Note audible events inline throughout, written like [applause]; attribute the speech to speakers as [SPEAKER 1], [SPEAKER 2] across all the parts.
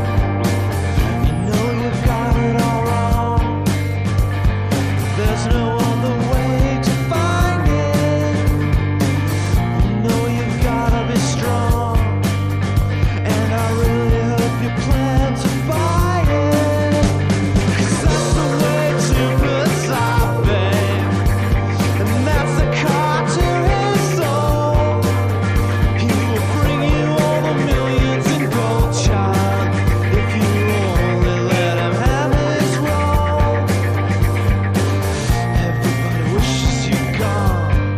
[SPEAKER 1] You know you've got it all wrong. There's no other way to find it. You know you've gotta be strong, and I really hope you plan to fight it. 'Cause that's the way to bizarre, babe, and that's the card to his soul. He will bring you all the millions in gold, child, if you only let him have his role. Everybody wishes you gone,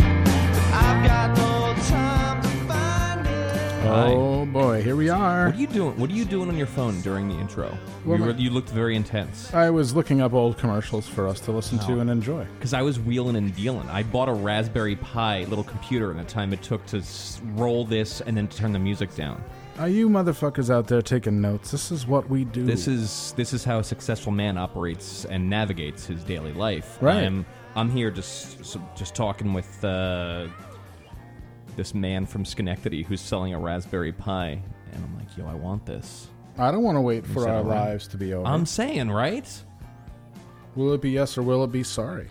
[SPEAKER 1] but I've got no time to find it.
[SPEAKER 2] Oh boy, here we are.
[SPEAKER 3] What are you doing? What are you doing on your phone during the intro?
[SPEAKER 2] Well,
[SPEAKER 3] you,
[SPEAKER 2] my-
[SPEAKER 3] were- you looked very intense.
[SPEAKER 2] I was looking up old commercials for us to listen to and enjoy.
[SPEAKER 3] Because I was wheeling and dealing. I bought a Raspberry Pi little computer in the time it took to s- roll this and then turn the music down.
[SPEAKER 2] Are you motherfuckers out there taking notes? This is what we do.
[SPEAKER 3] This is this is how a successful man operates and navigates his daily life.
[SPEAKER 2] Right.
[SPEAKER 3] I'm I'm here just s- just talking with uh, this man from Schenectady who's selling a Raspberry Pi, and I'm like, yo, I want this.
[SPEAKER 2] I don't want to wait for
[SPEAKER 3] that
[SPEAKER 2] our
[SPEAKER 3] all right?
[SPEAKER 2] lives to be over.
[SPEAKER 3] I'm saying, right?
[SPEAKER 2] will it be yes or will it be sorry?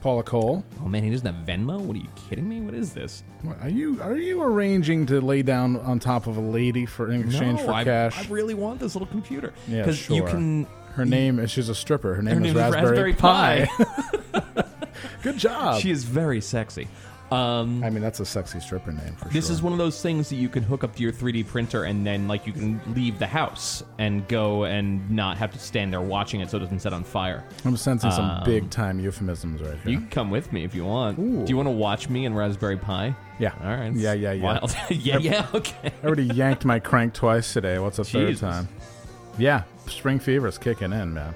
[SPEAKER 2] Paula Cole,
[SPEAKER 3] Oh man, he doesn't have Venmo. What are you kidding me? What is this?
[SPEAKER 2] what- are you are you arranging to lay down on top of a lady for in exchange
[SPEAKER 3] no,
[SPEAKER 2] for
[SPEAKER 3] I,
[SPEAKER 2] cash?
[SPEAKER 3] I really want this little computer.
[SPEAKER 2] yeah,
[SPEAKER 3] Because
[SPEAKER 2] sure.
[SPEAKER 3] you can.
[SPEAKER 2] Her name is she's a stripper. Her name,
[SPEAKER 3] Her name
[SPEAKER 2] is
[SPEAKER 3] is
[SPEAKER 2] Raspberry,
[SPEAKER 3] Raspberry
[SPEAKER 2] Pie.
[SPEAKER 3] Pi.
[SPEAKER 2] [laughs] Good job.
[SPEAKER 3] she is very sexy. Um,
[SPEAKER 2] I mean, that's a sexy stripper name for
[SPEAKER 3] this
[SPEAKER 2] sure.
[SPEAKER 3] is one of those things that you can hook up to your 3D printer and then, like, you can leave the house and go and not have to stand there watching it so it doesn't set on fire.
[SPEAKER 2] I'm sensing some big time euphemisms right here.
[SPEAKER 3] Um, You can come with me if you want.
[SPEAKER 2] Ooh.
[SPEAKER 3] Do you want to watch me in Raspberry Pi?
[SPEAKER 2] Yeah.
[SPEAKER 3] All right.
[SPEAKER 2] Yeah, yeah, yeah.
[SPEAKER 3] Wild. [laughs] yeah, yeah. Okay.
[SPEAKER 2] I already yanked my crank twice today. What's a third
[SPEAKER 3] Jesus.
[SPEAKER 2] time? Yeah, spring fever's kicking in, man.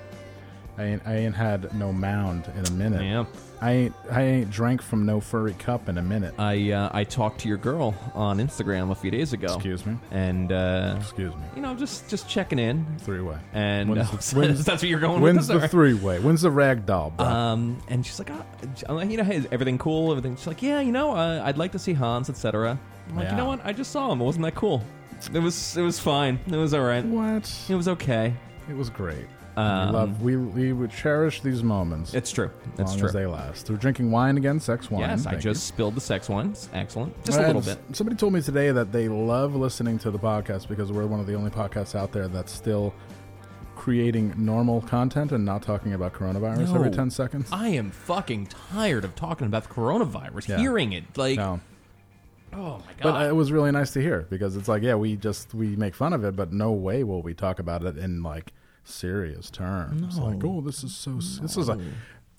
[SPEAKER 2] I ain't, I ain't had no mound in a minute.
[SPEAKER 3] Yeah.
[SPEAKER 2] I ain't I ain't drank from no furry cup in a minute.
[SPEAKER 3] I uh, I talked to your girl on Instagram a few days ago.
[SPEAKER 2] Excuse me.
[SPEAKER 3] And uh,
[SPEAKER 2] Excuse me.
[SPEAKER 3] you know, just just checking in.
[SPEAKER 2] Three way.
[SPEAKER 3] And
[SPEAKER 2] When's
[SPEAKER 3] uh, [laughs]
[SPEAKER 2] the- when's-
[SPEAKER 3] that's what you're going with.
[SPEAKER 2] When's
[SPEAKER 3] this, all
[SPEAKER 2] the
[SPEAKER 3] right.
[SPEAKER 2] three way? When's the rag doll? Bro?
[SPEAKER 3] Um, and she's like, "Ah," I'm like, you know, hey, is everything cool? Everything. She's like, yeah, you know, uh, I'd like to see Hans, etc. I'm like,
[SPEAKER 2] Yeah.
[SPEAKER 3] you know what? I just saw him. It wasn't that cool. It was, it was fine. It was all right.
[SPEAKER 2] what?
[SPEAKER 3] It was okay.
[SPEAKER 2] It was great. we
[SPEAKER 3] Um,
[SPEAKER 2] love. We we would cherish these moments
[SPEAKER 3] It's true.
[SPEAKER 2] as
[SPEAKER 3] That's
[SPEAKER 2] long
[SPEAKER 3] true.
[SPEAKER 2] as they last. Through drinking wine again, sex wine.
[SPEAKER 3] yes, I
[SPEAKER 2] Thank
[SPEAKER 3] just
[SPEAKER 2] you.
[SPEAKER 3] spilled the sex ones. Excellent. Just a
[SPEAKER 2] And
[SPEAKER 3] little bit.
[SPEAKER 2] s- Somebody told me today that they love listening to the podcast because we're one of the only podcasts out there that's still creating normal content and not talking about coronavirus every
[SPEAKER 3] No.
[SPEAKER 2] 10 seconds.
[SPEAKER 3] I am fucking tired of talking about the coronavirus,
[SPEAKER 2] Yeah.
[SPEAKER 3] hearing it. Like,
[SPEAKER 2] No.
[SPEAKER 3] oh my god.
[SPEAKER 2] But it was really nice to hear because it's like, yeah, we just we make fun of it, but no way will we talk about it in like serious terms. Like, oh, this is so s this is a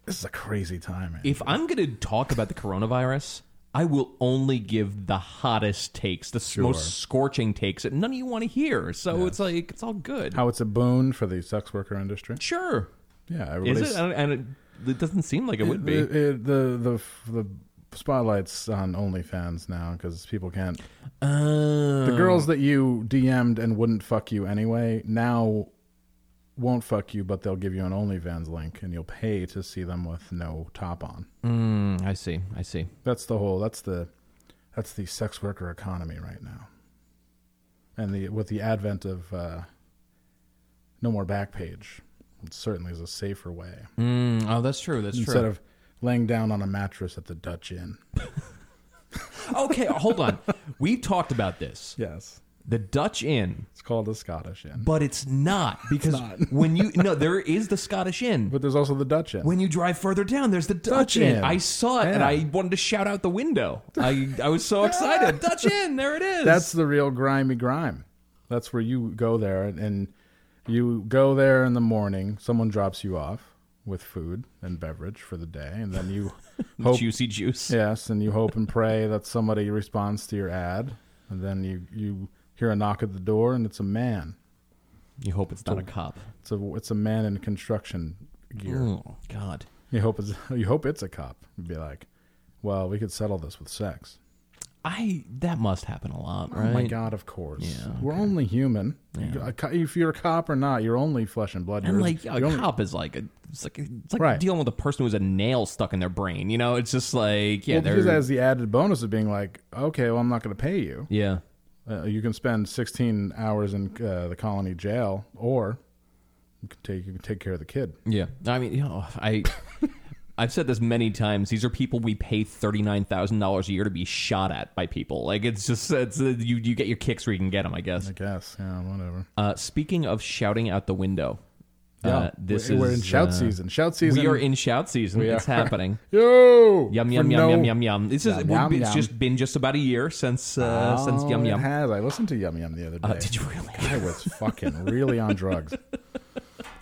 [SPEAKER 2] this is a crazy time. Man.
[SPEAKER 3] If I'm going to talk about the coronavirus, I will only give the hottest takes, the most scorching takes that none of you want to hear. So it's like it's all good.
[SPEAKER 2] How it's a boon for the sex worker industry.
[SPEAKER 3] sure,
[SPEAKER 2] Yeah,
[SPEAKER 3] is
[SPEAKER 2] everybody's
[SPEAKER 3] it? And, and it, it doesn't seem like it would be.
[SPEAKER 2] It- it- the the f- the spotlight's on OnlyFans now because people can't.
[SPEAKER 3] Uh, Oh.
[SPEAKER 2] The girls that you DM'd and wouldn't fuck you anyway now won't fuck you, but they'll give you an OnlyFans link, and you'll pay to see them with no top on.
[SPEAKER 3] Mm, I see. I see.
[SPEAKER 2] That's the whole. That's the that's the sex worker economy right now. And the with the advent of uh, no more Backpage, it certainly is a safer way
[SPEAKER 3] Mm, oh, that's true. That's
[SPEAKER 2] instead
[SPEAKER 3] true.
[SPEAKER 2] of laying down on a mattress at the Dutch Inn.
[SPEAKER 3] okay, hold [laughs] on. We talked about this.
[SPEAKER 2] Yes,
[SPEAKER 3] The Dutch Inn,
[SPEAKER 2] it's called the Scottish Inn,
[SPEAKER 3] but it's not because when you no, there is the Scottish Inn.
[SPEAKER 2] but there's also the Dutch Inn.
[SPEAKER 3] when you drive further down, there's the Dutch,
[SPEAKER 2] Dutch
[SPEAKER 3] Inn.
[SPEAKER 2] Inn.
[SPEAKER 3] I saw it and
[SPEAKER 2] Yeah.
[SPEAKER 3] I wanted to shout out the window. I I was so
[SPEAKER 2] [laughs]
[SPEAKER 3] excited. Dutch Inn, there it is.
[SPEAKER 2] That's the real grimy grime. That's where you go there and, and you go there in the morning. Someone drops you off with food and beverage for the day, and then
[SPEAKER 3] [laughs]
[SPEAKER 2] you hope
[SPEAKER 3] juicy juice.
[SPEAKER 2] yes, and you hope and pray that somebody responds to your ad, and then you you hear a knock at the door, and it's a man.
[SPEAKER 3] You hope it's not a cop.
[SPEAKER 2] It's a it's a man in construction gear.
[SPEAKER 3] Oh God.
[SPEAKER 2] You hope it's [laughs] you hope it's a cop. You'd be like, well, we could settle this with sex.
[SPEAKER 3] I that must happen a lot, right?
[SPEAKER 2] Oh my god, of course. We're only human. A co- If you're a cop or not, you're only flesh and blood.
[SPEAKER 3] And
[SPEAKER 2] You're-
[SPEAKER 3] like a
[SPEAKER 2] you're only-
[SPEAKER 3] cop is like a, it's like it's like
[SPEAKER 2] Right.
[SPEAKER 3] dealing with a person who has a nail stuck in their brain. You know, it's just like yeah,
[SPEAKER 2] well, because that
[SPEAKER 3] they're
[SPEAKER 2] has the added bonus of being like, okay, well, I'm not going to pay you.
[SPEAKER 3] yeah.
[SPEAKER 2] Uh, you can spend 16 hours in uh, the colony jail, or you can take you can take care of the kid.
[SPEAKER 3] Yeah, I mean, you know,
[SPEAKER 2] [laughs]
[SPEAKER 3] I I've said this many times. These are people we pay thirty nine thousand dollars a year to be shot at by people. Like it's just it's, uh, you you get your kicks where you can get them, I guess.
[SPEAKER 2] I guess, yeah, whatever.
[SPEAKER 3] Uh, speaking of shouting out the window, uh, this
[SPEAKER 2] we're,
[SPEAKER 3] is
[SPEAKER 2] we're in shout
[SPEAKER 3] uh,
[SPEAKER 2] season. Shout season.
[SPEAKER 3] We are in shout season. It's
[SPEAKER 2] [laughs]
[SPEAKER 3] happening.
[SPEAKER 2] Yo,
[SPEAKER 3] Yum
[SPEAKER 2] For
[SPEAKER 3] yum yum
[SPEAKER 2] no-
[SPEAKER 3] yum yum yum. This is
[SPEAKER 2] Yum,
[SPEAKER 3] we've
[SPEAKER 2] yum,
[SPEAKER 3] been- it's
[SPEAKER 2] yum.
[SPEAKER 3] just been just about a year since uh,
[SPEAKER 2] Oh,
[SPEAKER 3] since yum
[SPEAKER 2] it
[SPEAKER 3] yum.
[SPEAKER 2] has. I listened to yum yum the other day.
[SPEAKER 3] Uh, did you really?
[SPEAKER 2] I was fucking really on
[SPEAKER 3] [laughs]
[SPEAKER 2] drugs.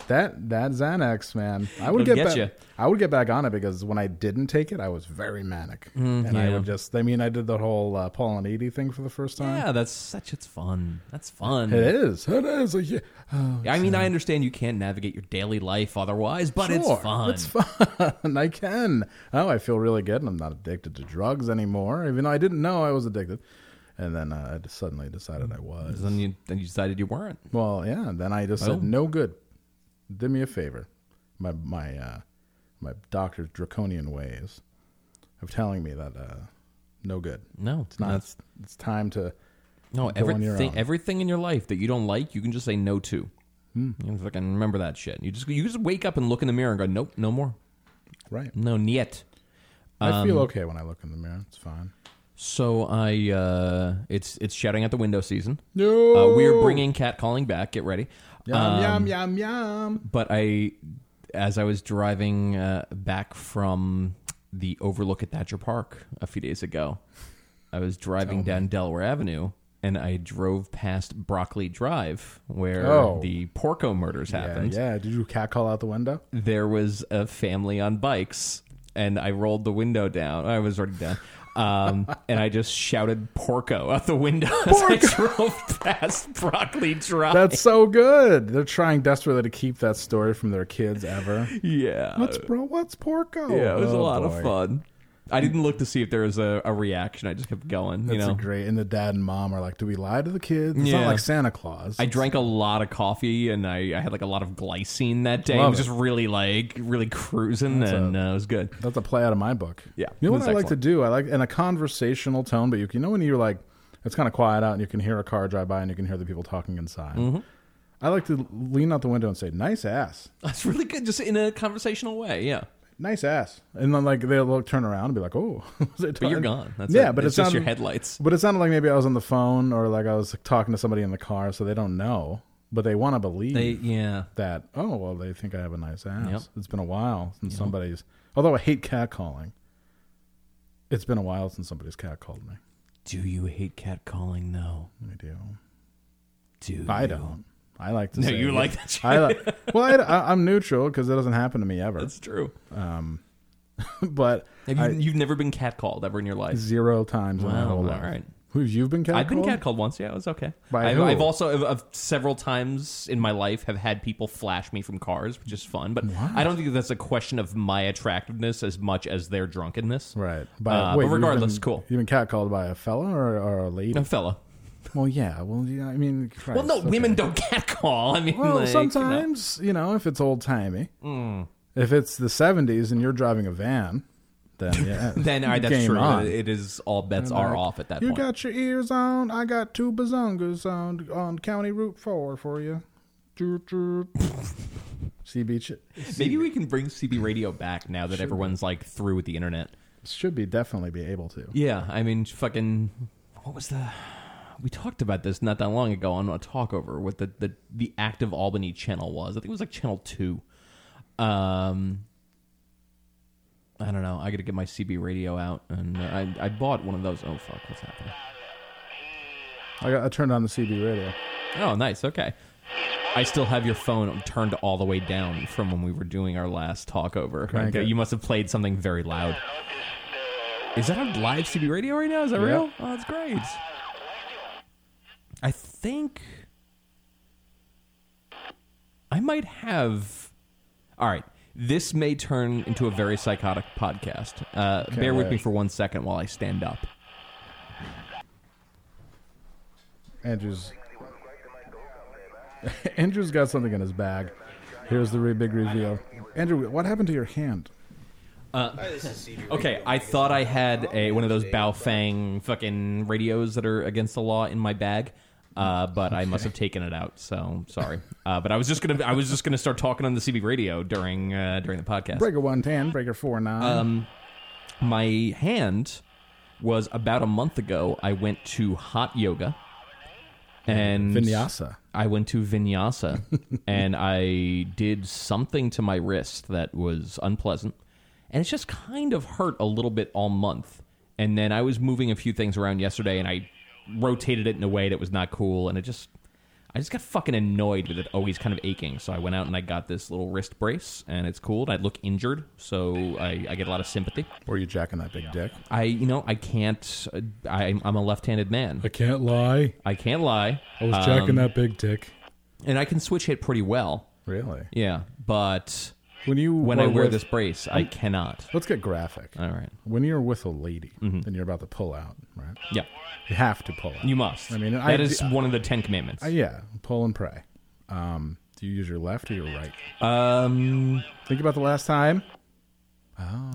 [SPEAKER 2] That that Xanax, man. I would
[SPEAKER 3] It'll
[SPEAKER 2] get,
[SPEAKER 3] get
[SPEAKER 2] back.
[SPEAKER 3] ya.
[SPEAKER 2] I would get back on it because when I didn't take it, I was very manic, and I
[SPEAKER 3] Mm-hmm. yeah.
[SPEAKER 2] would just. I mean, I did the whole uh, Paul and Edie thing for the first time.
[SPEAKER 3] Yeah, that's such it's fun. That's fun.
[SPEAKER 2] It is. It is. a ye- Oh,
[SPEAKER 3] I mean, I understand you can't navigate your daily life otherwise, but
[SPEAKER 2] sure.
[SPEAKER 3] it's fun.
[SPEAKER 2] It's fun. [laughs] I can. Oh, I feel really good, and I'm not addicted to drugs anymore. Even though I didn't know I was addicted, and then uh, I just suddenly decided I was.
[SPEAKER 3] Then you then you decided you weren't.
[SPEAKER 2] Well, yeah. And then I just
[SPEAKER 3] Oh.
[SPEAKER 2] said, "No good. Do me a favor." My my uh, my doctor's draconian ways of telling me that uh, no good.
[SPEAKER 3] No,
[SPEAKER 2] it's not. It's, it's time to.
[SPEAKER 3] No,
[SPEAKER 2] go on your
[SPEAKER 3] everything
[SPEAKER 2] own.
[SPEAKER 3] everything in your life that you don't like, you can just say no to. You can fucking remember that shit. You just you just wake up and look in the mirror and go, nope, no more,
[SPEAKER 2] Right.
[SPEAKER 3] no niet.
[SPEAKER 2] I
[SPEAKER 3] Um,
[SPEAKER 2] feel okay when I look in the mirror. It's fine.
[SPEAKER 3] uh, So I, uh, it's it's shouting at the window season.
[SPEAKER 2] No.
[SPEAKER 3] Uh, we are bringing cat calling back. Get ready.
[SPEAKER 2] Yum
[SPEAKER 3] Um,
[SPEAKER 2] yum yum yum.
[SPEAKER 3] but I, as I was driving uh, back from the overlook at Thatcher Park a few days ago, I was driving down Delaware Avenue and I drove past Broccoli Drive where
[SPEAKER 2] Oh.
[SPEAKER 3] the Porco murders
[SPEAKER 2] Yeah,
[SPEAKER 3] happened.
[SPEAKER 2] yeah. Did you cat call out the window?
[SPEAKER 3] There was a family on bikes and I rolled the window down. I was already down.
[SPEAKER 2] [laughs]
[SPEAKER 3] Um, and I just shouted Porco out the window as I drove past Broccoli Drive.
[SPEAKER 2] That's so good. They're trying desperately to keep that story from their kids
[SPEAKER 3] [laughs]
[SPEAKER 2] ever.
[SPEAKER 3] yeah.
[SPEAKER 2] What's bro? What's Porco?
[SPEAKER 3] Yeah, it was
[SPEAKER 2] Oh,
[SPEAKER 3] a lot
[SPEAKER 2] boy.
[SPEAKER 3] of fun. I didn't look to see if there was a, a reaction. I just kept going. you
[SPEAKER 2] That's
[SPEAKER 3] know,
[SPEAKER 2] a great. And the dad and mom are like, "Do we lie to the kids?" It's
[SPEAKER 3] Yeah.
[SPEAKER 2] not like Santa Claus.
[SPEAKER 3] I drank a lot of coffee and I, I had like a lot of glycine that day. I
[SPEAKER 2] Love
[SPEAKER 3] was
[SPEAKER 2] it.
[SPEAKER 3] just really like really cruising and uh, it was good.
[SPEAKER 2] That's a play out of my book.
[SPEAKER 3] Yeah,
[SPEAKER 2] You know what
[SPEAKER 3] that's
[SPEAKER 2] I like to
[SPEAKER 3] excellent.
[SPEAKER 2] do? I like in a conversational tone, but you can you know when you're like it's kind of quiet out and you can hear a car drive by and you can hear the people talking inside.
[SPEAKER 3] Mm-hmm.
[SPEAKER 2] I like to lean out the window and say, "Nice ass,
[SPEAKER 3] That's really good, just in a conversational way. Yeah,
[SPEAKER 2] nice ass," and then like they'll look, turn around and be like, "Oh," [laughs]
[SPEAKER 3] but you're gone. That's
[SPEAKER 2] yeah,
[SPEAKER 3] it.
[SPEAKER 2] but
[SPEAKER 3] it's
[SPEAKER 2] it
[SPEAKER 3] just your
[SPEAKER 2] sounded-
[SPEAKER 3] headlights.
[SPEAKER 2] But it sounded like maybe I was on the phone or like I was like, talking to somebody in the car, so they don't know, but they want to believe
[SPEAKER 3] They yeah.
[SPEAKER 2] that. Oh well, they think I have a nice ass.
[SPEAKER 3] Yep.
[SPEAKER 2] It's been a while since somebody's. Although I hate catcalling, it's been a while since somebody's catcalled me.
[SPEAKER 3] Do you hate cat calling though?
[SPEAKER 2] I do.
[SPEAKER 3] Do
[SPEAKER 2] I
[SPEAKER 3] you?
[SPEAKER 2] don't. I like to.
[SPEAKER 3] No,
[SPEAKER 2] say
[SPEAKER 3] you
[SPEAKER 2] it.
[SPEAKER 3] like that shit.
[SPEAKER 2] I li- well, I, I, am neutral because it doesn't happen to me ever.
[SPEAKER 3] That's true.
[SPEAKER 2] [laughs] but
[SPEAKER 3] Have you,
[SPEAKER 2] I-
[SPEAKER 3] you've never been cat called ever in your life?
[SPEAKER 2] zero times in my
[SPEAKER 3] Wow,
[SPEAKER 2] whole
[SPEAKER 3] all
[SPEAKER 2] life.
[SPEAKER 3] right.
[SPEAKER 2] Who you've been catcalled?
[SPEAKER 3] I've been catcalled once. Yeah, it was okay.
[SPEAKER 2] By
[SPEAKER 3] I've,
[SPEAKER 2] who?
[SPEAKER 3] I've also I've, I've several times in my life have had people flash me from cars, which is fun. But I don't think that's a question of my attractiveness as much as their drunkenness.
[SPEAKER 2] Right.
[SPEAKER 3] Uh, but
[SPEAKER 2] you've
[SPEAKER 3] regardless,
[SPEAKER 2] been-
[SPEAKER 3] cool.
[SPEAKER 2] You've been catcalled by a fella or, or a lady?
[SPEAKER 3] A fella.
[SPEAKER 2] Well, yeah. Well, yeah, I mean,
[SPEAKER 3] Well,
[SPEAKER 2] Christ,
[SPEAKER 3] no,
[SPEAKER 2] okay.
[SPEAKER 3] women don't catcall call. I mean,
[SPEAKER 2] Well,
[SPEAKER 3] like, you know. Mm.
[SPEAKER 2] sometimes you know if it's old timey. If it's the '70s and you're driving a van, then
[SPEAKER 3] [laughs]
[SPEAKER 2] yeah,
[SPEAKER 3] Then all right, that's
[SPEAKER 2] game
[SPEAKER 3] true.
[SPEAKER 2] on.
[SPEAKER 3] It is all bets are
[SPEAKER 2] Like,
[SPEAKER 3] off at that
[SPEAKER 2] you
[SPEAKER 3] point.
[SPEAKER 2] got your ears on. I got two bazongas on on County Route Four for you. Choo, choo. Sea Beach.
[SPEAKER 3] Maybe we can bring CB radio back now that everyone's like through with the internet.
[SPEAKER 2] should be definitely be able to.
[SPEAKER 3] Yeah, I mean, fucking, what was the? We talked about this not that long ago on a talkover. What the the the active Albany channel was? I think it was like channel two. Um, I don't know. I got to get my CB radio out, and uh, I I bought one of those. Oh fuck, what's happening?
[SPEAKER 2] I, got, I turned on the CB radio.
[SPEAKER 3] Oh, nice. Okay. I still have your phone turned all the way down from when we were doing our last talkover.
[SPEAKER 2] Crank
[SPEAKER 3] Like,
[SPEAKER 2] it.
[SPEAKER 3] you must have played something very loud. Is that on live CB radio right now? Is that
[SPEAKER 2] Yeah.
[SPEAKER 3] real? Oh, that's great. I think I might have. All right. This may turn into a very psychotic podcast. Uh, bear with
[SPEAKER 2] wait.
[SPEAKER 3] me for one second while I stand up.
[SPEAKER 2] Andrew's [laughs] Andrew's got something in his bag. Here's the re- big reveal. Andrew, what happened to your hand?
[SPEAKER 3] Okay, I thought I had a one of those Baofeng fucking radios that are against the law in my bag, uh, but I must have taken it out. So sorry. Uh, but I was just gonna I was just gonna start talking on the CB radio during uh, during the podcast.
[SPEAKER 2] Breaker one ten, breaker four nine.
[SPEAKER 3] My hand was about a month ago. I went to hot yoga and
[SPEAKER 2] Vinyasa.
[SPEAKER 3] I went to vinyasa [laughs] and I did something to my wrist that was unpleasant. And it's just kind of hurt a little bit all month. And then I was moving a few things around yesterday and I rotated it in a way that was not cool. And it just, I just got fucking annoyed with it always kind of aching. So I went out and I got this little wrist brace and it's cool. And I look injured. So I, I get a lot of sympathy.
[SPEAKER 2] Were you jacking that big dick?
[SPEAKER 3] I, you know, I can't, I, I'm a left handed man.
[SPEAKER 2] can't lie.
[SPEAKER 3] I can't lie.
[SPEAKER 2] jacking that big dick.
[SPEAKER 3] And I can switch hit pretty well.
[SPEAKER 2] Really?
[SPEAKER 3] Yeah, but
[SPEAKER 2] When you
[SPEAKER 3] when I
[SPEAKER 2] were
[SPEAKER 3] wear
[SPEAKER 2] with-
[SPEAKER 3] this brace, I cannot.
[SPEAKER 2] let's get graphic.
[SPEAKER 3] All right.
[SPEAKER 2] When you're with a lady and you're about to pull out, right?
[SPEAKER 3] Yeah,
[SPEAKER 2] You have to pull out.
[SPEAKER 3] you must.
[SPEAKER 2] I mean,
[SPEAKER 3] that
[SPEAKER 2] I-
[SPEAKER 3] is one of the Ten Commandments.
[SPEAKER 2] yeah, pull and pray. Um, do you use your left or your right?
[SPEAKER 3] um,
[SPEAKER 2] Think about the last time.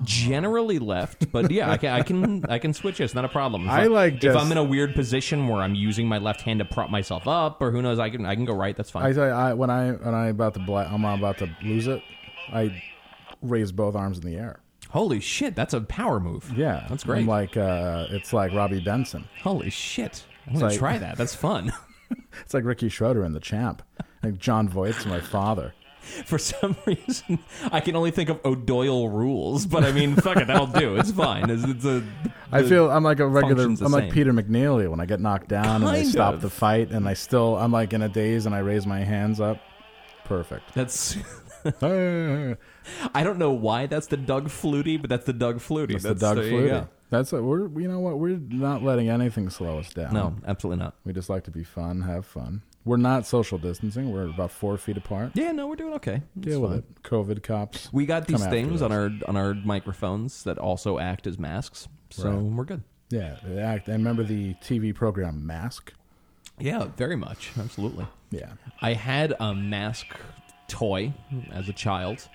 [SPEAKER 3] generally left, but yeah, I can, I can, I can switch. it. It's not a problem. If
[SPEAKER 2] I like
[SPEAKER 3] if
[SPEAKER 2] just-
[SPEAKER 3] I'm in a weird position where I'm using my left hand to prop myself up, or who knows, I can, I can go right. That's
[SPEAKER 2] I
[SPEAKER 3] fine.
[SPEAKER 2] tell you, I when I when I about to bla- I'm about to lose it, I raise both arms in the air.
[SPEAKER 3] Holy shit, that's a power move.
[SPEAKER 2] Yeah,
[SPEAKER 3] that's great.
[SPEAKER 2] I'm like uh, it's like Robbie Benson.
[SPEAKER 3] Holy shit, I'm gonna
[SPEAKER 2] like-
[SPEAKER 3] try that. That's fun. [laughs]
[SPEAKER 2] It's like Ricky Schroeder in The Champ. Like John Voight's my father.
[SPEAKER 3] For some reason, I can only think of O'Doyle rules, but I mean, fuck it, that'll do. It's fine. It's, it's a,
[SPEAKER 2] I
[SPEAKER 3] the-
[SPEAKER 2] feel I'm like a regular.
[SPEAKER 3] function's the
[SPEAKER 2] I'm like
[SPEAKER 3] same.
[SPEAKER 2] Peter McNeely when I get knocked down and I
[SPEAKER 3] Kind
[SPEAKER 2] stop
[SPEAKER 3] of.
[SPEAKER 2] the fight and I still I'm like in a daze and I raise my hands up. Perfect.
[SPEAKER 3] [laughs] that's.
[SPEAKER 2] Hey,
[SPEAKER 3] I don't know why that's the Doug Flutie, but that's the Doug Flutie.
[SPEAKER 2] It's the Doug
[SPEAKER 3] there you
[SPEAKER 2] Flutie.
[SPEAKER 3] go.
[SPEAKER 2] That's a, we're you know what we're not letting anything slow us down.
[SPEAKER 3] No, absolutely not.
[SPEAKER 2] we just like to be fun, have fun. We're not social distancing. We're about four feet apart.
[SPEAKER 3] Yeah, no, we're doing okay. It's
[SPEAKER 2] Deal with
[SPEAKER 3] fine.
[SPEAKER 2] it. COVID cops.
[SPEAKER 3] We got
[SPEAKER 2] Come
[SPEAKER 3] these
[SPEAKER 2] after us.
[SPEAKER 3] things on our on our microphones that also act as masks, so
[SPEAKER 2] Right.
[SPEAKER 3] we're good.
[SPEAKER 2] Yeah, they act. I remember the TV program Mask.
[SPEAKER 3] Yeah, very much, absolutely.
[SPEAKER 2] Yeah,
[SPEAKER 3] I had a mask toy as a child.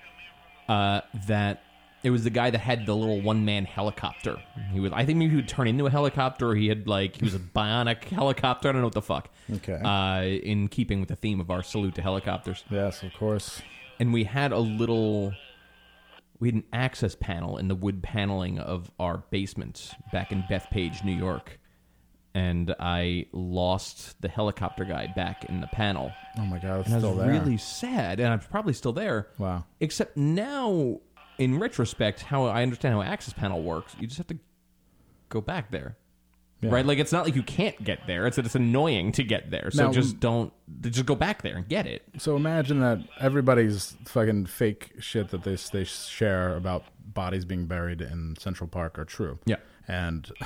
[SPEAKER 3] Uh, that it was the guy that had the little one man helicopter. He was, I think, maybe he would turn into a helicopter. Or he had like he was a bionic [laughs] helicopter. I don't know what the fuck.
[SPEAKER 2] Okay.
[SPEAKER 3] Uh, in keeping with the theme of our salute to helicopters.
[SPEAKER 2] yes, of course.
[SPEAKER 3] and we had a little we had an access panel in the wood paneling of our basement back in Bethpage, New York. And I lost the helicopter guy back in the panel.
[SPEAKER 2] Oh my God, it's
[SPEAKER 3] And I was
[SPEAKER 2] still there.
[SPEAKER 3] really sad, and I'm probably still there.
[SPEAKER 2] Wow.
[SPEAKER 3] Except now, in retrospect, how I understand how access panel works, you just have to go back there.
[SPEAKER 2] Yeah.
[SPEAKER 3] Right? Like it's not like you can't get there. It's that it's annoying to get there. So
[SPEAKER 2] Now-
[SPEAKER 3] just don't just go back there and get it.
[SPEAKER 2] So imagine that everybody's fucking fake shit that they they share about bodies being buried in Central Park are true.
[SPEAKER 3] Yeah.
[SPEAKER 2] and [laughs]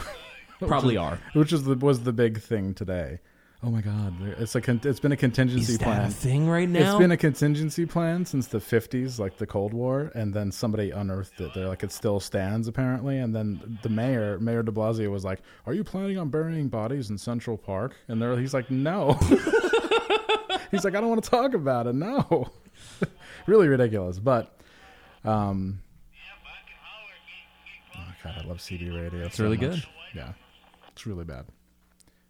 [SPEAKER 3] Probably are.
[SPEAKER 2] which is the was the big thing today. Oh my God, there- it's a con- it's been a contingency
[SPEAKER 3] Is that
[SPEAKER 2] plan.
[SPEAKER 3] a thing right
[SPEAKER 2] It's
[SPEAKER 3] now?
[SPEAKER 2] been a contingency plan since the 50s, like the Cold War, and then somebody unearthed it. They're like, it still stands apparently. And then the mayor, Mayor De Blasio, was like, "Are you planning on burying bodies in Central Park?" And they're, he's like, "No." [laughs] He's like, I don't want to talk about it. No, [laughs] really ridiculous. But, um, oh God, I love CD radio. It's
[SPEAKER 3] really good.
[SPEAKER 2] Yeah, it's really bad.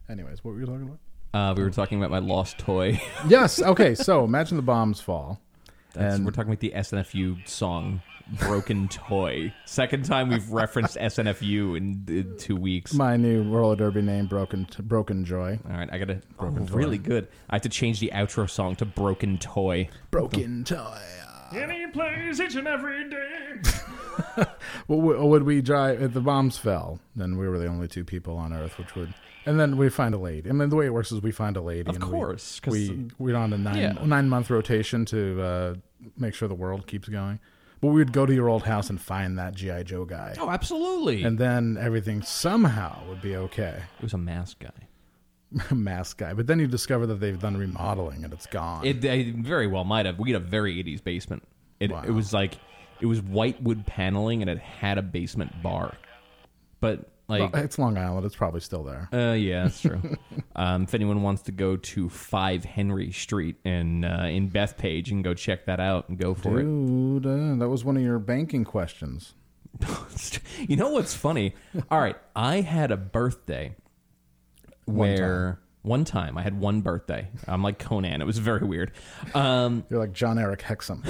[SPEAKER 2] Anyways, what were you talking about?
[SPEAKER 3] Uh, we were talking about my lost toy. [laughs]
[SPEAKER 2] Yes. Okay. So imagine the bombs fall.
[SPEAKER 3] That's,
[SPEAKER 2] And-
[SPEAKER 3] we're talking about the SNFU song "Broken Toy." Second time we've referenced SNFU in, in two weeks.
[SPEAKER 2] My new roller derby name, Broken Broken Joy.
[SPEAKER 3] All right, I gotta. Oh, really good. I have to change the outro song to "Broken Toy."
[SPEAKER 2] Broken Toy.
[SPEAKER 3] Any place, each and every day.
[SPEAKER 2] [laughs] Well, w- would we drive if the bombs fell? Then we were the only two people on Earth, which would, and then we find a lady. And then the way it works is we find a lady.
[SPEAKER 3] Of
[SPEAKER 2] and we-
[SPEAKER 3] course, 'cause-
[SPEAKER 2] we we're on a nine
[SPEAKER 3] Yeah.
[SPEAKER 2] nine month rotation to uh, make sure the world keeps going. But we would go to your old house and find that GI Joe guy,
[SPEAKER 3] Oh, absolutely.
[SPEAKER 2] and then everything somehow would be okay. [laughs]
[SPEAKER 3] it was a mask guy.
[SPEAKER 2] Mask guy, but then you discover that they've done remodeling and it's gone.
[SPEAKER 3] It, they very well might have. We had a very '80s basement. It,
[SPEAKER 2] Wow.
[SPEAKER 3] it was like it was white wood paneling, and it had a basement bar. But
[SPEAKER 2] Well,
[SPEAKER 3] like,
[SPEAKER 2] it's Long Island. It's probably still there.
[SPEAKER 3] uh, yeah, that's [laughs] true. um, if anyone wants to go to Five Henry Street in uh, in Bethpage and go check that out and go for it.
[SPEAKER 2] Dude, uh, that was one of your banking questions.
[SPEAKER 3] [laughs] you know what's funny? All right, I had a birthday where one time I had one birthday. I'm like Conan. It was very weird. Um,
[SPEAKER 2] You're like John Eric Hexum.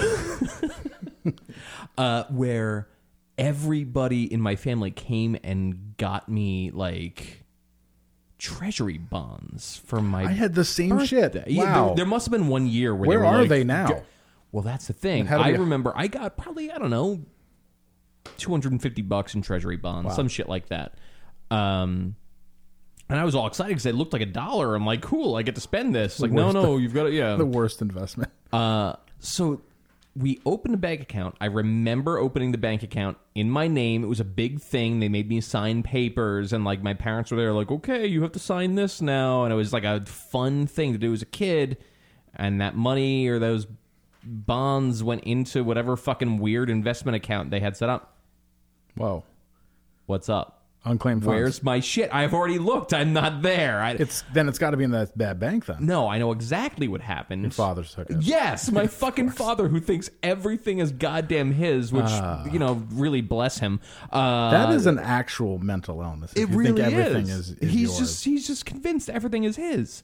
[SPEAKER 3] uh, where everybody in my family came and got me like treasury bonds for my.
[SPEAKER 2] I had the same
[SPEAKER 3] birthday.
[SPEAKER 2] shit.
[SPEAKER 3] Yeah, there-
[SPEAKER 2] Wow.
[SPEAKER 3] there, must have been one year where
[SPEAKER 2] Where
[SPEAKER 3] they were
[SPEAKER 2] are
[SPEAKER 3] like-
[SPEAKER 2] they now?
[SPEAKER 3] Well, that's the thing.
[SPEAKER 2] had to
[SPEAKER 3] I
[SPEAKER 2] be a-
[SPEAKER 3] remember I got probably I don't know, two hundred and fifty bucks in treasury bonds, some shit like that. Um. And I was all excited because it looked like a dollar. I'm like, cool, I get to spend this. Like, no,
[SPEAKER 2] worst-
[SPEAKER 3] no, you've got it. Yeah,
[SPEAKER 2] the worst
[SPEAKER 3] [laughs]
[SPEAKER 2] investment.
[SPEAKER 3] so we opened a bank account. I remember opening the bank account in my name. It was a big thing. They made me sign papers, and like my parents were there, like, okay, you have to sign this now. And it was like a fun thing to do as a kid. And that money or those bonds went into whatever fucking weird investment account they had set up.
[SPEAKER 2] Whoa.
[SPEAKER 3] What's up?
[SPEAKER 2] Unclaimed funds.
[SPEAKER 3] Where's my shit? I've already looked. I'm not there. I,
[SPEAKER 2] it's then it's got to be in that bad bank then.
[SPEAKER 3] no, I know exactly what happened.
[SPEAKER 2] Father's took it.
[SPEAKER 3] Yes, my fucking father who thinks everything is goddamn his, which you know, really bless him. Uh,
[SPEAKER 2] Ah. That is an actual mental illness. If
[SPEAKER 3] it
[SPEAKER 2] you
[SPEAKER 3] really
[SPEAKER 2] think everything
[SPEAKER 3] is.
[SPEAKER 2] is, is
[SPEAKER 3] he's
[SPEAKER 2] yours.
[SPEAKER 3] just he's just convinced everything is his.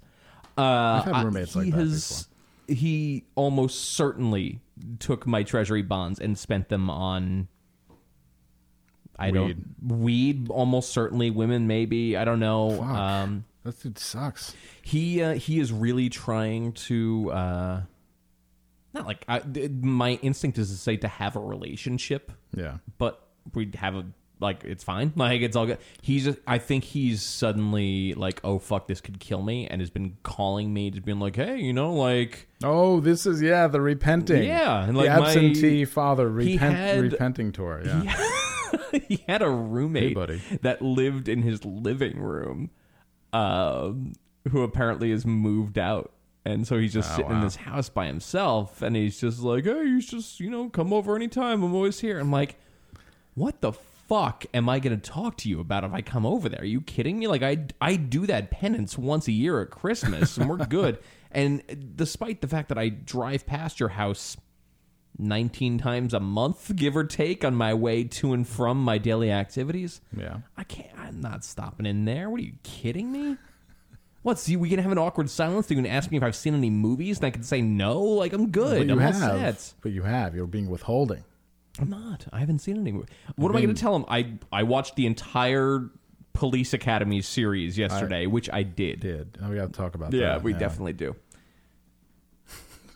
[SPEAKER 3] Uh,
[SPEAKER 2] had
[SPEAKER 3] I-
[SPEAKER 2] roommates
[SPEAKER 3] he
[SPEAKER 2] like that
[SPEAKER 3] has- He almost certainly took my treasury bonds and spent them on. I don't weed almost certainly women maybe I don't know
[SPEAKER 2] Fuck.
[SPEAKER 3] um
[SPEAKER 2] that dude sucks.
[SPEAKER 3] he uh, he is really trying to uh not like I, th- my instinct is to say to have a relationship
[SPEAKER 2] Yeah.
[SPEAKER 3] but we have a like it's fine [laughs] like it's all good he's just, i think he's suddenly like oh fuck this could kill me and has been calling me just being like hey you know like
[SPEAKER 2] Oh, this is yeah, the repenting.
[SPEAKER 3] Yeah, and like
[SPEAKER 2] the
[SPEAKER 3] my-
[SPEAKER 2] absentee father
[SPEAKER 3] He
[SPEAKER 2] repent,
[SPEAKER 3] had-
[SPEAKER 2] repenting tour.
[SPEAKER 3] [laughs]
[SPEAKER 2] Yeah.
[SPEAKER 3] he had a roommate
[SPEAKER 2] Hey, buddy.
[SPEAKER 3] that lived in his living room, um, who apparently has moved out. And so he's
[SPEAKER 2] Oh,
[SPEAKER 3] just sitting in this house by himself, and he's just like, "Hey, you should just you know come over anytime. I'm always here." I'm like, "What the fuck am I going to talk to you about if I come over there? Are you kidding me? Like I I do that penance once a year at Christmas, and we're good. [laughs] And despite the fact that I drive past your house 19 times a month, give or take, on my way to and from my daily activities.
[SPEAKER 2] Yeah.
[SPEAKER 3] I can't, I'm not stopping in there. What are you kidding me? What, see, we can have an awkward silence. They're going to ask me if I've seen any movies, and I can say no. Like, I'm
[SPEAKER 2] But
[SPEAKER 3] good.
[SPEAKER 2] you
[SPEAKER 3] I'm all
[SPEAKER 2] have,
[SPEAKER 3] set.
[SPEAKER 2] but you have. You're being withholding.
[SPEAKER 3] I'm not. I haven't seen any movie. What am I going to tell them? I, I watched the entire Police Academy series yesterday, which I did.
[SPEAKER 2] Did now we got to talk about
[SPEAKER 3] Yeah,
[SPEAKER 2] that.
[SPEAKER 3] we definitely do.
[SPEAKER 2] [laughs]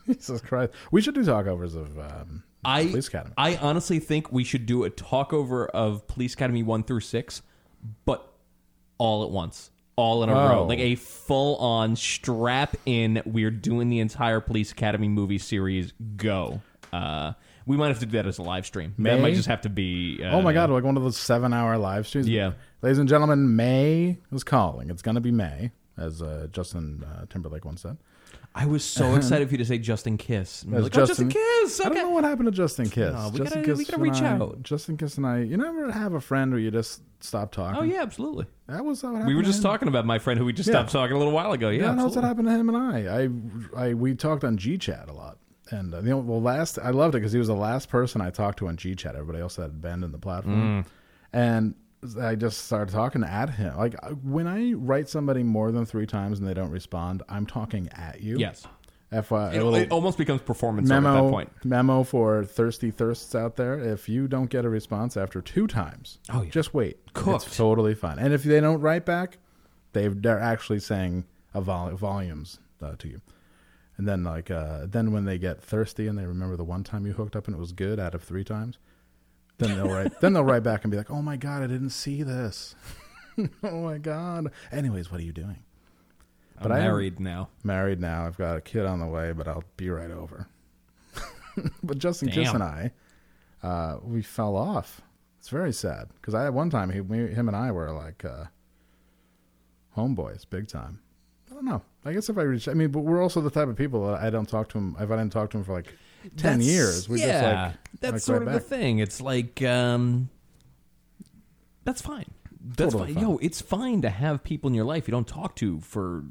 [SPEAKER 2] Jesus Christ, we should do talkovers of um,
[SPEAKER 3] I,
[SPEAKER 2] Police Academy.
[SPEAKER 3] I honestly think we should do a talkover of Police Academy one through six, but all at once, all in a
[SPEAKER 2] Oh.
[SPEAKER 3] row, like a full-on strap-in. We're doing the entire Police Academy movie series. Go. Uh, we might have to do that as a live stream. That
[SPEAKER 2] May?
[SPEAKER 3] might just have to be. Uh,
[SPEAKER 2] Oh my god, like one of those seven hour live streams.
[SPEAKER 3] Yeah.
[SPEAKER 2] Ladies and gentlemen, May is calling. It's going to be May, as uh, Justin uh, Timberlake once said.
[SPEAKER 3] I
[SPEAKER 2] [laughs]
[SPEAKER 3] was so excited for you to say Justin Kiss. And I was like,
[SPEAKER 2] That's
[SPEAKER 3] oh, Justin Kiss.
[SPEAKER 2] I
[SPEAKER 3] Okay.
[SPEAKER 2] don't know what happened to Justin Kiss.
[SPEAKER 3] No, we
[SPEAKER 2] Justin
[SPEAKER 3] gotta- we
[SPEAKER 2] Kiss and
[SPEAKER 3] gotta reach
[SPEAKER 2] I-
[SPEAKER 3] out.
[SPEAKER 2] Justin Kiss and I. You never have a friend where you just stop talking.
[SPEAKER 3] Oh yeah, absolutely.
[SPEAKER 2] that was that what happened.
[SPEAKER 3] We were
[SPEAKER 2] to
[SPEAKER 3] just
[SPEAKER 2] him?
[SPEAKER 3] talking about my friend who we just
[SPEAKER 2] Yeah.
[SPEAKER 3] stopped talking a little while ago. Yeah,
[SPEAKER 2] Yeah, that's what
[SPEAKER 3] absolutely.
[SPEAKER 2] happened to him and I. I, I we talked on GChat a lot, and uh, the only- well, last I loved it because he was the last person I talked to on GChat. Everybody else had abandoned the
[SPEAKER 3] Mm.
[SPEAKER 2] platform, and I just started talking at him. Like I- when I write somebody more than three times and they don't respond, I'm talking at you.
[SPEAKER 3] Yes.
[SPEAKER 2] FYI,
[SPEAKER 3] It,
[SPEAKER 2] a little
[SPEAKER 3] it almost becomes performance art
[SPEAKER 2] memo
[SPEAKER 3] at that point.
[SPEAKER 2] memo for thirsty thirsts out there. If you don't get a response after two times,
[SPEAKER 3] Oh, yeah.
[SPEAKER 2] just wait.
[SPEAKER 3] Cooked.
[SPEAKER 2] It's totally fine. And if they don't write back, they've they're actually saying a vol- volumes uh, to you. And then like uh, then when they get thirsty and they remember the one time you hooked up and it was good out of three times, then they'll
[SPEAKER 3] [laughs]
[SPEAKER 2] write then they'll write back and be like, oh my god, I didn't see this. [laughs] oh my god. Anyways, what are you doing?
[SPEAKER 3] I'm
[SPEAKER 2] I-
[SPEAKER 3] married now.
[SPEAKER 2] married now. I've got a kid on the way, but I'll be right over. [laughs] but Justin
[SPEAKER 3] Damn.
[SPEAKER 2] Kiss and I, uh, we fell off. It's very sad because I at one time he, we, him and I were like uh, homeboys, big time. I don't know. I guess if I reach, I mean, but we're also the type of people that I don't talk to him. If I didn't talk to him for like ten
[SPEAKER 3] That's-
[SPEAKER 2] years, we just
[SPEAKER 3] yeah,
[SPEAKER 2] like
[SPEAKER 3] that's
[SPEAKER 2] like
[SPEAKER 3] sort
[SPEAKER 2] right
[SPEAKER 3] of
[SPEAKER 2] back.
[SPEAKER 3] the thing. It's like um, that's fine. That's
[SPEAKER 2] Totally
[SPEAKER 3] fine. Yo, it's fine to have people in your life you don't talk to for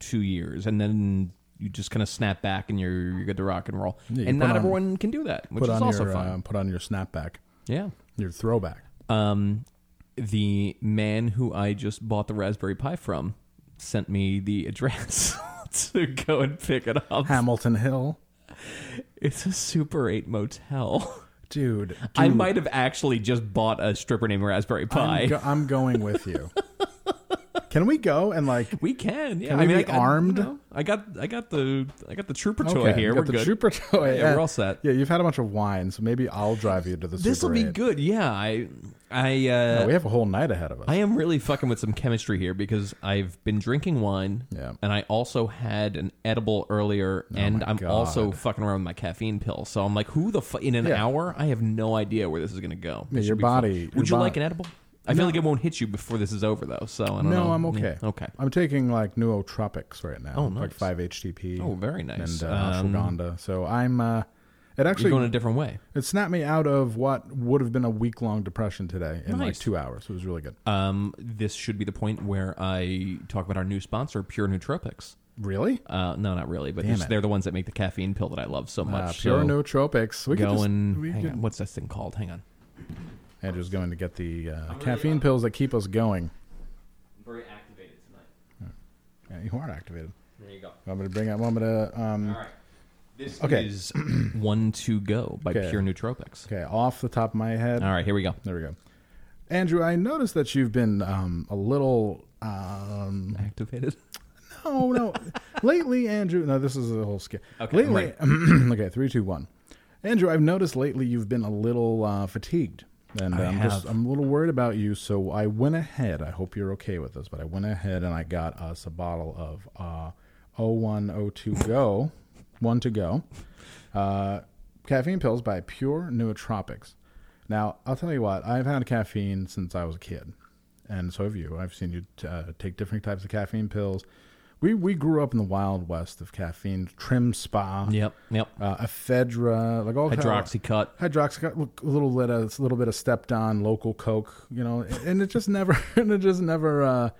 [SPEAKER 3] two years, and then you just kind of snap back and you're you're good to rock and roll.
[SPEAKER 2] you
[SPEAKER 3] and
[SPEAKER 2] put
[SPEAKER 3] not
[SPEAKER 2] on-
[SPEAKER 3] everyone can do that, which
[SPEAKER 2] Put
[SPEAKER 3] is
[SPEAKER 2] on
[SPEAKER 3] also
[SPEAKER 2] your
[SPEAKER 3] fine.
[SPEAKER 2] um, put on your snapback,
[SPEAKER 3] yeah.
[SPEAKER 2] your throwback.
[SPEAKER 3] Um, the man who I just bought the Raspberry Pi from sent me the [laughs] address to go and pick it up.
[SPEAKER 2] Hamilton Hill,
[SPEAKER 3] It's a Super 8 motel.
[SPEAKER 2] dude. dude
[SPEAKER 3] I might have actually just bought a stripper named Raspberry Pi.
[SPEAKER 2] I'm, go- I'm going with you. Can we go and like
[SPEAKER 3] we can. Yeah,
[SPEAKER 2] Can we
[SPEAKER 3] I mean,
[SPEAKER 2] be
[SPEAKER 3] I got, you
[SPEAKER 2] armed?
[SPEAKER 3] know, I got, I got the, I got the trooper toy
[SPEAKER 2] Okay,
[SPEAKER 3] here.
[SPEAKER 2] you
[SPEAKER 3] We're
[SPEAKER 2] got the
[SPEAKER 3] good.
[SPEAKER 2] Trooper [laughs] toy.
[SPEAKER 3] Yeah, we're all set.
[SPEAKER 2] Yeah, you've had a bunch of wine, so maybe I'll drive you to the.
[SPEAKER 3] This will
[SPEAKER 2] Super
[SPEAKER 3] be
[SPEAKER 2] 8.
[SPEAKER 3] good. Yeah, I, I, uh,
[SPEAKER 2] Yeah, we have a whole night ahead of us.
[SPEAKER 3] I am really fucking with some chemistry here because I've been drinking wine,
[SPEAKER 2] Yeah. Oh
[SPEAKER 3] and I also had an edible earlier, and
[SPEAKER 2] my
[SPEAKER 3] I'm
[SPEAKER 2] God.
[SPEAKER 3] also fucking around with my caffeine pill. So I'm like, who the fu- in an
[SPEAKER 2] Yeah.
[SPEAKER 3] hour? I have no idea where this is gonna go. It
[SPEAKER 2] your
[SPEAKER 3] should be fun.
[SPEAKER 2] body- your
[SPEAKER 3] Would you
[SPEAKER 2] bo-
[SPEAKER 3] like an edible? I feel like it won't hit you before this is over, though. So I don't
[SPEAKER 2] no,
[SPEAKER 3] know.
[SPEAKER 2] I'm
[SPEAKER 3] Yeah,
[SPEAKER 2] okay.
[SPEAKER 3] Okay.
[SPEAKER 2] I'm taking like nootropics right now.
[SPEAKER 3] Oh,
[SPEAKER 2] Like
[SPEAKER 3] nice.
[SPEAKER 2] five HTP.
[SPEAKER 3] Oh, very nice.
[SPEAKER 2] And uh,
[SPEAKER 3] Um,
[SPEAKER 2] ashwagandha. So I'm. uh It
[SPEAKER 3] You're
[SPEAKER 2] actually
[SPEAKER 3] going a different way.
[SPEAKER 2] it snapped me out of what would have been a week long depression today in like
[SPEAKER 3] Nice.
[SPEAKER 2] two hours. It was really good.
[SPEAKER 3] Um, this should be the point where I talk about our new sponsor, Pure Nootropics.
[SPEAKER 2] Really?
[SPEAKER 3] Uh, no, not really, but
[SPEAKER 2] Damn
[SPEAKER 3] just-
[SPEAKER 2] it.
[SPEAKER 3] they're the ones that make the caffeine pill that I love so
[SPEAKER 2] Uh,
[SPEAKER 3] much.
[SPEAKER 2] pure
[SPEAKER 3] so
[SPEAKER 2] nootropics. We could
[SPEAKER 3] go
[SPEAKER 2] just-
[SPEAKER 3] and
[SPEAKER 2] we
[SPEAKER 3] hang
[SPEAKER 2] could-
[SPEAKER 3] on. What's this thing called? Hang on.
[SPEAKER 2] Andrew's going to get the uh, caffeine pills that keep us going.
[SPEAKER 3] Very activated tonight.
[SPEAKER 2] Yeah, you are activated.
[SPEAKER 3] There you go.
[SPEAKER 2] Want me to bring out? Want me to? Um,
[SPEAKER 3] All right. This
[SPEAKER 2] Okay.
[SPEAKER 3] is [clears throat] one to go by
[SPEAKER 2] Okay.
[SPEAKER 3] Pure Nootropics.
[SPEAKER 2] Okay, off the top of my head.
[SPEAKER 3] All right, here we go.
[SPEAKER 2] There we go. Andrew, I noticed that you've been um, a little. Um, [laughs]
[SPEAKER 3] Activated.
[SPEAKER 2] no,
[SPEAKER 3] [laughs]
[SPEAKER 2] no. lately, Andrew. No, this is a whole skit.
[SPEAKER 3] Okay, I'm
[SPEAKER 2] Lately, [clears throat] okay, three, two, one. Andrew, I've noticed lately you've been a little uh, fatigued, and
[SPEAKER 3] I
[SPEAKER 2] I'm just
[SPEAKER 3] have.
[SPEAKER 2] I'm a little worried about you. So I went ahead. I hope you're okay with this, but I went ahead and I got us a bottle of uh, 0102 Go, one to go, uh, caffeine pills by Pure Nootropics. Now I'll tell you what. I've had caffeine since I was a kid, and so have you. I've seen you t- uh, take different types of caffeine pills. We, we grew up in the wild west of caffeine, trim spa,
[SPEAKER 3] Yep, yep.
[SPEAKER 2] uh, ephedra, like all
[SPEAKER 3] Hydroxycut.
[SPEAKER 2] hydroxycut, a little bit of a little bit of stepped on local coke, you know, and it just [laughs] never, and it just never, uh,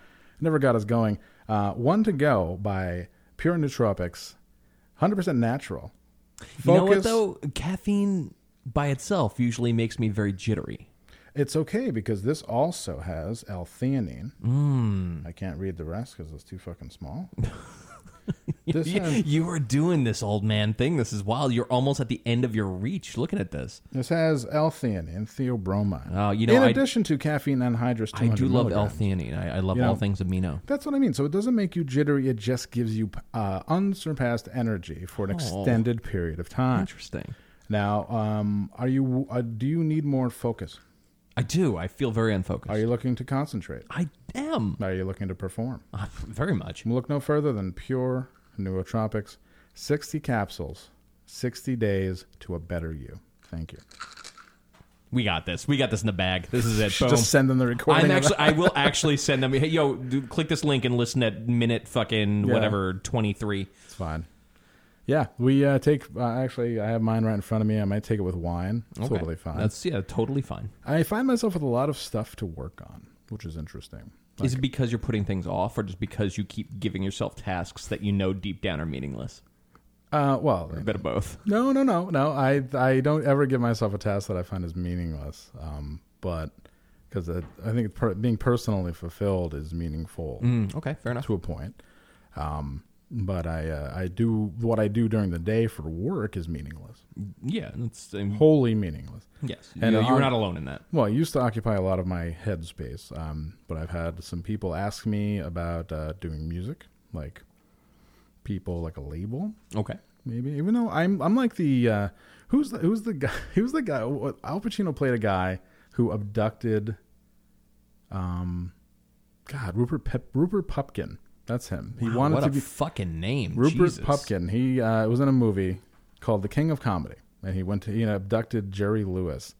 [SPEAKER 2] never got us going. Uh, one to go by Pure Nootropics, hundred percent natural.
[SPEAKER 3] You know what
[SPEAKER 2] Focus-
[SPEAKER 3] though? Caffeine by itself usually makes me very jittery. [laughs]
[SPEAKER 2] It's okay because this also has L-theanine.
[SPEAKER 3] Hmm.
[SPEAKER 2] I can't read the rest because it's too fucking small. this
[SPEAKER 3] You,
[SPEAKER 2] has,
[SPEAKER 3] you are doing this old man thing. This is wild. You're almost at the end of your reach looking at this.
[SPEAKER 2] this has L-theanine, theobromine.
[SPEAKER 3] Oh, you know,
[SPEAKER 2] in
[SPEAKER 3] I-
[SPEAKER 2] addition to caffeine anhydrous,
[SPEAKER 3] I do
[SPEAKER 2] 200
[SPEAKER 3] love
[SPEAKER 2] milligrams.
[SPEAKER 3] L-theanine. I, I love
[SPEAKER 2] You know-
[SPEAKER 3] all things amino.
[SPEAKER 2] That's what I mean. So it doesn't make you jittery. It just gives you uh, unsurpassed energy for an extended period of time.
[SPEAKER 3] Oh. Interesting.
[SPEAKER 2] Now, um, are you? Uh, do you need more focus?
[SPEAKER 3] I do. I feel very unfocused.
[SPEAKER 2] Are you looking to concentrate?
[SPEAKER 3] I am
[SPEAKER 2] Are you looking to perform?
[SPEAKER 3] Uh, very much.
[SPEAKER 2] Look no further than Pure Nootropics, sixty capsules, sixty days to a better you. Thank you.
[SPEAKER 3] We got this. We got this in the bag. This is it. Boom.
[SPEAKER 2] [laughs] Just send them the recording.
[SPEAKER 3] I'm
[SPEAKER 2] of
[SPEAKER 3] actually.
[SPEAKER 2] that. [laughs]
[SPEAKER 3] I will actually send them. Hey, yo, dude, click this link and listen at minute fucking
[SPEAKER 2] Yeah.
[SPEAKER 3] whatever twenty three.
[SPEAKER 2] It's fine. Yeah, we uh, take. Uh, actually, I have mine right in front of me. I might take it with wine. Totally fine.
[SPEAKER 3] That's yeah, totally fine.
[SPEAKER 2] I find myself with a lot of stuff to work on, which is interesting.
[SPEAKER 3] is it because you're putting things off, or just because you keep giving yourself tasks that you know deep down are meaningless?
[SPEAKER 2] Uh, well,
[SPEAKER 3] A bit of both.
[SPEAKER 2] no, no, no, no. I I don't ever give myself a task that I find is meaningless. Um, but because I I think per, being personally fulfilled is meaningful
[SPEAKER 3] Mm, okay, fair enough.
[SPEAKER 2] to a point. Um, but I uh, I do what I do during the day for work is meaningless,
[SPEAKER 3] Yeah, that's um,
[SPEAKER 2] wholly meaningless.
[SPEAKER 3] yes.
[SPEAKER 2] And
[SPEAKER 3] you, you're
[SPEAKER 2] on-
[SPEAKER 3] not alone in that.
[SPEAKER 2] Well, it used to occupy a lot of my headspace, um, but I've had some people ask me about uh, doing music, like people like a label,
[SPEAKER 3] Okay.
[SPEAKER 2] maybe. Even though I'm, I'm like the uh, who's the who's the guy [laughs] who's the guy what- Al Pacino played a guy who abducted, um, God, Rupert Pep, Rupert Pupkin. That's him. He
[SPEAKER 3] Wow,
[SPEAKER 2] wanted
[SPEAKER 3] what
[SPEAKER 2] to
[SPEAKER 3] a
[SPEAKER 2] be
[SPEAKER 3] fucking name,
[SPEAKER 2] Rupert
[SPEAKER 3] Jesus.
[SPEAKER 2] Pupkin. He uh, was in a movie called The King of Comedy, and he went to he abducted Jerry Lewis,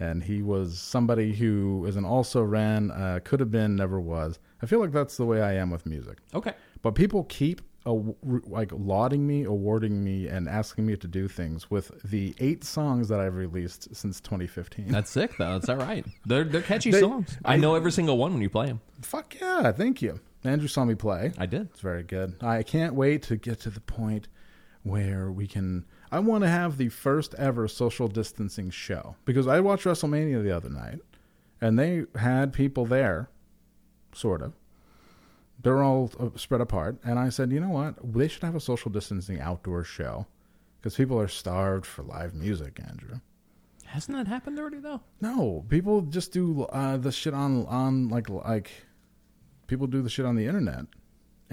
[SPEAKER 2] and he was somebody who is an also ran, uh, could have been, never was. I feel like that's the way I am with music,
[SPEAKER 3] Okay.
[SPEAKER 2] but people keep. aw- r like lauding me, awarding me, and asking me to do things with the eight songs that I've released since 2015.
[SPEAKER 3] That's sick though. That's all
[SPEAKER 2] [laughs]
[SPEAKER 3] right. They're they're catchy
[SPEAKER 2] They-
[SPEAKER 3] songs. I know every single one when you play them.
[SPEAKER 2] Fuck yeah! Thank you. Andrew saw me play.
[SPEAKER 3] I did.
[SPEAKER 2] It's very good. I can't wait to get to the point where we can. I want to have the first ever social distancing show because I watched WrestleMania the other night and they had people there, sort of. They're all uh, spread apart. And I said, you know what? They should have a social distancing outdoor show because people are starved for live music, Andrew.
[SPEAKER 3] Hasn't that happened already though?
[SPEAKER 2] No, people just do uh, the shit on on like like people do the shit on the internet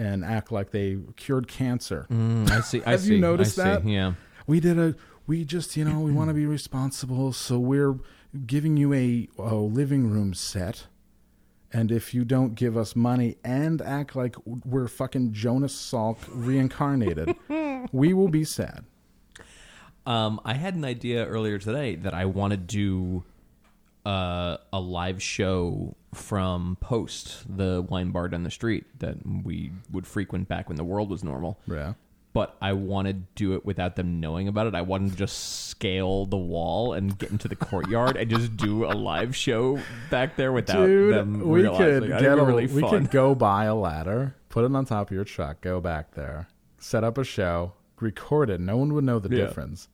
[SPEAKER 2] and act like they cured cancer.
[SPEAKER 3] I see. Mm. I
[SPEAKER 2] Have you
[SPEAKER 3] see,
[SPEAKER 2] noticed
[SPEAKER 3] I see,
[SPEAKER 2] that?
[SPEAKER 3] Yeah.
[SPEAKER 2] We did a we just you know we want to be responsible, so we're giving you a, a living room set. And if you don't give us money and act like we're fucking Jonas Salk reincarnated, we will be sad.
[SPEAKER 3] Um, I had an idea earlier today that I want to do uh, a live show from Post, the wine bar down the street that we would frequent back when the world was normal.
[SPEAKER 2] Yeah.
[SPEAKER 3] But I want to do it without them knowing about it. I want to just scale the wall and get into the courtyard and just do a live show back there without
[SPEAKER 2] Dude,
[SPEAKER 3] them
[SPEAKER 2] we
[SPEAKER 3] realizing.
[SPEAKER 2] could
[SPEAKER 3] That'd
[SPEAKER 2] get
[SPEAKER 3] be
[SPEAKER 2] a,
[SPEAKER 3] really
[SPEAKER 2] we
[SPEAKER 3] fun.
[SPEAKER 2] could go buy a ladder, put it on top of your truck, go back there, set up a show, record it. No one would know the
[SPEAKER 3] Yeah.
[SPEAKER 2] difference,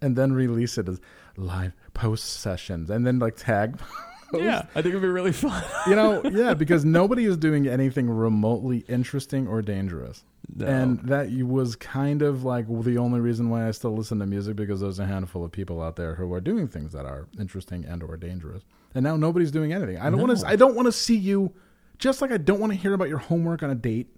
[SPEAKER 2] and then release it as live post sessions, and then like tag. [laughs]
[SPEAKER 3] Yeah, I think it'd be really fun.
[SPEAKER 2] you know, yeah, because nobody is doing anything remotely interesting or dangerous.
[SPEAKER 3] No.
[SPEAKER 2] And that you- was kind of like the only reason why I still listen to music because there's a handful of people out there who are doing things that are interesting and or dangerous. And now nobody's doing anything. I don't want to. I don't want to see you. Just like I don't want to hear about your homework on a date.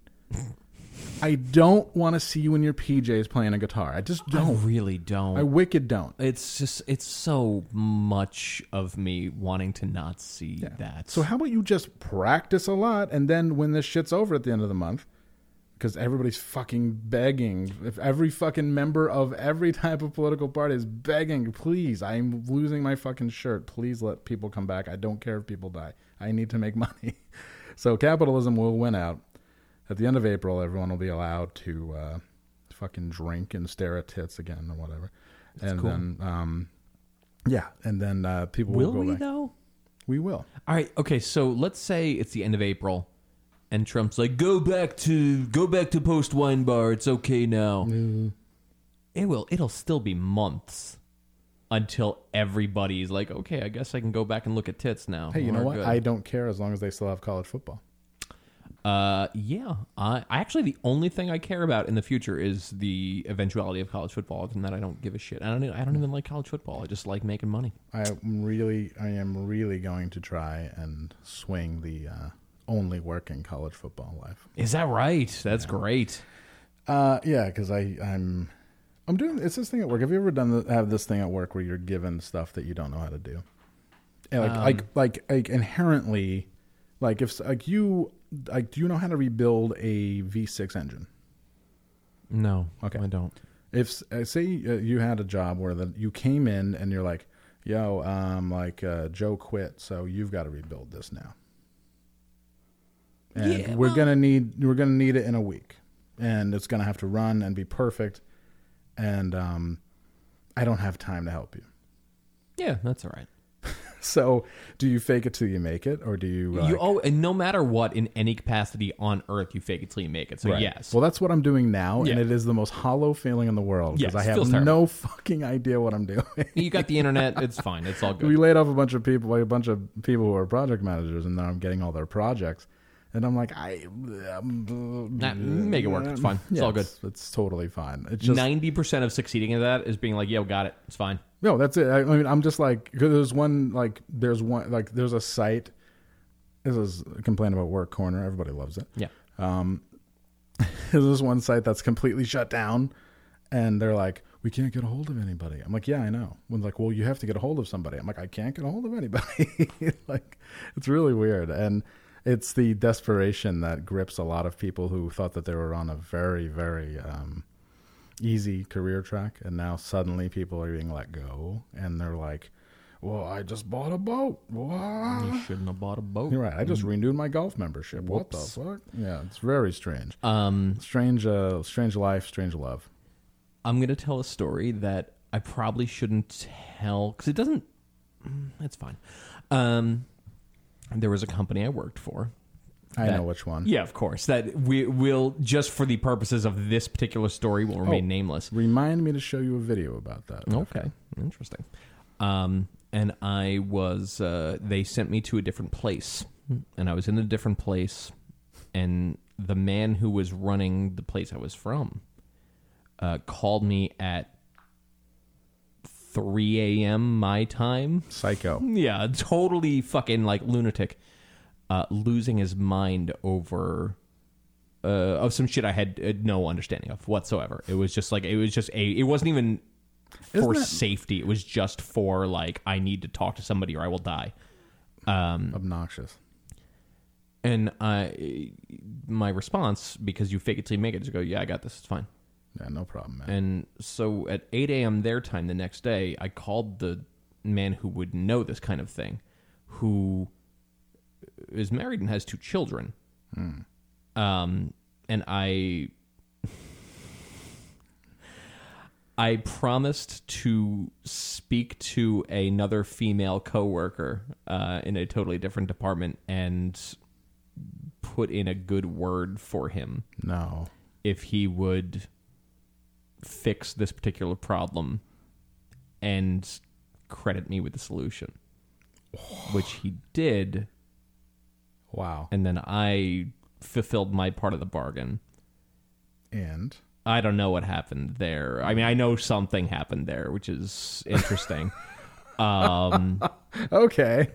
[SPEAKER 2] I don't want to see you in your PJs playing a guitar. I just
[SPEAKER 3] I
[SPEAKER 2] don't.
[SPEAKER 3] really don't.
[SPEAKER 2] I wicked don't.
[SPEAKER 3] it's just it's so much of me wanting to not see that.
[SPEAKER 2] So how about you just practice a lot, and then when this shit's over at the end of the month, because everybody's fucking begging. If every fucking member of every [laughs] type of political party is begging, please, I'm losing my fucking shirt. Please let people come back. I don't care if people die. I need to make [laughs] money. So capitalism will win out. At the end of April, everyone will be allowed to uh, fucking drink and stare at tits again or whatever. and
[SPEAKER 3] cool.
[SPEAKER 2] then, um, yeah, and then uh, people will,
[SPEAKER 3] will
[SPEAKER 2] go
[SPEAKER 3] we
[SPEAKER 2] back.
[SPEAKER 3] though?
[SPEAKER 2] We will.
[SPEAKER 3] All right. Okay. So let's say it's the end of April, and Trump's like, "Go back to go back to post wine bar. It's okay now."
[SPEAKER 2] Mm-hmm.
[SPEAKER 3] It will. It'll still be months until everybody's like, "Okay, I guess I can go back and look at tits now."
[SPEAKER 2] Hey, you know
[SPEAKER 3] We're
[SPEAKER 2] what?
[SPEAKER 3] good."
[SPEAKER 2] I don't care as long as they still have college football.
[SPEAKER 3] Uh, yeah. I, I actually the only thing I care about in the future is the eventuality of college football. Other than that, I don't give a shit. I don't. e- I don't even like college football. I just like making money.
[SPEAKER 2] I'm really, I am really going to try and swing the uh, only working college football life.
[SPEAKER 3] Is that right? That's great.
[SPEAKER 2] Uh, yeah, because I, I'm, I'm doing. It's this thing at work. Have you ever done the, have this thing at work where you're given stuff that you don't know how to do? And like, like,
[SPEAKER 3] Um.
[SPEAKER 2] like, like inherently, like if like you, like, do you know how to rebuild a V6 engine?
[SPEAKER 3] No.
[SPEAKER 2] Okay.
[SPEAKER 3] I don't.
[SPEAKER 2] if uh, say uh, you had a job where the, you came in and you're like yo, um, like uh, Joe quit, so you've got to rebuild this now. And
[SPEAKER 3] Yeah,
[SPEAKER 2] we're gonna need we're gonna need it in a week, and it's gonna have to run and be perfect. And um, I don't have time to help you.
[SPEAKER 3] Yeah, that's all right.
[SPEAKER 2] So, do you fake it till you make it, or do you? uh, Like,
[SPEAKER 3] you oh, and no matter what, in any capacity on Earth, you fake it till you make it. So
[SPEAKER 2] Right.
[SPEAKER 3] yes,
[SPEAKER 2] Well, that's what I'm doing now,
[SPEAKER 3] Yeah.
[SPEAKER 2] and it is the most hollow feeling in the world because
[SPEAKER 3] Yes,
[SPEAKER 2] I have
[SPEAKER 3] feels terrible.
[SPEAKER 2] no [laughs] fucking idea what I'm doing.
[SPEAKER 3] you got the internet. It's fine. [laughs] It's all
[SPEAKER 2] we
[SPEAKER 3] good.
[SPEAKER 2] laid off a bunch of people, like a bunch of people who are project managers, and now I'm getting all their projects, and I'm like, I
[SPEAKER 3] Nah, make it work. It's fine. It's all good.
[SPEAKER 2] It's, it's totally fine. It's just
[SPEAKER 3] Ninety percent of succeeding at that is being like, "Yo, got it. It's fine."
[SPEAKER 2] No, that's it. I, I mean, I'm just like 'cause there's one like there's one like there's a site. This is a complaint about work corner. Everybody loves it.
[SPEAKER 3] Yeah.
[SPEAKER 2] There's this one site that's completely shut down, and they're like, we can't get a hold of anybody. I'm like, yeah, I know. When like, well, you have to get a hold of somebody. I'm like, I can't get a hold of anybody. [laughs] like, it's really weird, and it's the desperation that grips a lot of people who thought that they were on a very very um, easy career track and now suddenly people are being let go and they're like well i just bought a boat what?
[SPEAKER 3] You shouldn't have bought a boat.
[SPEAKER 2] you're right i just renewed my golf membership
[SPEAKER 3] Whoops.
[SPEAKER 2] what the fuck yeah it's very strange
[SPEAKER 3] Um,
[SPEAKER 2] strange uh strange life strange love
[SPEAKER 3] I'm gonna tell a story that I probably shouldn't tell because it doesn't. Mm, It's fine. Um, there was a company I worked for.
[SPEAKER 2] i
[SPEAKER 3] That-
[SPEAKER 2] know which one
[SPEAKER 3] Yeah, of course. That we will just for the purposes of this particular story will remain nameless.
[SPEAKER 2] remind me to show you a video about that
[SPEAKER 3] Okay, interesting. Um, and I was, uh, they sent me to a different place, and I was in a different place, and the man who was running the place I was from uh, called me at 3 a.m. my time.
[SPEAKER 2] psycho
[SPEAKER 3] Yeah, totally fucking like lunatic, uh, losing his mind over. Uh, of some shit I had uh, no understanding of whatsoever. It was just like it was just a. It wasn't even for
[SPEAKER 2] Isn't that-
[SPEAKER 3] safety. It was just for like I need to talk to somebody or I will die. Hmm.
[SPEAKER 2] obnoxious
[SPEAKER 3] And I, my response because you fake it till you make it is go yeah I got this it's fine.
[SPEAKER 2] yeah no problem man
[SPEAKER 3] And so at 8 a.m. their time the next day, I called the man who would know this kind of thing, who is married and has two children. Um, and I. I promised to speak to another female coworker uh, in a totally different department and put in a good word for him
[SPEAKER 2] no
[SPEAKER 3] if he would fix this particular problem and credit me with the solution, which he did.
[SPEAKER 2] wow
[SPEAKER 3] And then I fulfilled my part of the bargain.
[SPEAKER 2] and
[SPEAKER 3] I don't know what happened there. I mean, I know something happened there, which is
[SPEAKER 2] [laughs]
[SPEAKER 3] interesting. Um,
[SPEAKER 2] okay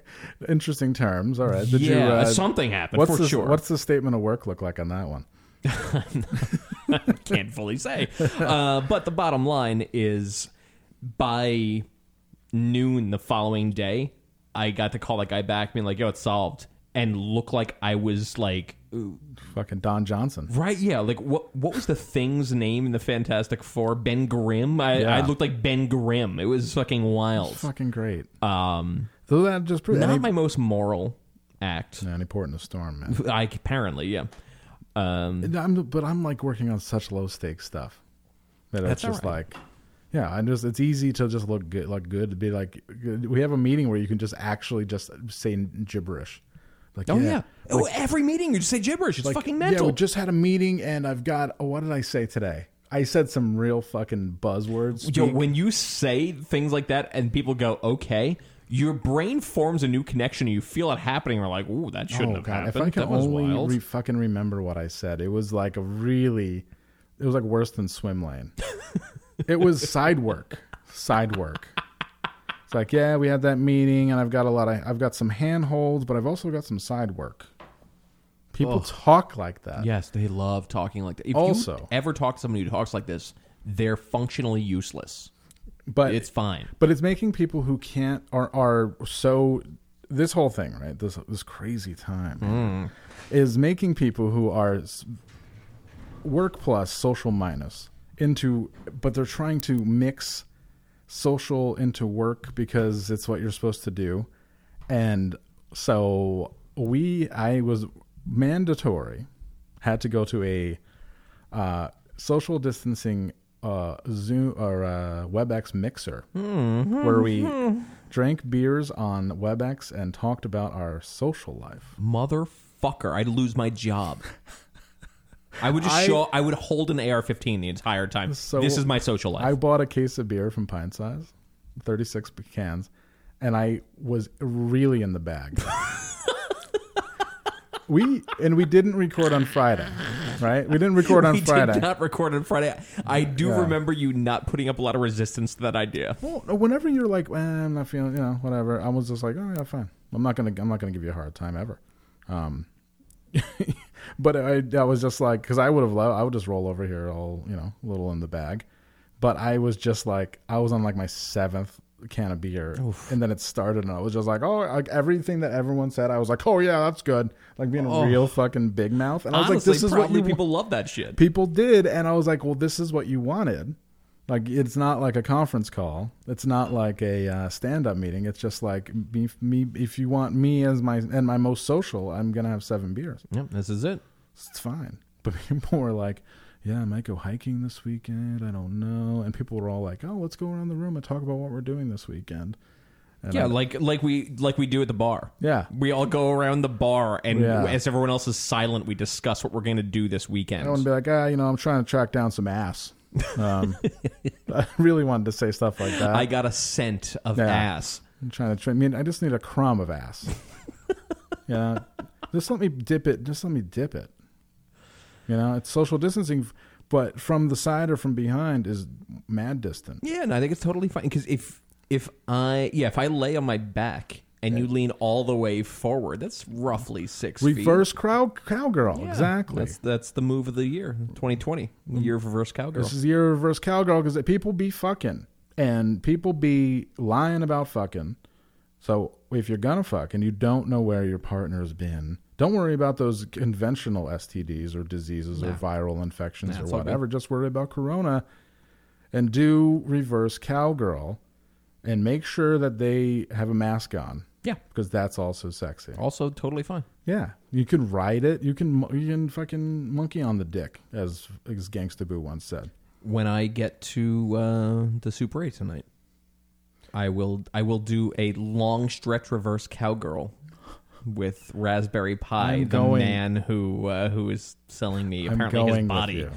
[SPEAKER 2] interesting terms all right did
[SPEAKER 3] yeah,
[SPEAKER 2] you uh,
[SPEAKER 3] something happened
[SPEAKER 2] what's
[SPEAKER 3] for
[SPEAKER 2] the,
[SPEAKER 3] sure.
[SPEAKER 2] what's the statement of work look like on that one
[SPEAKER 3] can't fully say. Uh, but the bottom line is by noon the following day, I got to call that guy back, being like, yo, it's solved. And look like I was like,
[SPEAKER 2] fucking don johnson
[SPEAKER 3] right, yeah, like what what was the thing's name in the Fantastic Four? Ben Grimm? I,
[SPEAKER 2] Yeah.
[SPEAKER 3] I looked like Ben Grimm. It was fucking wild.
[SPEAKER 2] fucking great. Um, so that just proves
[SPEAKER 3] Not
[SPEAKER 2] any,
[SPEAKER 3] my most moral
[SPEAKER 2] [laughs]
[SPEAKER 3] act.
[SPEAKER 2] any port in a storm, man.
[SPEAKER 3] I apparently, yeah. Um,
[SPEAKER 2] And I'm, but I'm like working on such low stakes stuff that
[SPEAKER 3] That's
[SPEAKER 2] it's just
[SPEAKER 3] all right.
[SPEAKER 2] like, yeah, I just it's easy to just look good, look good to be like. good- We have a meeting where you can just actually just say gibberish. Like,
[SPEAKER 3] oh yeah. oh, every meeting you just say gibberish. It's
[SPEAKER 2] Like,
[SPEAKER 3] fucking
[SPEAKER 2] Yeah,
[SPEAKER 3] mental.
[SPEAKER 2] we just had a meeting and I've got. Oh, what did I say today? I said some real fucking buzzwords.
[SPEAKER 3] Yo, when you say things like that and people go, okay, your brain forms a new connection and you feel it happening. You're like, ooh, that shouldn't have happened.
[SPEAKER 2] Oh, If I can
[SPEAKER 3] that was
[SPEAKER 2] only
[SPEAKER 3] wild.
[SPEAKER 2] Re- fucking remember what I said, it was like a really, it was like worse than swim lane. it
[SPEAKER 3] [laughs]
[SPEAKER 2] was side work, side work. It's like, yeah, we had that meeting, and I've got a lot of, I've got some handholds, but I've also got some side work. People talk like that.
[SPEAKER 3] yes, they love talking like that. If you
[SPEAKER 2] Also-
[SPEAKER 3] ever talk to somebody who talks like this, they're functionally useless.
[SPEAKER 2] but
[SPEAKER 3] It's fine.
[SPEAKER 2] But it's making people who can't are are so this whole thing, right? This this crazy time man, is making people who are s- work plus social minus into but they're trying to mix social into work because it's what you're supposed to do. And so we, I was mandatory, had to go to a uh, social distancing uh, Zoom or uh, WebEx mixer where we drank beers on WebEx and talked about our social life.
[SPEAKER 3] Motherfucker, I'd lose my job. I would just
[SPEAKER 2] I-
[SPEAKER 3] show. I would hold an AR-15 the entire time.
[SPEAKER 2] So-
[SPEAKER 3] this is my social
[SPEAKER 2] I
[SPEAKER 3] life.
[SPEAKER 2] bought a case of beer from Pint Size, 36 cans, and I was really in the
[SPEAKER 3] [laughs]
[SPEAKER 2] bag. we and we didn't record on Friday, right? We didn't record on
[SPEAKER 3] [laughs] we
[SPEAKER 2] Friday.
[SPEAKER 3] did not record on Friday. I do remember you not putting up a lot of resistance to that idea.
[SPEAKER 2] Well, whenever you're like, eh, I'm not feeling, you know, whatever. I was just like, oh yeah, fine. I'm not gonna, I'm not gonna give you a hard time ever. Um, [laughs] but I, I was just like, because I would have, loved, I would just roll over here, all you know, a little in the bag. But I was just like, I was on like my seventh can of beer, and then it started, and I was just like, oh, like everything that everyone said, I was like, oh yeah, that's good. Like being a real fucking big mouth, and I was
[SPEAKER 3] Oh. Honestly,
[SPEAKER 2] like, this is what
[SPEAKER 3] probably
[SPEAKER 2] you
[SPEAKER 3] people love that shit.
[SPEAKER 2] people did and i was like well this is what you wanted like it's not like a conference call it's not like a uh, stand-up meeting it's just like me, me if you want me as my and my most social i'm gonna have seven beers
[SPEAKER 3] Yep, this is it.
[SPEAKER 2] it's fine [laughs] but people were like yeah i might go hiking this weekend i don't know and people were all like oh let's go around the room and talk about what we're doing this weekend And
[SPEAKER 3] Yeah,
[SPEAKER 2] I-
[SPEAKER 3] like like we like we do at the bar.
[SPEAKER 2] Yeah.
[SPEAKER 3] we all go around the bar, and
[SPEAKER 2] Yeah.
[SPEAKER 3] as everyone else is silent, we discuss what we're going to do this weekend.
[SPEAKER 2] I would be like, ah, you know, I'm trying to track down some ass. Um, [laughs] I really wanted to say stuff like that.
[SPEAKER 3] I got a scent of
[SPEAKER 2] Yeah.
[SPEAKER 3] ass.
[SPEAKER 2] I'm trying to. Tra- I mean, I just need a crumb of ass.
[SPEAKER 3] [laughs]
[SPEAKER 2] yeah, just let me dip it. Just let me dip it. You know, it's social distancing, but from the side or from behind is mad distant.
[SPEAKER 3] Yeah, and I think it's totally fine because if if I yeah if I lay on my back and you lean all the way forward, that's roughly six feet.
[SPEAKER 2] Reverse crowd cowgirl,
[SPEAKER 3] Yeah,
[SPEAKER 2] exactly. Mm.
[SPEAKER 3] That's that's the move of the year, 2020, the year of reverse cowgirl.
[SPEAKER 2] This is the year of reverse cowgirl because people be fucking and people be lying about fucking. So if you're gonna fuck and you don't know where your partner's been, don't worry about those conventional STDs or diseases or viral infections
[SPEAKER 3] Nah,
[SPEAKER 2] or
[SPEAKER 3] it's all good.
[SPEAKER 2] whatever. Just worry about corona and do reverse cowgirl and make sure that they have a mask on.
[SPEAKER 3] Yeah.
[SPEAKER 2] Because that's also sexy.
[SPEAKER 3] also totally fine.
[SPEAKER 2] Yeah, you can ride it. You can you can fucking monkey on the dick, as as Gangsta Boo once said.
[SPEAKER 3] When I get to uh, the Super 8 tonight, I will I will do a long stretch reverse cowgirl with Raspberry Pi,
[SPEAKER 2] I'm
[SPEAKER 3] the
[SPEAKER 2] going-
[SPEAKER 3] man who uh, who is selling me apparently
[SPEAKER 2] going
[SPEAKER 3] his
[SPEAKER 2] with
[SPEAKER 3] body.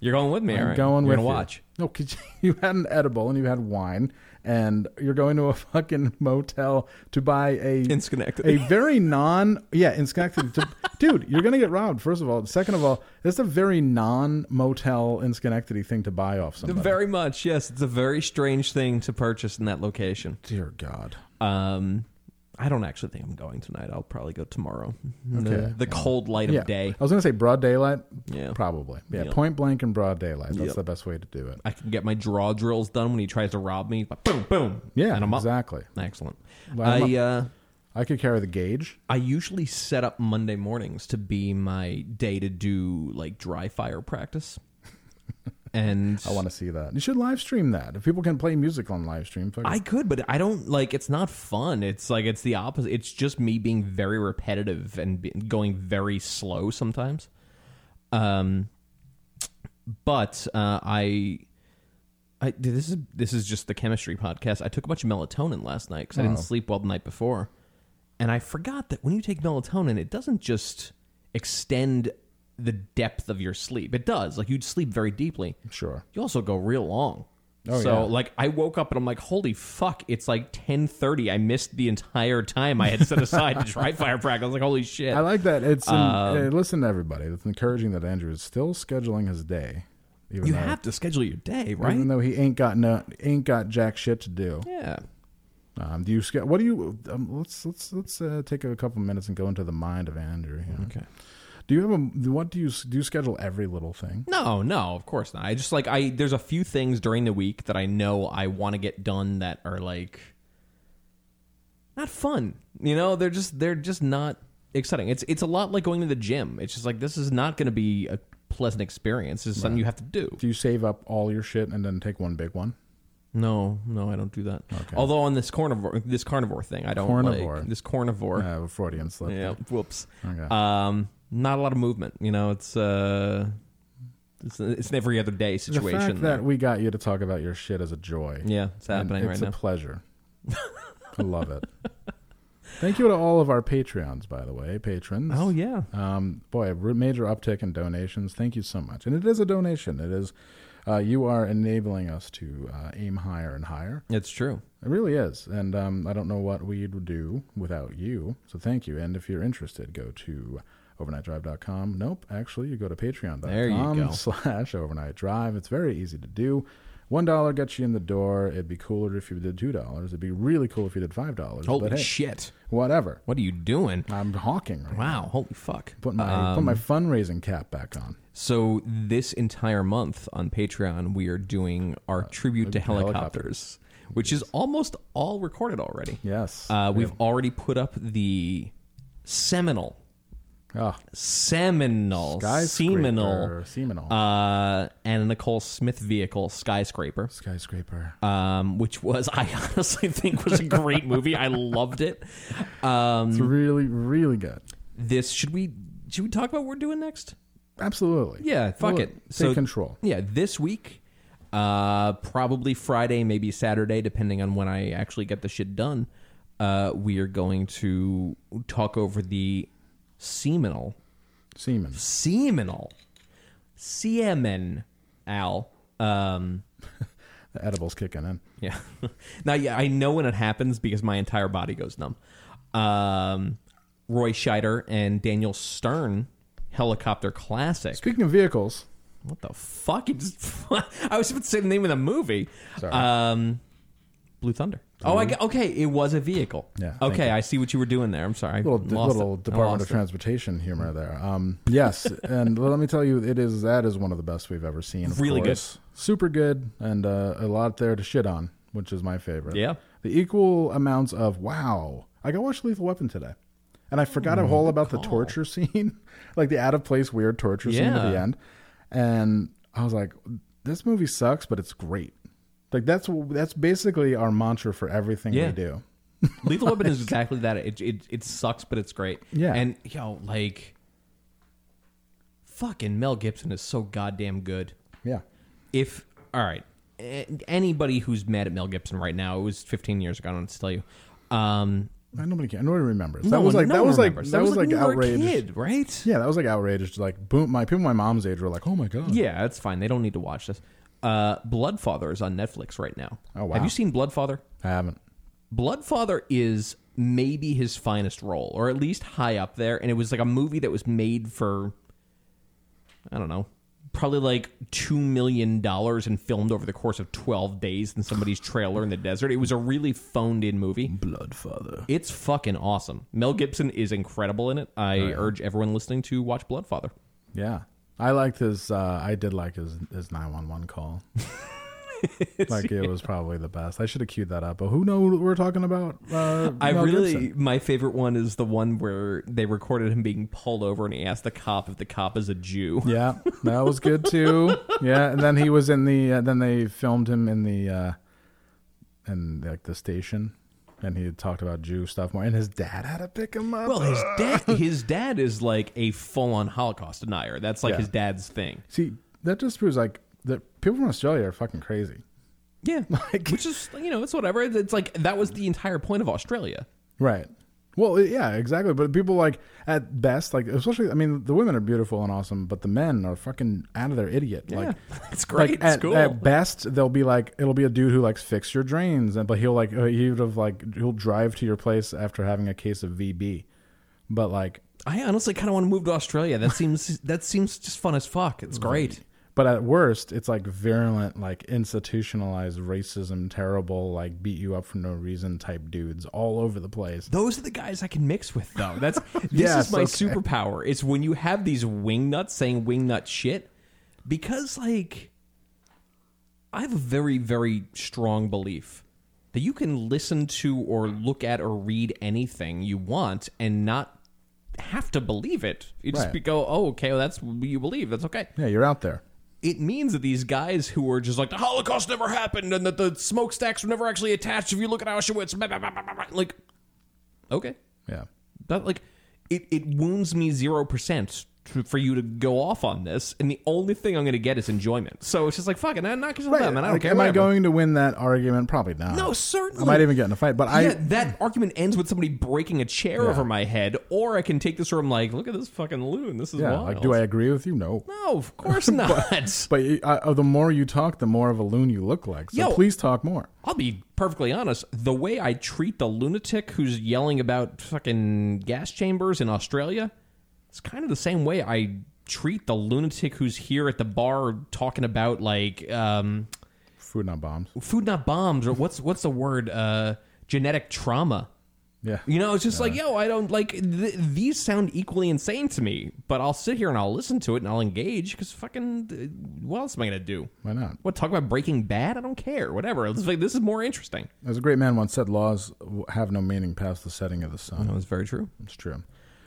[SPEAKER 2] you.
[SPEAKER 3] are going with me,
[SPEAKER 2] I'm
[SPEAKER 3] all right?
[SPEAKER 2] going
[SPEAKER 3] We're
[SPEAKER 2] with
[SPEAKER 3] gonna
[SPEAKER 2] you.
[SPEAKER 3] watch.
[SPEAKER 2] No, 'cause [laughs] you had an edible and you had wine, and you're going to a fucking motel to buy a
[SPEAKER 3] [laughs] In Schenectady.
[SPEAKER 2] a very non yeah in Schenectady. To- dude, you're gonna get robbed. First of all, second of all, that's a very non motel in Schenectady thing to buy off somebody.
[SPEAKER 3] Very much, yes. It's a very strange thing to purchase in that location.
[SPEAKER 2] Dear God,
[SPEAKER 3] Um, I don't actually think I'm going tonight. I'll probably go tomorrow. The,
[SPEAKER 2] Okay.
[SPEAKER 3] the cold light of
[SPEAKER 2] yeah.
[SPEAKER 3] day.
[SPEAKER 2] I was gonna say broad daylight.
[SPEAKER 3] Yeah.
[SPEAKER 2] probably. Yeah,
[SPEAKER 3] Yeah.
[SPEAKER 2] point blank and broad daylight. That's
[SPEAKER 3] Yep.
[SPEAKER 2] the best way to do it.
[SPEAKER 3] I can get my draw drills done when he tries to rob me. But boom, boom.
[SPEAKER 2] Yeah,
[SPEAKER 3] and I'm up.
[SPEAKER 2] exactly.
[SPEAKER 3] Excellent.
[SPEAKER 2] Line 'em
[SPEAKER 3] I uh,
[SPEAKER 2] I could carry the gauge.
[SPEAKER 3] I usually set up Monday mornings to be my day to do like dry
[SPEAKER 2] [laughs]
[SPEAKER 3] fire practice, and
[SPEAKER 2] I want to see that. You should live stream that. If people can play music on live stream, fucking
[SPEAKER 3] I could, but I don't like. It's not fun. It's like it's the opposite. It's just me being very repetitive and be, going very slow sometimes. Um, but uh, I, I this is this is just the chemistry podcast. I took a bunch of melatonin last night because I didn't sleep well the night before, and I forgot that when you take melatonin, it doesn't just extend the depth of your sleep. It does. Like you'd sleep very deeply
[SPEAKER 2] sure.
[SPEAKER 3] you also go real long.
[SPEAKER 2] Oh,
[SPEAKER 3] so
[SPEAKER 2] yeah.
[SPEAKER 3] like I woke up and I'm like, holy fuck, it's like ten thirty. I missed the entire time I had set aside
[SPEAKER 2] [laughs]
[SPEAKER 3] to try fire practice. I was like, holy shit.
[SPEAKER 2] I like that. It's
[SPEAKER 3] Um,
[SPEAKER 2] hey, listen to everybody. It's encouraging that Andrew is still scheduling his day, even
[SPEAKER 3] you
[SPEAKER 2] though
[SPEAKER 3] have to schedule your day,
[SPEAKER 2] even
[SPEAKER 3] right?
[SPEAKER 2] though he ain't got no ain't got jack shit to do.
[SPEAKER 3] Yeah.
[SPEAKER 2] Um, do you sch- what do you? Um, let's let's let's uh, take a couple minutes and go into the mind of Andrew. Here.
[SPEAKER 3] Okay.
[SPEAKER 2] Do you have a what do you s- do? You schedule every little thing.
[SPEAKER 3] No, no, of course not. I just like I there's a few things during the week that I know I want to get done that are like not fun. You know, they're just they're just not exciting. It's it's a lot like going to the gym. It's just like this is not going to be a pleasant experience. It's something you have to do.
[SPEAKER 2] Do you save up all your shit and then take one big one?
[SPEAKER 3] No, no, I don't do that.
[SPEAKER 2] Okay.
[SPEAKER 3] Although on this carnivore, this carnivore thing, I don't
[SPEAKER 2] Carnivore.
[SPEAKER 3] like this carnivore.
[SPEAKER 2] Uh, Freudian slip.
[SPEAKER 3] Yeah, whoops.
[SPEAKER 2] Okay.
[SPEAKER 3] Um, not a lot of movement. You know, it's uh, it's, it's an every other day
[SPEAKER 2] the
[SPEAKER 3] situation.
[SPEAKER 2] fact
[SPEAKER 3] there.
[SPEAKER 2] that we got you to talk about your shit is a joy.
[SPEAKER 3] yeah, it's
[SPEAKER 2] And
[SPEAKER 3] happening
[SPEAKER 2] it's
[SPEAKER 3] right
[SPEAKER 2] a
[SPEAKER 3] now. [laughs]
[SPEAKER 2] pleasure. I love it. Thank you to all of our Patreons, by the way, patrons.
[SPEAKER 3] Oh yeah,
[SPEAKER 2] Um, boy, a r- major uptick in donations. Thank you so much. And it is a donation. It is. Uh, you are enabling us to uh, aim higher and higher.
[SPEAKER 3] it's true.
[SPEAKER 2] It really is. And um, I don't know what we'd do without you. So thank you. And if you're interested, go to overnightdrive.com. Nope, actually, you go to patreon.com
[SPEAKER 3] There you go.
[SPEAKER 2] [laughs] slash overnight drive. It's very easy to do. $1 gets you in the door. It'd be cooler if you did $2. It'd be really cool if you did $5.
[SPEAKER 3] Holy
[SPEAKER 2] but hey,
[SPEAKER 3] shit!
[SPEAKER 2] Whatever.
[SPEAKER 3] What are you doing?
[SPEAKER 2] I'm hawking right now.
[SPEAKER 3] Wow! Holy fuck!
[SPEAKER 2] Put my, put
[SPEAKER 3] Um,
[SPEAKER 2] my fundraising cap back on.
[SPEAKER 3] So this entire month on Patreon, we are doing our
[SPEAKER 2] Uh,
[SPEAKER 3] tribute to helicopters,
[SPEAKER 2] helicopters.
[SPEAKER 3] which is almost all recorded already.
[SPEAKER 2] Yes.
[SPEAKER 3] Uh, we've already put up the seminal,
[SPEAKER 2] Ah,
[SPEAKER 3] seminal,
[SPEAKER 2] skyscraper.
[SPEAKER 3] seminal,
[SPEAKER 2] Seminal.
[SPEAKER 3] uh, and Nicole Smith vehicle skyscraper,
[SPEAKER 2] skyscraper.
[SPEAKER 3] um, which was [laughs] I honestly think was a great movie. I loved it. Um,
[SPEAKER 2] it's really, really good.
[SPEAKER 3] This should we should we talk about what we're doing next?
[SPEAKER 2] Absolutely.
[SPEAKER 3] Yeah, fuck
[SPEAKER 2] Well,
[SPEAKER 3] it.
[SPEAKER 2] Take control.
[SPEAKER 3] Yeah, this week, uh, probably Friday, maybe Saturday, depending on when I actually get the shit done. Uh, we are going to talk over the seminal,
[SPEAKER 2] Semen.
[SPEAKER 3] seminal, semen, Al. Um,
[SPEAKER 2] The edibles kicking in.
[SPEAKER 3] yeah. [laughs] now, yeah, I know when it happens because my entire body goes numb. Um, Roy Scheider and Daniel Stern, helicopter classic.
[SPEAKER 2] Speaking of vehicles,
[SPEAKER 3] What the fuck? [laughs] It just, I was about to say the name of the movie.
[SPEAKER 2] Sorry.
[SPEAKER 3] Um, Blue Thunder. Oh, I, got- okay. It was a vehicle.
[SPEAKER 2] Yeah, thank
[SPEAKER 3] Okay,
[SPEAKER 2] you.
[SPEAKER 3] I see what you were doing there. I'm sorry. I
[SPEAKER 2] little
[SPEAKER 3] lost
[SPEAKER 2] little
[SPEAKER 3] it. I
[SPEAKER 2] Department of
[SPEAKER 3] lost it. Mm.
[SPEAKER 2] Transportation humor there. Um, yes, and [laughs] let me tell you, it is that is one of the best we've ever seen. of
[SPEAKER 3] Really good.
[SPEAKER 2] course. super good, and uh, a lot there to shit on, which is my favorite.
[SPEAKER 3] Yeah.
[SPEAKER 2] the equal amounts of wow. I got watched Lethal Weapon today, and I forgot
[SPEAKER 3] Mm,
[SPEAKER 2] a whole about the torture [laughs] scene, like the out of place weird torture scene at the
[SPEAKER 3] Yeah.
[SPEAKER 2] end, and I was like, this movie sucks, but it's great. Like that's that's basically our mantra for everything
[SPEAKER 3] Yeah.
[SPEAKER 2] we do.
[SPEAKER 3] Lethal
[SPEAKER 2] [laughs]
[SPEAKER 3] Weapon is exactly that. It, it it sucks, but it's great.
[SPEAKER 2] Yeah.
[SPEAKER 3] And yo, like, fucking Mel Gibson is so goddamn good.
[SPEAKER 2] Yeah.
[SPEAKER 3] if all right a- anybody who's mad at mel gibson right now it was 15 years ago i don't know what to tell you um
[SPEAKER 2] Uh, Nobody can. Nobody remembers.
[SPEAKER 3] no
[SPEAKER 2] that was like
[SPEAKER 3] one- no
[SPEAKER 2] that
[SPEAKER 3] one
[SPEAKER 2] was like
[SPEAKER 3] remembers.
[SPEAKER 2] that was
[SPEAKER 3] when
[SPEAKER 2] like
[SPEAKER 3] you were a
[SPEAKER 2] outrage.
[SPEAKER 3] kid, right
[SPEAKER 2] Yeah, that was like outrage. Like boom, my people my mom's age were like, oh my god.
[SPEAKER 3] yeah that's fine they don't need to watch this uh bloodfather is on netflix right now
[SPEAKER 2] Oh, wow.
[SPEAKER 3] have you seen bloodfather
[SPEAKER 2] I haven't.
[SPEAKER 3] bloodfather is maybe his finest role or at least high up there and it was like a movie that was made for i don't know probably like two million dollars and filmed over the course of 12 days in somebody's trailer in the desert it was a really phoned in movie
[SPEAKER 2] Bloodfather.
[SPEAKER 3] It's fucking awesome. Mel Gibson is incredible in it. I urge everyone listening to watch Bloodfather.
[SPEAKER 2] Yeah, I liked his. Uh, I did like his his nine one one
[SPEAKER 3] [laughs]
[SPEAKER 2] call. like it was probably the best. I should have queued that up. But who know what we're talking about? Uh,
[SPEAKER 3] I
[SPEAKER 2] Mel
[SPEAKER 3] really,
[SPEAKER 2] Gibson.
[SPEAKER 3] my favorite one is the one where they recorded him being pulled over and he asked the cop if the cop is a Jew.
[SPEAKER 2] Yeah, that was good too. yeah, and then he was in the. Uh, then they filmed him in the. Uh, in like the station, and he had talked about Jew stuff more. And his dad had to pick him up.
[SPEAKER 3] Well, his dad, [laughs] his dad is like a full-on Holocaust denier. That's like
[SPEAKER 2] Yeah.
[SPEAKER 3] his dad's thing.
[SPEAKER 2] See, that just proves like the people from Australia are fucking crazy.
[SPEAKER 3] [laughs] Yeah, which is you know it's whatever. It's- It's like that was the entire point of Australia.
[SPEAKER 2] Right. Well, yeah, exactly. But people like at best, like especially, I mean, the women are beautiful and awesome, but the men are fucking out of their idiot.
[SPEAKER 3] Yeah,
[SPEAKER 2] Like,
[SPEAKER 3] [laughs] it's great.
[SPEAKER 2] Like
[SPEAKER 3] it's
[SPEAKER 2] at,
[SPEAKER 3] cool.
[SPEAKER 2] at best, they'll be like, it'll be a dude who likes fix your drains, and but he'll like uh, he would have like he'll drive to your place after having a case of VB. But like,
[SPEAKER 3] I honestly kind of want to move to Australia. That seems that seems just fun as fuck. It's great.
[SPEAKER 2] but at worst, it's like virulent, like institutionalized racism, terrible, like beat you up for no reason type dudes all over the place.
[SPEAKER 3] Those are the guys I can mix with, though. That's this
[SPEAKER 2] Yes,
[SPEAKER 3] is my
[SPEAKER 2] okay.
[SPEAKER 3] superpower. It's when you have these wingnuts saying wingnut shit, because like I have a very very strong belief that you can listen to or look at or read anything you want and not have to believe it. You just
[SPEAKER 2] Right.
[SPEAKER 3] be go, oh okay, well, that's what you believe. That's okay.
[SPEAKER 2] Yeah, you're out there.
[SPEAKER 3] it means that these guys who were just like the Holocaust never happened and that the smokestacks were never actually attached. If you look at Auschwitz, blah, blah, blah, blah, blah, blah," like okay,
[SPEAKER 2] Yeah.
[SPEAKER 3] that like it it wounds me zero percent for you to go off on this, and the only thing I'm going to get is enjoyment. So it's just like fucking, I'm not yourself out, man. I don't
[SPEAKER 2] Like,
[SPEAKER 3] care.
[SPEAKER 2] am I
[SPEAKER 3] whatever.
[SPEAKER 2] going to win that argument? Probably not.
[SPEAKER 3] No, certainly.
[SPEAKER 2] I might even get in a fight, but
[SPEAKER 3] yeah,
[SPEAKER 2] I
[SPEAKER 3] that argument ends with somebody breaking a chair over my head, or I can take this from like, look at this fucking loon. This is
[SPEAKER 2] yeah.
[SPEAKER 3] wild.
[SPEAKER 2] Like, do I agree with you? No.
[SPEAKER 3] No, of course not.
[SPEAKER 2] [laughs] But you- I, uh, the more you talk, the more of a loon you look like. So
[SPEAKER 3] Yo.
[SPEAKER 2] please talk more.
[SPEAKER 3] I'll be perfectly honest. The way I treat the lunatic who's yelling about fucking gas chambers in Australia, it's kind of the same way I treat the lunatic who's here at the bar talking about like um,
[SPEAKER 2] Food not bombs.
[SPEAKER 3] food not bombs or what's what's the word uh, genetic trauma.
[SPEAKER 2] Yeah.
[SPEAKER 3] You know, it's just like, yo, I don't like th- these sound equally insane to me, but I'll sit here and I'll listen to it and I'll engage because fucking, th- what else am I gonna do?
[SPEAKER 2] Why not?
[SPEAKER 3] What talk about Breaking Bad? I don't care. Whatever. It's like, this is more interesting.
[SPEAKER 2] As a great man once said, laws w- have no meaning past the setting of the sun.
[SPEAKER 3] That was very true.
[SPEAKER 2] It's true.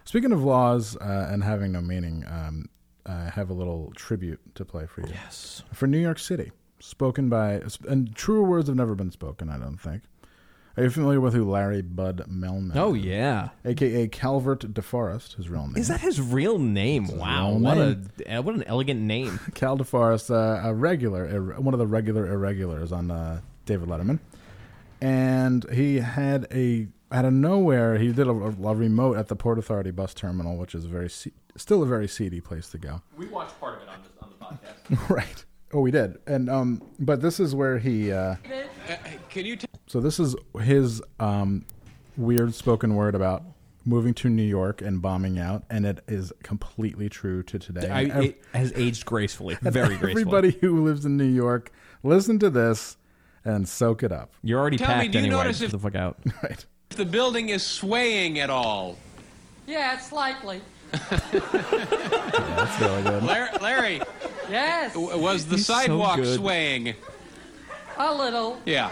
[SPEAKER 2] Speaking of laws uh, and having no meaning, um, I have a little tribute to play for you. Yes. For New York City, spoken by, and truer words have never been spoken, I don't think. Are you familiar with who Larry Bud Melman
[SPEAKER 3] Oh
[SPEAKER 2] is?
[SPEAKER 3] yeah.
[SPEAKER 2] AKA Calvert DeForest, his real name.
[SPEAKER 3] Is that his real name? wow.
[SPEAKER 2] real
[SPEAKER 3] what
[SPEAKER 2] name.
[SPEAKER 3] a uh, what an
[SPEAKER 2] [laughs]
[SPEAKER 3] elegant name.
[SPEAKER 2] Cal DeForest, uh, a regular, ir- one of the regular irregulars on uh, David Letterman, and he had a out of nowhere he did a, a remote at the Port Authority bus terminal, which is a very se- still a very seedy place to go.
[SPEAKER 3] we watched part of it on, this, on the
[SPEAKER 2] [laughs]
[SPEAKER 3] podcast.
[SPEAKER 2] right. Oh, we did, and um, but this is where he. Uh, can you? so this is his um, weird spoken word about moving to New York and bombing out, and it is completely true to today.
[SPEAKER 3] I,
[SPEAKER 2] And ev-
[SPEAKER 3] it has
[SPEAKER 2] [laughs]
[SPEAKER 3] aged gracefully, very gracefully.
[SPEAKER 2] Everybody who lives in New York, listen to this and soak it up. [laughs]
[SPEAKER 3] You're already
[SPEAKER 4] Tell me,
[SPEAKER 3] packed
[SPEAKER 4] do you
[SPEAKER 3] anyway.
[SPEAKER 4] notice
[SPEAKER 3] Get
[SPEAKER 4] if-
[SPEAKER 3] the fuck out.
[SPEAKER 2] Right.
[SPEAKER 4] the building is swaying at all.
[SPEAKER 5] Yeah, it's likely.
[SPEAKER 2] That's really good.
[SPEAKER 4] Larry,
[SPEAKER 3] [laughs]
[SPEAKER 4] Larry
[SPEAKER 5] Yes,
[SPEAKER 4] w- was the
[SPEAKER 3] He's so
[SPEAKER 4] sidewalk
[SPEAKER 3] good.
[SPEAKER 4] swaying?
[SPEAKER 5] a little.
[SPEAKER 4] Yeah.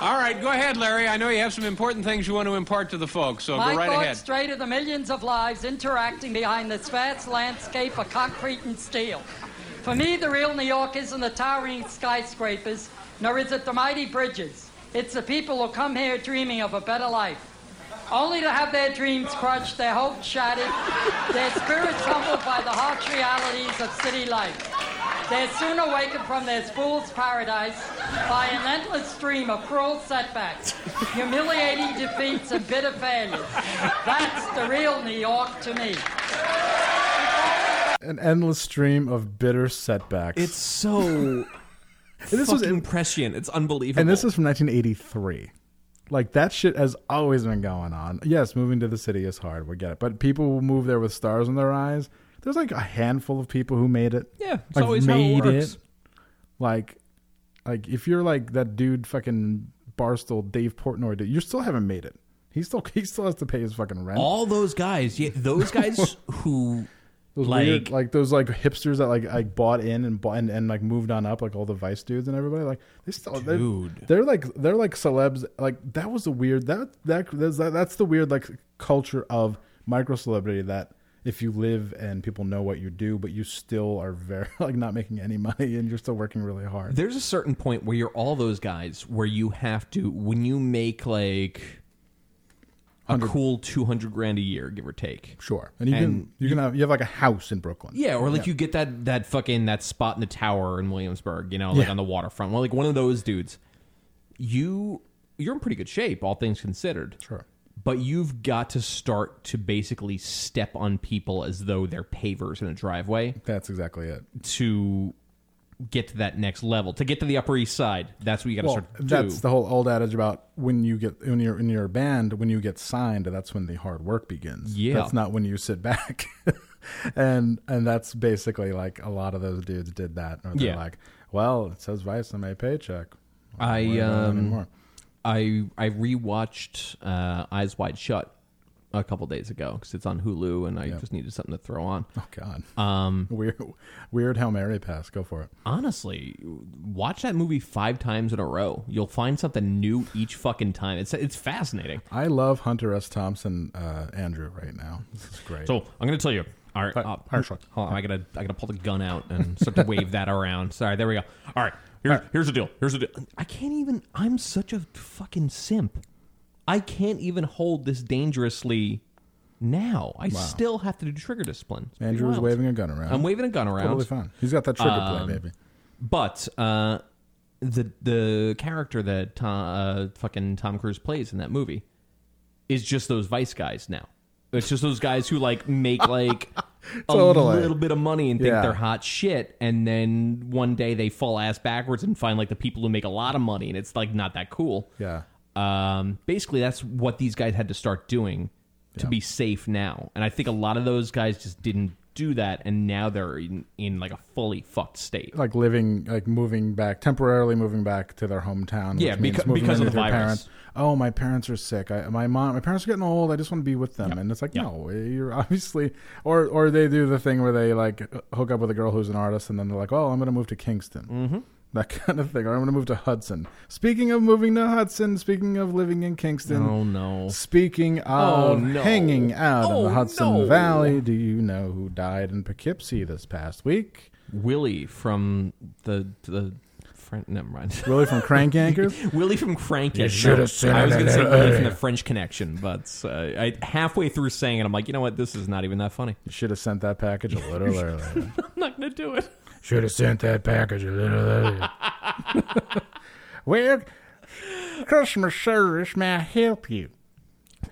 [SPEAKER 4] All right, go ahead, Larry. I know you have some important things you want to impart to the folks, so
[SPEAKER 5] My
[SPEAKER 4] go right
[SPEAKER 5] thoughts
[SPEAKER 4] ahead.
[SPEAKER 5] stray to the millions of lives interacting behind this vast landscape of concrete and steel. For me, the real New York isn't the towering skyscrapers, nor is it the mighty bridges. It's the people who come here dreaming of a better life, only to have their dreams crushed, their hopes shattered, their spirits humbled by the harsh realities of city life. They're soon awakened from their fool's paradise by an endless stream of cruel setbacks, humiliating defeats, and bitter failures. That's the real New York to me.
[SPEAKER 2] An endless stream of bitter setbacks.
[SPEAKER 3] It's so
[SPEAKER 2] and [laughs] this was
[SPEAKER 3] fucking prescient. It's unbelievable.
[SPEAKER 2] and this is from 1983. Like that shit has always been going on. Yes, moving to the city is hard. We get it, but people will move there with stars in their eyes. There's like a handful of people who made it.
[SPEAKER 3] Yeah, it's
[SPEAKER 2] like
[SPEAKER 3] always how it works.
[SPEAKER 2] Like, like if you're like that dude, fucking Barstool Dave Portnoy, dude, you still haven't made it. He still [laughs] he still has to pay his fucking rent.
[SPEAKER 3] all those guys. Yeah,
[SPEAKER 2] [laughs]
[SPEAKER 3] those guys who
[SPEAKER 2] Those
[SPEAKER 3] like
[SPEAKER 2] weird, like those like hipsters that like like bought in and bought and, and like moved on up, like all the Vice dudes and everybody. Like they still, they're-
[SPEAKER 3] Dude.
[SPEAKER 2] They're, like they're like celebs. Like that was the weird that that that's, that, that's the weird like culture of micro celebrity that if you live and people know what you do, but you still are very [laughs] like not making any money and you're still working really hard.
[SPEAKER 3] there's a certain point where you're all those guys where you have to when you make like a cool 200 grand a year give or take
[SPEAKER 2] Sure, and you can you can have you have like a house in Brooklyn.
[SPEAKER 3] yeah or like you get that that fucking that spot in the tower in williamsburg you know like
[SPEAKER 2] Yeah.
[SPEAKER 3] on the waterfront well like one of those dudes you you're in pretty good shape all things considered
[SPEAKER 2] Sure.
[SPEAKER 3] but you've got to start to basically step on people as though they're pavers in a driveway
[SPEAKER 2] that's exactly it.
[SPEAKER 3] to get to that next level to get to the upper east side that's what you got to
[SPEAKER 2] Well,
[SPEAKER 3] start to do
[SPEAKER 2] that's the whole old adage about when you get when you're in your band when you get signed that's when the hard work begins
[SPEAKER 3] Yeah.
[SPEAKER 2] that's not when you sit back [laughs] and and that's basically like a lot of those dudes did that or they're
[SPEAKER 3] Yeah.
[SPEAKER 2] like well it says vice on my paycheck Don't
[SPEAKER 3] I,
[SPEAKER 2] worry about it
[SPEAKER 3] um,
[SPEAKER 2] anymore.
[SPEAKER 3] I I rewatched uh, Eyes Wide Shut a couple days ago because it's on Hulu and I just needed something to throw on.
[SPEAKER 2] Oh God. Um. [laughs] Weird. Weird. Hail Mary pass. Go for it.
[SPEAKER 3] Honestly, watch that movie five times in a row. You'll find something new each fucking time. It's it's fascinating.
[SPEAKER 2] I love Hunter S. Thompson, uh, Andrew, right now. This is great.
[SPEAKER 3] So I'm gonna tell you. All right, uh,
[SPEAKER 2] fire shot.
[SPEAKER 3] Hold on, I gotta I gotta pull the gun out and start to wave that around. Sorry, there we go. All right, here's here's the deal. Here's the deal. I can't even. I'm such a fucking simp. I can't even hold this dangerously. Now I still have to do trigger discipline. It's pretty
[SPEAKER 2] Andrew is
[SPEAKER 3] wild.
[SPEAKER 2] waving a gun around.
[SPEAKER 3] I'm waving a gun around.
[SPEAKER 2] Totally fine. He's got that trigger
[SPEAKER 3] um,
[SPEAKER 2] play, baby.
[SPEAKER 3] But uh, the the character that Tom, uh, fucking Tom Cruise plays in that movie is just those vice guys now. It's just those guys who like
[SPEAKER 2] [laughs]
[SPEAKER 3] make like a
[SPEAKER 2] Totally.
[SPEAKER 3] little bit of money and think
[SPEAKER 2] Yeah.
[SPEAKER 3] they're hot shit, and then one day they fall ass backwards and find like the people who make a lot of money, and it's like not that cool.
[SPEAKER 2] Yeah.
[SPEAKER 3] Um, basically, that's what these guys had to start doing to be safe now, and I think a lot of those guys just didn't do that, and now they're in, in like a fully fucked state.
[SPEAKER 2] Like living, like moving back temporarily, moving back to their hometown.
[SPEAKER 3] Yeah,
[SPEAKER 2] which means
[SPEAKER 3] becau-
[SPEAKER 2] moving
[SPEAKER 3] because
[SPEAKER 2] in with
[SPEAKER 3] of the
[SPEAKER 2] their
[SPEAKER 3] virus.
[SPEAKER 2] Parents. Oh, my parents are sick. I, my mom, my parents are getting old. I just want to be with them. And it's like, no, you're obviously, or or they do the thing where they like hook up with a girl who's an artist, and then they're like, oh, I'm going to move to Kingston. Mm-hmm. That [laughs] kind of thing. Or I'm going to move to Hudson. Speaking of moving to Hudson, speaking of living in Kingston.
[SPEAKER 3] Oh no.
[SPEAKER 2] Speaking of
[SPEAKER 3] Oh, no.
[SPEAKER 2] hanging out in
[SPEAKER 3] Oh,
[SPEAKER 2] the Hudson
[SPEAKER 3] no.
[SPEAKER 2] Valley, do you know who died in Poughkeepsie this past week?
[SPEAKER 3] Willie from the the French. Never mind. [laughs]
[SPEAKER 2] Willie from Crank Anchors?
[SPEAKER 3] Willie from Crank. You
[SPEAKER 2] should have seen
[SPEAKER 3] I was
[SPEAKER 2] it
[SPEAKER 3] going to say
[SPEAKER 2] in
[SPEAKER 3] Willie
[SPEAKER 2] LA.
[SPEAKER 3] from the French Connection, but uh, I halfway through saying it, I'm like, you know what? This is not even that funny.
[SPEAKER 2] You should have sent that package a [laughs] little earlier.
[SPEAKER 3] I'm not going to do it.
[SPEAKER 2] Should have sent that package a little [laughs] earlier. well, customer service, may I help you?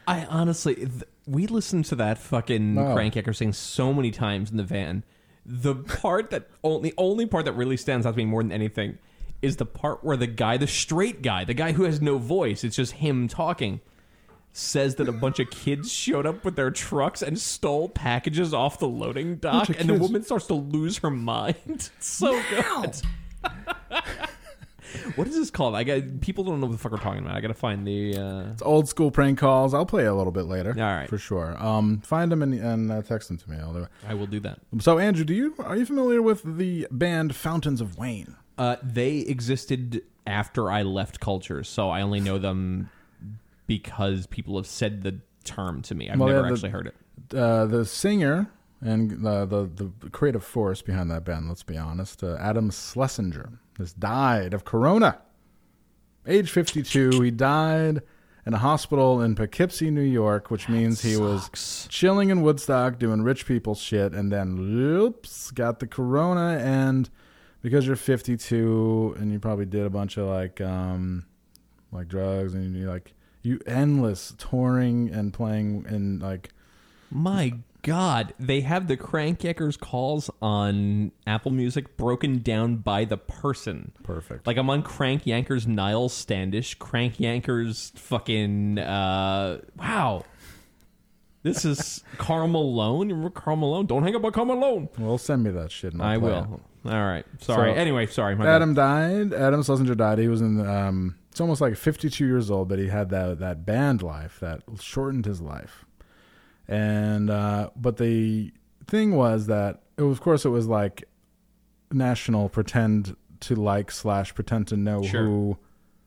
[SPEAKER 3] I honestly, th- we listened to that fucking
[SPEAKER 2] Oh.
[SPEAKER 3] Crank Anchor thing so many times in the van. The part that only only part that really stands out to me more than anything is the part where the guy, the straight guy, the guy who has no voice, it's just him talking. says that a bunch of kids showed up with their trucks and stole packages off the loading dock,
[SPEAKER 2] Bunch of
[SPEAKER 3] and the
[SPEAKER 2] kids.
[SPEAKER 3] woman starts to lose her mind. [laughs] It's so good. [laughs] what is this called? I got people don't know what the fuck we're talking about. I gotta find the. Uh,
[SPEAKER 2] It's old school prank calls. I'll play a little bit later. All
[SPEAKER 3] right.
[SPEAKER 2] For sure. Um, find them and, and uh, text them to me. I'll do it.
[SPEAKER 3] I will do that.
[SPEAKER 2] So, Andrew, do you are you familiar with the band Fountains of Wayne?
[SPEAKER 3] Uh, they existed after I left culture, so I only know them because people have said the term to me. I've
[SPEAKER 2] Well,
[SPEAKER 3] never
[SPEAKER 2] yeah, the-
[SPEAKER 3] actually heard it.
[SPEAKER 2] uh, the singer and uh, the the creative force behind that band. Let's be honest. Uh, Adam Schlesinger has died of corona. Age 52, he died in a hospital in Poughkeepsie, New York, which means he was chilling in Woodstock doing rich people shit, and then oops, got the corona. And because you're 52 and you probably did a bunch of like um, like drugs and you like you endless touring and playing in like
[SPEAKER 3] My God, they have the Crankyackers calls on Apple Music broken down by the person.
[SPEAKER 2] Perfect.
[SPEAKER 3] Like I'm on Crank Yankers Niall Standish, Crank Yankers fucking uh wow. This is Carl Malone. Remember Carl Malone? Don't hang up on Carl Malone.
[SPEAKER 2] Well, send me that shit. And I'll
[SPEAKER 3] I
[SPEAKER 2] play
[SPEAKER 3] will. All right. Sorry.
[SPEAKER 2] So,
[SPEAKER 3] anyway, sorry. My
[SPEAKER 2] it.
[SPEAKER 3] bad.
[SPEAKER 2] Adam died. Adam Schlesinger died. He was in. Um, it's almost like 52 years old, but he had that that band life that shortened his life. And uh, but the thing was that it was, of course it was like national pretend to like slash pretend to know
[SPEAKER 3] Sure.
[SPEAKER 2] who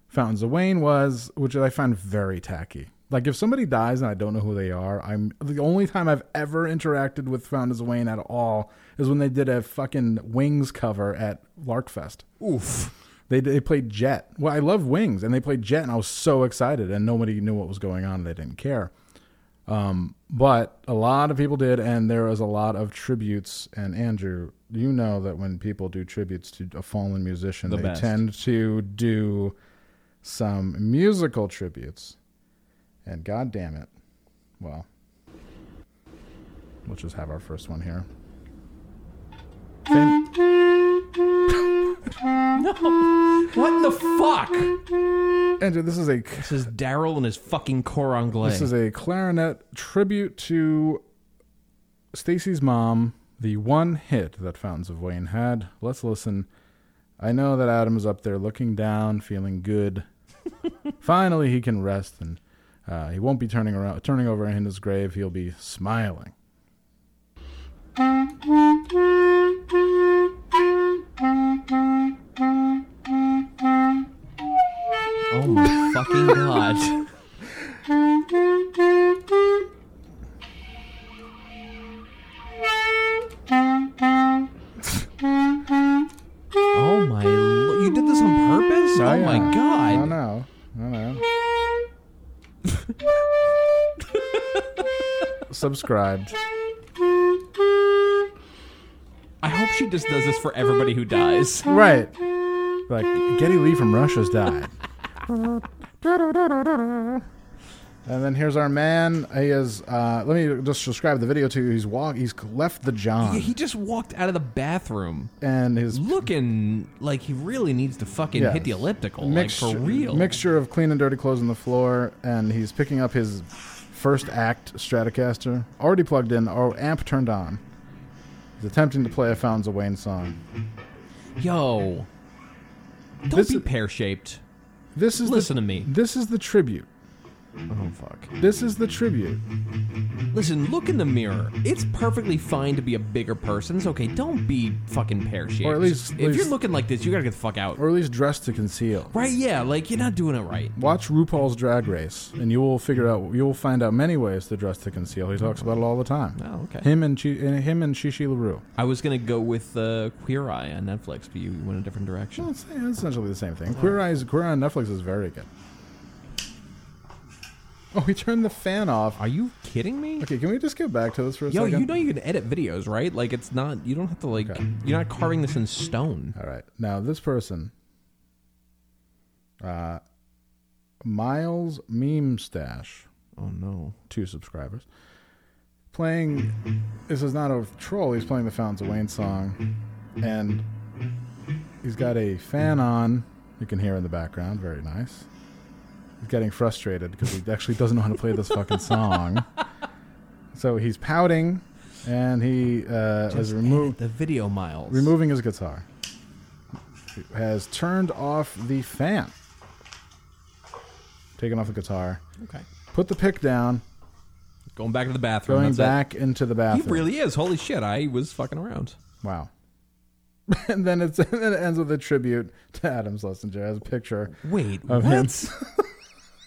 [SPEAKER 2] Fountains of Wayne was, which I find very tacky. Like if somebody dies and I don't know who they are, I'm the only time I've ever interacted with Fountains of Wayne at all is when they did a fucking Wings cover at Larkfest. Oof. They they played Jet. Well, I love Wings and they played Jet and I was so excited and nobody knew what was going on. and They didn't care but a lot of people did, and there was a lot of tributes. And Andrew, you know that when people do tributes to a fallen musician, they
[SPEAKER 3] best.
[SPEAKER 2] tend to do some musical tributes. And god damn it, well, we'll just have our first one here. Fam-
[SPEAKER 3] what the fuck?
[SPEAKER 2] Andrew, this is a
[SPEAKER 3] This is Daryl and his fucking core anglais.
[SPEAKER 2] This is a clarinet tribute to Stacy's mom, the one hit that Fountains of Wayne had. Let's listen. I know that Adam is up there looking down, feeling good. Finally, he can rest and Uh, he won't be turning around, turning over in his grave. He'll be smiling.
[SPEAKER 3] Oh my [laughs] fucking god. oh my. l- You did this on purpose? oh my
[SPEAKER 2] yeah. I
[SPEAKER 3] god.
[SPEAKER 2] know. I know. [laughs] Subscribed.
[SPEAKER 3] I hope she just does this for everybody who dies.
[SPEAKER 2] Right. Like Getty Lee from Russia's died. and then here's our man. He is. Uh, let me just describe the video to you. He's walk. He's left the
[SPEAKER 3] Yeah,
[SPEAKER 2] John,
[SPEAKER 3] he just walked out of the bathroom
[SPEAKER 2] and his
[SPEAKER 3] looking like he really needs to fucking
[SPEAKER 2] yes.
[SPEAKER 3] hit the elliptical.
[SPEAKER 2] Mixture-
[SPEAKER 3] like for real.
[SPEAKER 2] Mixture of clean and dirty clothes on the floor, and he's picking up his first act Stratocaster, already plugged in, or amp turned on. He's attempting to play a Fountains of Wayne song.
[SPEAKER 3] Yo. Don't
[SPEAKER 2] This
[SPEAKER 3] be
[SPEAKER 2] is-
[SPEAKER 3] pear shaped.
[SPEAKER 2] This is
[SPEAKER 3] Listen
[SPEAKER 2] the,
[SPEAKER 3] to me.
[SPEAKER 2] This is the tribute.
[SPEAKER 3] Oh fuck.
[SPEAKER 2] This is the tribute.
[SPEAKER 3] Listen, look in the mirror. It's perfectly fine to be a bigger person. It's okay. Don't be fucking pear shaped.
[SPEAKER 2] Or at least- at
[SPEAKER 3] if
[SPEAKER 2] least-
[SPEAKER 3] you're looking like this, you gotta get the fuck out.
[SPEAKER 2] or at least dress to conceal.
[SPEAKER 3] Right? Yeah. Like you're not doing it right.
[SPEAKER 2] Watch RuPaul's Drag Race, and you will figure out. You will find out many ways to dress to conceal. He talks about it all the time.
[SPEAKER 3] Oh, okay.
[SPEAKER 2] Him and, Chi, and him and Shishi Larue.
[SPEAKER 3] I was gonna go with uh, Queer Eye on Netflix, but you went a different direction.
[SPEAKER 2] That's that's essentially the same thing. Queer Eye is Queer Eye on Netflix is very good. Oh, he turned the fan off.
[SPEAKER 3] Are you kidding me?
[SPEAKER 2] Okay, can we just get back to this for a
[SPEAKER 3] Yo,
[SPEAKER 2] second?
[SPEAKER 3] you know you can edit videos, right? Like it's not. You don't have to like.
[SPEAKER 2] Okay.
[SPEAKER 3] You're not carving this in stone.
[SPEAKER 2] All right. Now this person, uh, Miles Meme Stash.
[SPEAKER 3] Oh no.
[SPEAKER 2] two subscribers. Playing, this is not a troll. He's playing the Fountains of Wayne song, and he's got a fan on. You can hear in the background. Very nice. He's getting frustrated because he actually doesn't know how to play this fucking song. So he's pouting, and he uh, is removed
[SPEAKER 3] The video miles.
[SPEAKER 2] removing his guitar. Has turned off the fan. Taken off the guitar.
[SPEAKER 3] Okay.
[SPEAKER 2] Put the pick down.
[SPEAKER 3] Going back to the bathroom.
[SPEAKER 2] Going
[SPEAKER 3] that's it.
[SPEAKER 2] back into the
[SPEAKER 3] He
[SPEAKER 2] bathroom.
[SPEAKER 3] really is. Holy shit! I was fucking around.
[SPEAKER 2] Wow. [laughs] And then it's [laughs] and then it ends with a tribute to Adam Schlesinger as a picture.
[SPEAKER 3] Wait,
[SPEAKER 2] of him.
[SPEAKER 3] what? [laughs]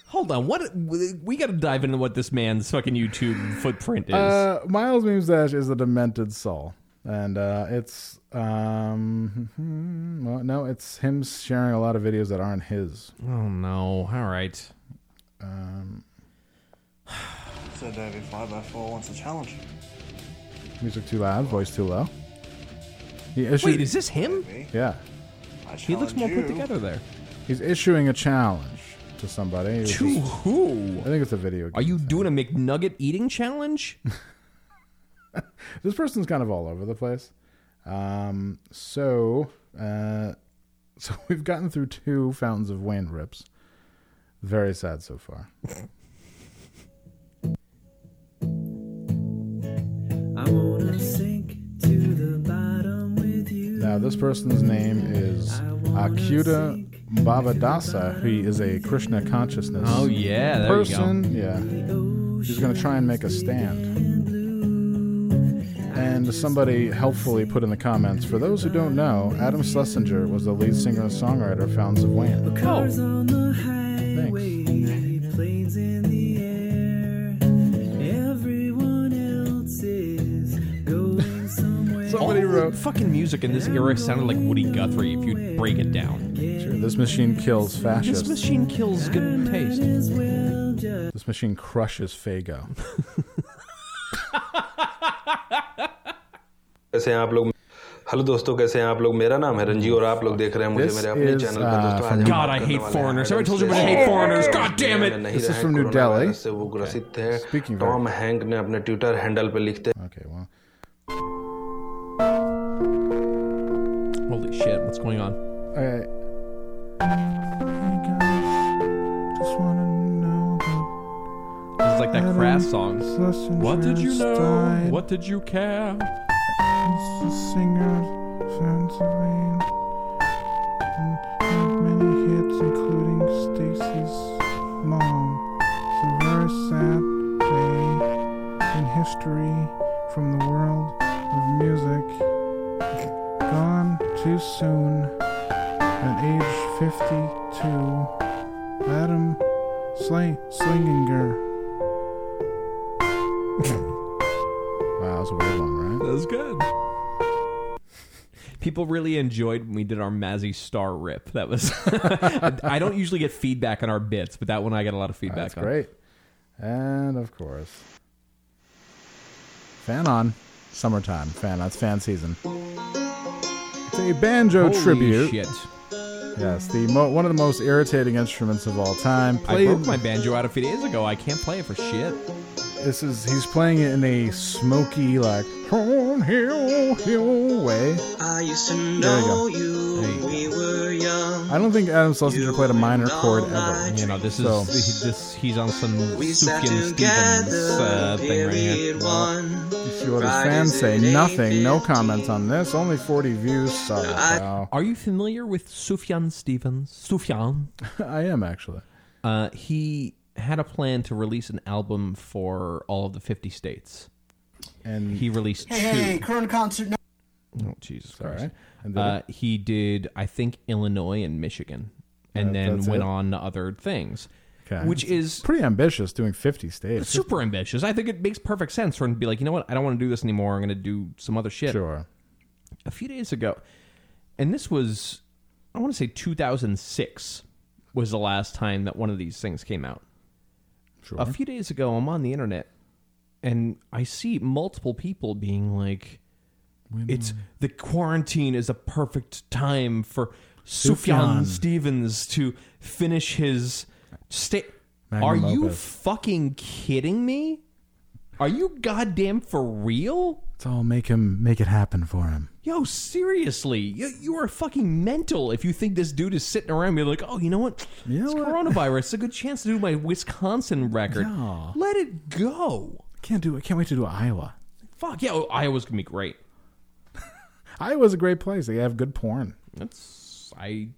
[SPEAKER 3] Hold on, what? We got to dive into what this man's fucking YouTube footprint is.
[SPEAKER 2] Uh, Miles Mimstash is a demented soul, and uh, it's um, [laughs] hmm, well, no, it's him sharing a lot of videos that aren't his.
[SPEAKER 3] oh no! All right,
[SPEAKER 6] Said Davey 5x4 wants a challenge.
[SPEAKER 2] Music too loud, voice too low. He issued,
[SPEAKER 3] wait, is this him?
[SPEAKER 2] yeah,
[SPEAKER 6] I
[SPEAKER 3] He looks
[SPEAKER 6] challenge
[SPEAKER 3] more
[SPEAKER 6] you
[SPEAKER 3] put together there.
[SPEAKER 2] he's issuing a challenge to somebody. It was
[SPEAKER 3] To
[SPEAKER 2] just-
[SPEAKER 3] who?
[SPEAKER 2] I think it's a video. Game
[SPEAKER 3] Are you
[SPEAKER 2] thing.
[SPEAKER 3] doing a McNugget eating challenge?
[SPEAKER 2] this person's kind of all over the place. Um, so, uh, [laughs] so we've gotten through two Fountains of Wayne rips. Very sad so far.
[SPEAKER 1] I wanna sink to the bottom with you.
[SPEAKER 2] Now, this person's name is Akuta Bhavadasa. He is a Krishna consciousness
[SPEAKER 3] [laughs] Oh yeah, there you
[SPEAKER 2] person. Yeah, he's gonna try and make a stand. And somebody helpfully put in the comments, for those who don't know, Adam Schlesinger was the lead singer and songwriter of Fountains of Wayne.
[SPEAKER 3] go. Oh,
[SPEAKER 1] On the highway, planes in the air. Everyone else is going somewhere.
[SPEAKER 2] Somebody
[SPEAKER 3] all
[SPEAKER 2] wrote,
[SPEAKER 3] the fucking music in this era sounded like Woody Guthrie if you break it down.
[SPEAKER 2] Sure, This machine kills
[SPEAKER 3] This
[SPEAKER 2] fascists. This,
[SPEAKER 3] machine kills good taste.
[SPEAKER 2] machine crushes Fago. [laughs]
[SPEAKER 7] कैसे हैं आप लोग hello दोस्तों कैसे हैं आप लोग मेरा नाम है रंजी और आप लोग देख रहे हैं मुझे
[SPEAKER 2] This
[SPEAKER 7] मेरे अपने
[SPEAKER 2] is,
[SPEAKER 7] चैनल पर
[SPEAKER 2] uh,
[SPEAKER 7] दोस्तों आज हम
[SPEAKER 3] God,
[SPEAKER 7] बात
[SPEAKER 3] I
[SPEAKER 7] करने
[SPEAKER 3] hate
[SPEAKER 7] वाले हैं
[SPEAKER 3] foreigners. Every
[SPEAKER 7] Adam
[SPEAKER 3] told you I
[SPEAKER 7] Sandler
[SPEAKER 3] hate
[SPEAKER 7] के
[SPEAKER 3] foreigners.
[SPEAKER 7] बारे में,
[SPEAKER 3] God damn it.
[SPEAKER 7] जिन्हें नहीं
[SPEAKER 2] This is
[SPEAKER 7] रहा है
[SPEAKER 2] from New
[SPEAKER 7] corona
[SPEAKER 2] Delhi.
[SPEAKER 7] Virus से वो ग्रसित थे
[SPEAKER 2] Speaking
[SPEAKER 7] टॉम हैंक ने अपने ट्विटर हैंडल पर लिखते
[SPEAKER 2] Okay, well,
[SPEAKER 3] Holy shit! What's going on?
[SPEAKER 2] okay. Just wanna know that
[SPEAKER 3] This is like that Crass song.
[SPEAKER 2] Schlesinger
[SPEAKER 3] What did you
[SPEAKER 2] is
[SPEAKER 3] know?
[SPEAKER 2] died.
[SPEAKER 3] What did you care?
[SPEAKER 2] He's the singer of Sons of Wayne. And had many hits, including Stacy's mom. He's a very history from the world of music. Gone too soon at age 52. Adam Slay Slinginger. wow, that was a weird one, right?
[SPEAKER 3] That was good. People really enjoyed when we did our Mazzy Star rip. That was. [laughs] I don't usually get feedback on our bits, but that one I got a lot of feedback
[SPEAKER 2] That's
[SPEAKER 3] on.
[SPEAKER 2] great. And of course, fan on summertime fan. That's fan season. It's a banjo
[SPEAKER 3] Holy
[SPEAKER 2] tribute.
[SPEAKER 3] shit!
[SPEAKER 2] Yes, the mo- one of the most irritating instruments of all time.
[SPEAKER 3] I
[SPEAKER 2] Played.
[SPEAKER 3] broke my banjo out a few days ago. I can't play it for shit.
[SPEAKER 2] This is he's playing it in a smoky like hill hill way.
[SPEAKER 8] I used to
[SPEAKER 2] There you
[SPEAKER 8] know
[SPEAKER 2] go.
[SPEAKER 8] you,
[SPEAKER 3] There you go.
[SPEAKER 8] we were young.
[SPEAKER 2] I don't think Adam Schlesinger played a minor chord ever.
[SPEAKER 3] You know, this is
[SPEAKER 2] So-
[SPEAKER 3] he, this. He's on some
[SPEAKER 8] We sat
[SPEAKER 3] Sufjan Stevens
[SPEAKER 8] together,
[SPEAKER 3] uh, thing right here.
[SPEAKER 8] period one.
[SPEAKER 2] You see what his
[SPEAKER 8] Fridays
[SPEAKER 2] fans
[SPEAKER 8] at
[SPEAKER 2] say.
[SPEAKER 8] 8:15.
[SPEAKER 2] Nothing. No comments on this. Only 40 views. Sorry,
[SPEAKER 8] I-
[SPEAKER 2] pal.
[SPEAKER 3] Are you familiar with Sufjan Stevens? Sufjan.
[SPEAKER 2] [laughs] I am actually.
[SPEAKER 3] Uh, he had a plan to release an album for all of the 50 states.
[SPEAKER 2] And
[SPEAKER 3] He released two.
[SPEAKER 6] current concert. No-
[SPEAKER 3] Oh, Jesus
[SPEAKER 2] all
[SPEAKER 3] Christ.
[SPEAKER 2] right. And then-
[SPEAKER 3] Uh, he did, I think, Illinois and Michigan, and
[SPEAKER 2] Uh,
[SPEAKER 3] then
[SPEAKER 2] that's
[SPEAKER 3] went
[SPEAKER 2] it?
[SPEAKER 3] on to other things,
[SPEAKER 2] Okay.
[SPEAKER 3] which is
[SPEAKER 2] pretty ambitious doing 50 states.
[SPEAKER 3] super ambitious. I think it makes perfect sense for him to be like, you know what, I don't want to do this anymore. I'm going to do some other shit.
[SPEAKER 2] Sure.
[SPEAKER 3] A few days ago, and this was, I want to say 2006 was the last time that one of these things came out.
[SPEAKER 2] Sure.
[SPEAKER 3] a few days ago i'm on the internet and i see multiple people being like it's the quarantine is a perfect time for sufjan
[SPEAKER 2] Sufjan.
[SPEAKER 3] stevens to finish his state
[SPEAKER 2] Magnum
[SPEAKER 3] are you
[SPEAKER 2] opus.
[SPEAKER 3] fucking kidding me are you goddamn for real
[SPEAKER 2] Let's all make him make it happen for him.
[SPEAKER 3] yo seriously you, you are fucking mental if you think this dude is sitting around being like oh you know what
[SPEAKER 2] You
[SPEAKER 3] it's
[SPEAKER 2] know what?
[SPEAKER 3] coronavirus it's a good chance to do my wisconsin record
[SPEAKER 2] Yeah.
[SPEAKER 3] let it go
[SPEAKER 2] Can't do. I can't wait to do Iowa.
[SPEAKER 3] Fuck yeah, oh, Iowa's gonna be great.
[SPEAKER 2] Iowa's a great place. They have good porn.
[SPEAKER 3] That's I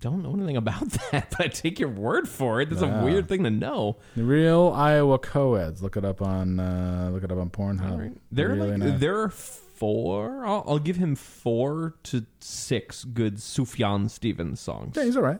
[SPEAKER 3] don't know anything about [laughs] that, but I take your word for it. That's a weird thing to know.
[SPEAKER 2] The real Iowa co-eds. Look it up on uh, look it up on Pornhub.
[SPEAKER 3] There are
[SPEAKER 2] Really
[SPEAKER 3] like
[SPEAKER 2] nice.
[SPEAKER 3] there are four. I'll, I'll give him four to six good Sufjan Stevens songs.
[SPEAKER 2] Yeah, he's all right.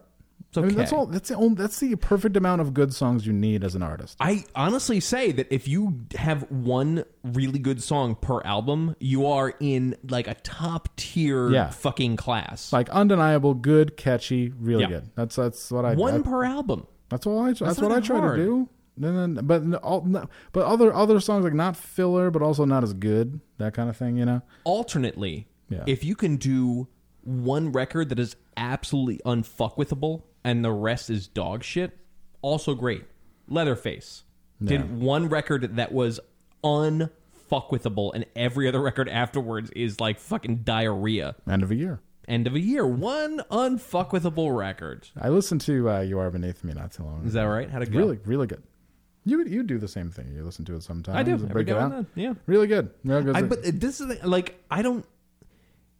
[SPEAKER 3] It's okay.
[SPEAKER 2] I mean, that's all. That's the only, That's the perfect amount of good songs you need as an artist.
[SPEAKER 3] I honestly say that if you have one really good song per album, you are in like a top tier
[SPEAKER 2] Yeah.
[SPEAKER 3] fucking class.
[SPEAKER 2] Like undeniable, good, catchy, really
[SPEAKER 3] Yeah.
[SPEAKER 2] good. That's that's what I.
[SPEAKER 3] one
[SPEAKER 2] I-
[SPEAKER 3] per album.
[SPEAKER 2] That's all I. That's, what
[SPEAKER 3] not
[SPEAKER 2] I
[SPEAKER 3] that
[SPEAKER 2] try
[SPEAKER 3] hard.
[SPEAKER 2] to do. And then, but n- all, no, but other other songs like not filler, but also not as good. That kind of thing, you know.
[SPEAKER 3] alternately,
[SPEAKER 2] Yeah.
[SPEAKER 3] if you can do one record that is absolutely unfuckwithable and the rest is dog shit, also great. Leatherface did one record that was unfuckwithable, and every other record afterwards is like fucking diarrhea.
[SPEAKER 2] End of a year.
[SPEAKER 3] End of a year, one unfuckwithable record.
[SPEAKER 2] I listened to uh, "You Are Beneath Me" not too long. ago.
[SPEAKER 3] Is that right? How'd it go?
[SPEAKER 2] really really good? You would you do the same thing. You listen to it sometimes.
[SPEAKER 3] I do,
[SPEAKER 2] and
[SPEAKER 3] every
[SPEAKER 2] break it
[SPEAKER 3] now and
[SPEAKER 2] out.
[SPEAKER 3] then, yeah.
[SPEAKER 2] really good. Real good.
[SPEAKER 3] I, but this is the- like I don't.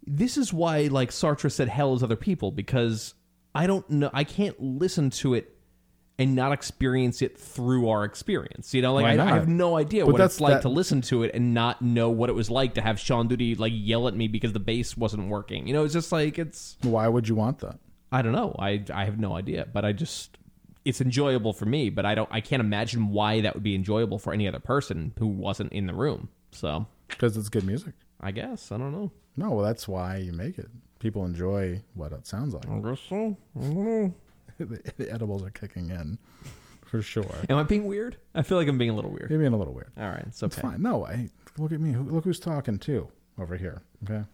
[SPEAKER 3] This is why like Sartre said hell is other people because I don't know I can't listen to it and not experience it through our experience. You know, like
[SPEAKER 2] Why
[SPEAKER 3] I,
[SPEAKER 2] not?
[SPEAKER 3] I have no idea
[SPEAKER 2] But
[SPEAKER 3] what it's
[SPEAKER 2] that's-
[SPEAKER 3] like
[SPEAKER 2] that-
[SPEAKER 3] to listen to it and not know what it was like to have Sean Duty like yell at me because the bass wasn't working. You know, it's just like it's
[SPEAKER 2] Why would you want that?
[SPEAKER 3] I don't know. I I have no idea, but I just it's enjoyable for me, but I don't I can't imagine why that would be enjoyable for any other person who wasn't in the room. So,
[SPEAKER 2] Because it's good music.
[SPEAKER 3] I guess I don't know.
[SPEAKER 2] No, well, that's why you make it. People enjoy what it sounds like.
[SPEAKER 3] Oh.
[SPEAKER 2] the, [laughs] the edibles are kicking in, for sure.
[SPEAKER 3] Am I being weird? I feel like I'm being a little weird.
[SPEAKER 2] You're being a little weird.
[SPEAKER 3] All right, it's okay.
[SPEAKER 2] Fine. No, I look at me. Who- Look who's talking to over here. Okay.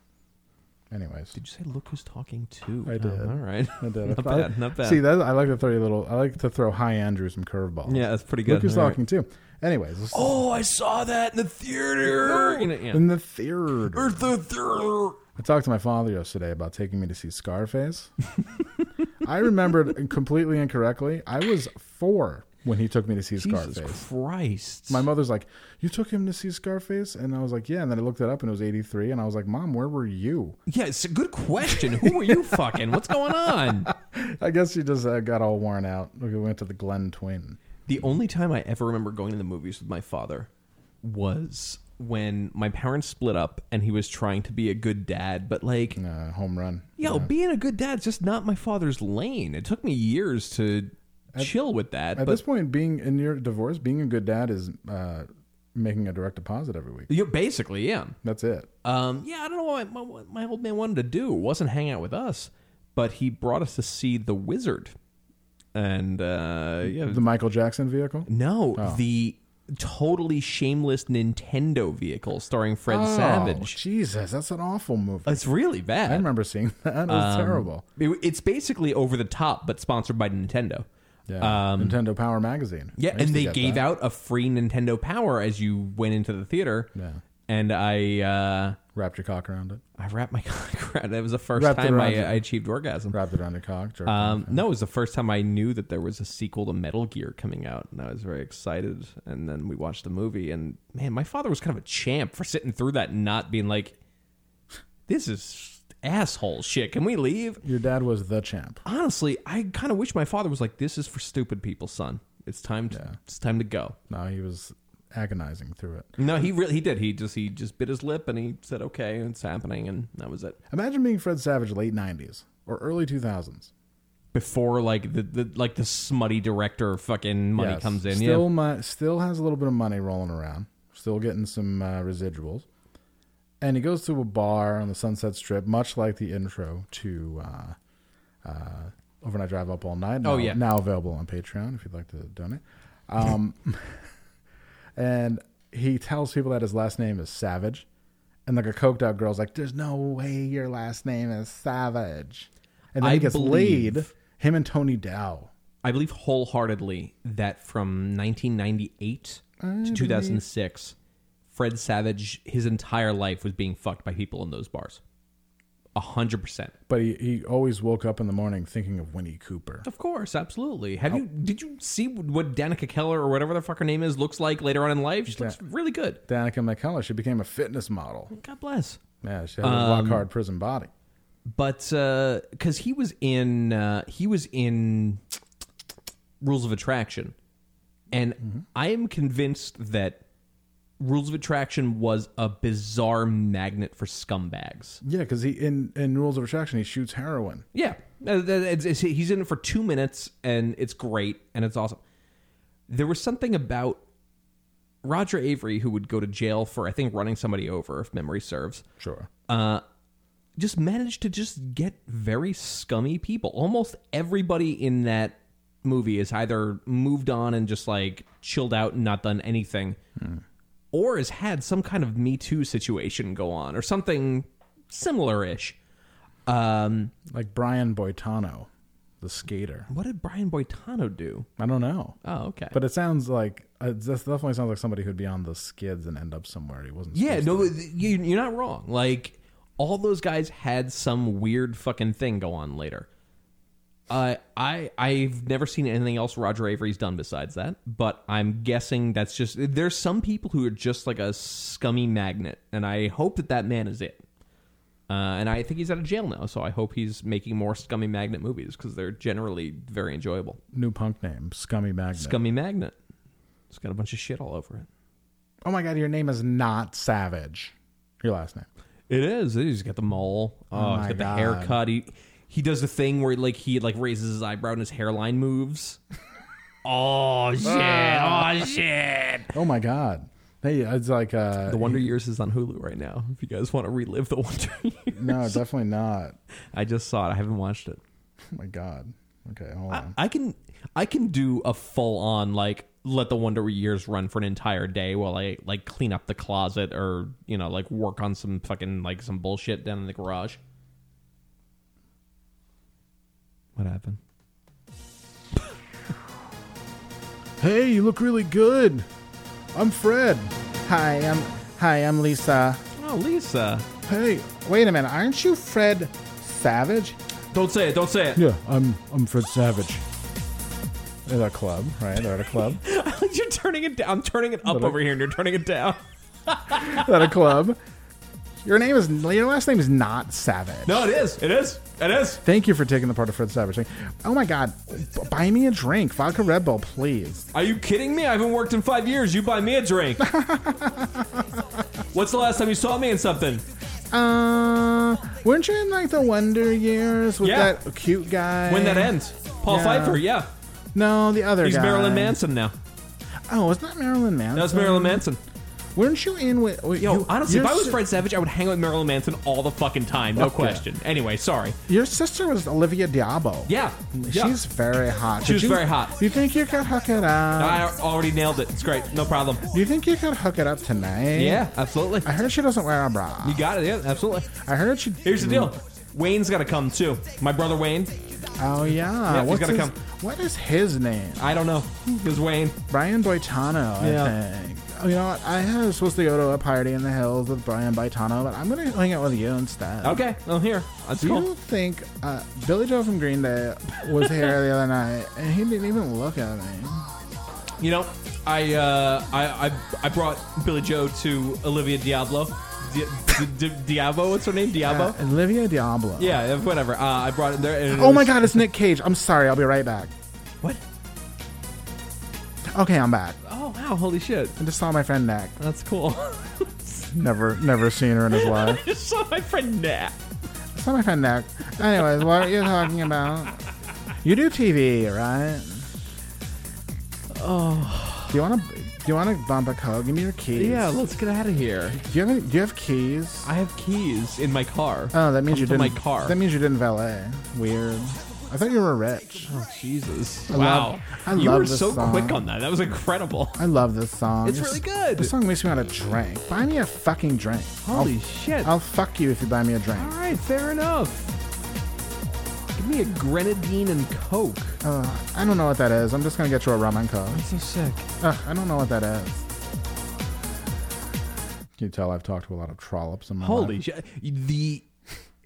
[SPEAKER 2] Anyways,
[SPEAKER 3] Did you say look who's talking to? Oh,
[SPEAKER 2] I did.
[SPEAKER 3] all right.
[SPEAKER 2] I did.
[SPEAKER 3] [laughs] not
[SPEAKER 2] I-
[SPEAKER 3] bad. Not bad.
[SPEAKER 2] See, that, I like to throw you a little. I like to throw high Andrew some curveballs.
[SPEAKER 3] yeah, that's pretty good.
[SPEAKER 2] Look who's
[SPEAKER 3] All right.
[SPEAKER 2] talking to. Anyways, this-
[SPEAKER 3] Oh, I saw that in the theater. You know, yeah.
[SPEAKER 2] in the third.
[SPEAKER 3] Or the theater.
[SPEAKER 2] I talked to my father yesterday about taking me to see Scarface. [laughs] I remembered completely incorrectly. I was four when he took me to see
[SPEAKER 3] Jesus
[SPEAKER 2] Scarface.
[SPEAKER 3] Christ.
[SPEAKER 2] My mother's like, "You took him to see Scarface," and I was like, "Yeah." And then I looked it up, and it was '83, and I was like, "Mom, where were you?"
[SPEAKER 3] yeah, it's a good question. Who are you fucking? What's
[SPEAKER 2] [laughs]
[SPEAKER 3] going on?
[SPEAKER 2] I guess she just uh, got all worn out. We went to the Glen Twin.
[SPEAKER 3] The only time I ever remember going to the movies with my father was when my parents split up and he was trying to be a good dad, but like
[SPEAKER 2] uh, home run.
[SPEAKER 3] Yo, being a good dad's just not my father's lane. It took me years to chill with that.
[SPEAKER 2] At
[SPEAKER 3] but
[SPEAKER 2] this point, being in your divorce, being a good dad is uh, making a direct deposit every week.
[SPEAKER 3] you're basically, yeah.
[SPEAKER 2] That's it.
[SPEAKER 3] Um, yeah, I don't know what my, what my old man wanted to do. It wasn't hang out with us, but he brought us to see The Wizard. And uh, yeah,
[SPEAKER 2] The Michael Jackson vehicle.
[SPEAKER 3] no,
[SPEAKER 2] Oh.
[SPEAKER 3] the totally shameless Nintendo vehicle starring Fred
[SPEAKER 2] Oh,
[SPEAKER 3] Savage.
[SPEAKER 2] Jesus, that's an awful movie.
[SPEAKER 3] It's really bad.
[SPEAKER 2] I remember seeing [laughs] that. It was
[SPEAKER 3] Um,
[SPEAKER 2] terrible.
[SPEAKER 3] It- it's basically over the top, but sponsored by Nintendo.
[SPEAKER 2] Yeah. Nintendo Power Magazine.
[SPEAKER 3] um, Yeah,
[SPEAKER 2] I used
[SPEAKER 3] and
[SPEAKER 2] to
[SPEAKER 3] they
[SPEAKER 2] get
[SPEAKER 3] gave
[SPEAKER 2] that.
[SPEAKER 3] out a free Nintendo Power as you went into the theater.
[SPEAKER 2] Yeah.
[SPEAKER 3] And I uh,
[SPEAKER 2] Wrapped your cock around it.
[SPEAKER 3] I wrapped my [laughs] cock around. That was the first
[SPEAKER 2] Wrapped it
[SPEAKER 3] time
[SPEAKER 2] around
[SPEAKER 3] I,
[SPEAKER 2] you.
[SPEAKER 3] I achieved orgasm.
[SPEAKER 2] Wrapped it around your cock. jerked
[SPEAKER 3] Um,
[SPEAKER 2] off.
[SPEAKER 3] no, it was the first time I knew that there was a sequel to Metal Gear coming out, and I was very excited. And then we watched the movie, and man, my father was kind of a champ for sitting through that and not being like, "This is asshole shit. Can we leave?"
[SPEAKER 2] Your dad was the champ.
[SPEAKER 3] Honestly, I kind of wish my father was like, "This is for stupid people, son. It's time to it's time to go."
[SPEAKER 2] No, he was agonizing through it.
[SPEAKER 3] No, he really he did. He just he just bit his lip and he said, "Okay, it's happening," and that was it.
[SPEAKER 2] Imagine being Fred Savage late '90s or early 2000s.
[SPEAKER 3] Before like the, the like the smutty director fucking money
[SPEAKER 2] Yes.
[SPEAKER 3] comes in,
[SPEAKER 2] Still,
[SPEAKER 3] yeah.
[SPEAKER 2] mo- still has a little bit of money rolling around. Still getting some uh, residuals. And he goes to a bar on the Sunset Strip, much like the intro to uh, uh, Overnight Drive Up All Night. now-
[SPEAKER 3] Oh, yeah.
[SPEAKER 2] Now available on Patreon if you'd like to donate. Um, [laughs] and he tells people that his last name is Savage. And like a coked out girl's like, there's no way your last name is Savage. And then
[SPEAKER 3] I
[SPEAKER 2] he gets
[SPEAKER 3] believe-
[SPEAKER 2] laid, him and Tony Dow.
[SPEAKER 3] I believe wholeheartedly that from 1998 to 2006, Fred Savage his entire life was being fucked by people in those bars. A hundred percent.
[SPEAKER 2] But he, he always woke up in the morning thinking of Winnie Cooper.
[SPEAKER 3] Of course, absolutely. Have you did you see what Danica Keller or whatever the fuck her name is looks like later on in life? She looks really good.
[SPEAKER 2] Danica McKellar, she became a fitness model.
[SPEAKER 3] God bless.
[SPEAKER 2] Yeah, she had a
[SPEAKER 3] Um,
[SPEAKER 2] rock hard prison body.
[SPEAKER 3] but because he was in uh, he was in Rules of Attraction, and I am convinced that Rules of Attraction was a bizarre magnet for scumbags.
[SPEAKER 2] Yeah, because he in, in Rules of Attraction he shoots heroin.
[SPEAKER 3] Yeah, Uh, that- it's- it's- he's in it for two minutes, and it's great, and it's awesome. There was something about Roger Avery who would go to jail for I think running somebody over, if memory serves.
[SPEAKER 2] Sure.
[SPEAKER 3] just managed to just get very scummy people. Almost everybody in that movie is either moved on and just like chilled out and not done anything, or has had some kind of Me Too situation go on or something similar ish. Um,
[SPEAKER 2] Like Brian Boitano, the skater.
[SPEAKER 3] what did Brian Boitano do?
[SPEAKER 2] I don't know.
[SPEAKER 3] Oh, okay.
[SPEAKER 2] But it sounds like uh, it just definitely sounds like somebody who'd be on the skids and end up somewhere he wasn't.
[SPEAKER 3] yeah,
[SPEAKER 2] supposed
[SPEAKER 3] no, th- you, you're not wrong. Like all those guys had some weird fucking thing go on later. Uh, I I've never seen anything else Roger Avery's done besides that, but I'm guessing that's just there's some people who are just like a scummy magnet, and I hope that that man is it. Uh, and I think he's out of jail now, so I hope he's making more scummy magnet movies because they're generally very enjoyable.
[SPEAKER 2] to. New punk name, Scummy Magnet.
[SPEAKER 3] Scummy magnet, it's got a bunch of shit all over it.
[SPEAKER 2] oh my god, your name is not Savage. Your last name.
[SPEAKER 3] It is. He's got the mole. Oh, he's
[SPEAKER 2] my
[SPEAKER 3] got
[SPEAKER 2] God.
[SPEAKER 3] the haircut. He he does the thing where like he like raises his eyebrow and his hairline moves. [laughs] oh shit! Oh shit!
[SPEAKER 2] Oh my god. Hey, it's like uh
[SPEAKER 3] The Wonder Years is on Hulu right now. If you guys want to relive the Wonder [laughs] Years,
[SPEAKER 2] No, definitely not.
[SPEAKER 3] I just saw it. I haven't watched it.
[SPEAKER 2] Oh my god. Okay, hold
[SPEAKER 3] I,
[SPEAKER 2] on.
[SPEAKER 3] I can I can do a full on like let the Wonder Years run for an entire day while I like clean up the closet or you know like work on some fucking like some bullshit down in the garage. What happened?
[SPEAKER 2] Hey, you look really good. I'm Fred. Hi, I'm Hi, I'm Lisa.
[SPEAKER 3] Oh, Lisa.
[SPEAKER 2] Hey, wait a minute. Aren't you Fred Savage?
[SPEAKER 3] Don't say it. Don't say it.
[SPEAKER 2] Yeah, I'm I'm Fred Savage. At a club, right? They're at a [laughs] club.
[SPEAKER 3] [laughs] you're turning it down. I'm turning it up over here, and you're turning it down.
[SPEAKER 2] at a club. Your name is your last name is not Savage.
[SPEAKER 3] No, it is. It is. It is.
[SPEAKER 2] Thank you for taking the part of Fred Savage. Like, Oh my God, b- buy me a drink, vodka Red Bull, please.
[SPEAKER 3] Are you kidding me? I haven't worked in five years. You buy me a [laughs] drink. What's the last time you saw me in something?
[SPEAKER 2] Uh, weren't you in like the Wonder Years with
[SPEAKER 3] Yeah.
[SPEAKER 2] that cute guy?
[SPEAKER 3] When that ends. Paul
[SPEAKER 2] Yeah.
[SPEAKER 3] Pfeiffer, Eh. yeah.
[SPEAKER 2] No, the other
[SPEAKER 3] He's
[SPEAKER 2] guy.
[SPEAKER 3] Marilyn Manson now.
[SPEAKER 2] Oh, it's not Marilyn Manson.
[SPEAKER 3] That was Marilyn Manson.
[SPEAKER 2] Weren't you in with? with
[SPEAKER 3] Yo,
[SPEAKER 2] you-
[SPEAKER 3] honestly, if
[SPEAKER 2] your
[SPEAKER 3] I was
[SPEAKER 2] si-
[SPEAKER 3] Fred Savage, I would hang out with Marilyn Manson all the fucking time. No
[SPEAKER 2] Fuck yeah.
[SPEAKER 3] question. Anyway, sorry.
[SPEAKER 2] your sister was Olivia Diabo.
[SPEAKER 3] Yeah. yeah.
[SPEAKER 2] she's very hot.
[SPEAKER 3] She
[SPEAKER 2] Did
[SPEAKER 3] was
[SPEAKER 2] you-
[SPEAKER 3] very hot.
[SPEAKER 2] Do you think you could hook it up?
[SPEAKER 3] I already nailed it. It's great. No problem.
[SPEAKER 2] Do you think you could hook it up tonight?
[SPEAKER 3] Yeah, absolutely.
[SPEAKER 2] I heard she doesn't wear a bra.
[SPEAKER 3] You got it. Yeah, absolutely.
[SPEAKER 2] I heard she.
[SPEAKER 3] Here's the deal. Wayne's got to come too. My brother Wayne.
[SPEAKER 2] Oh yeah.
[SPEAKER 3] he's
[SPEAKER 2] What's
[SPEAKER 3] gotta
[SPEAKER 2] his-
[SPEAKER 3] come.
[SPEAKER 2] What is his name?
[SPEAKER 3] I don't know. Because Wayne.
[SPEAKER 2] Brian Boitano,
[SPEAKER 3] Yeah.
[SPEAKER 2] I think. Oh, You know what? I was supposed to go to a party in the hills with Brian Boitano, but I'm going to hang out with you instead.
[SPEAKER 3] Okay. Well, here. That's
[SPEAKER 2] Do
[SPEAKER 3] cool.
[SPEAKER 2] you think uh, Billy Joe from Green Day was here the other night and he didn't even look at me?
[SPEAKER 3] You know, I uh, I, I I brought Billy Joe to Olivia Diablo. Di- Di- Di- Diablo. What's her name? Diablo.
[SPEAKER 2] Uh, Olivia Diablo.
[SPEAKER 3] Yeah. whatever. Uh, I brought it there. And it
[SPEAKER 2] Oh my
[SPEAKER 3] was-
[SPEAKER 2] god, it's Nick Cage. I'm sorry. I'll be right back.
[SPEAKER 3] What?
[SPEAKER 2] Okay, I'm back.
[SPEAKER 3] Oh wow! Holy shit.
[SPEAKER 2] I just saw my friend Nick.
[SPEAKER 3] That's cool.
[SPEAKER 2] Never never seen her in his life.
[SPEAKER 3] [laughs] Just saw my friend Nat.
[SPEAKER 2] saw my friend Nick. Anyways, what are you talking about? You do TV, right? Oh. Do you want to do you want to bump a code? Give me your keys.
[SPEAKER 3] Yeah. Let's get out of here.
[SPEAKER 2] Do you have any, do you have keys?
[SPEAKER 3] I have keys in my car.
[SPEAKER 2] Oh, that means
[SPEAKER 3] Come
[SPEAKER 2] you
[SPEAKER 3] to
[SPEAKER 2] didn't.
[SPEAKER 3] my car.
[SPEAKER 2] That means you didn't valet. Weird. I thought you were rich.
[SPEAKER 3] Jesus.
[SPEAKER 2] Oh. I
[SPEAKER 3] wow.
[SPEAKER 2] love- I
[SPEAKER 3] you
[SPEAKER 2] love
[SPEAKER 3] were
[SPEAKER 2] this
[SPEAKER 3] so
[SPEAKER 2] song.
[SPEAKER 3] quick on that. That was incredible.
[SPEAKER 2] I love this song.
[SPEAKER 3] It's really good.
[SPEAKER 2] This song makes me want to drink. Buy me a fucking drink.
[SPEAKER 3] Holy
[SPEAKER 2] I'll,
[SPEAKER 3] shit.
[SPEAKER 2] I'll fuck you if you buy me a drink.
[SPEAKER 3] All right, fair enough. Give me a grenadine and coke.
[SPEAKER 2] Uh, I don't know what that is. I'm just gonna get you a rum and coke.
[SPEAKER 3] so sick.
[SPEAKER 2] Ugh, I don't know what that is. Can you tell I've talked to a lot of trollops in my
[SPEAKER 3] Holy
[SPEAKER 2] life?
[SPEAKER 3] shit! The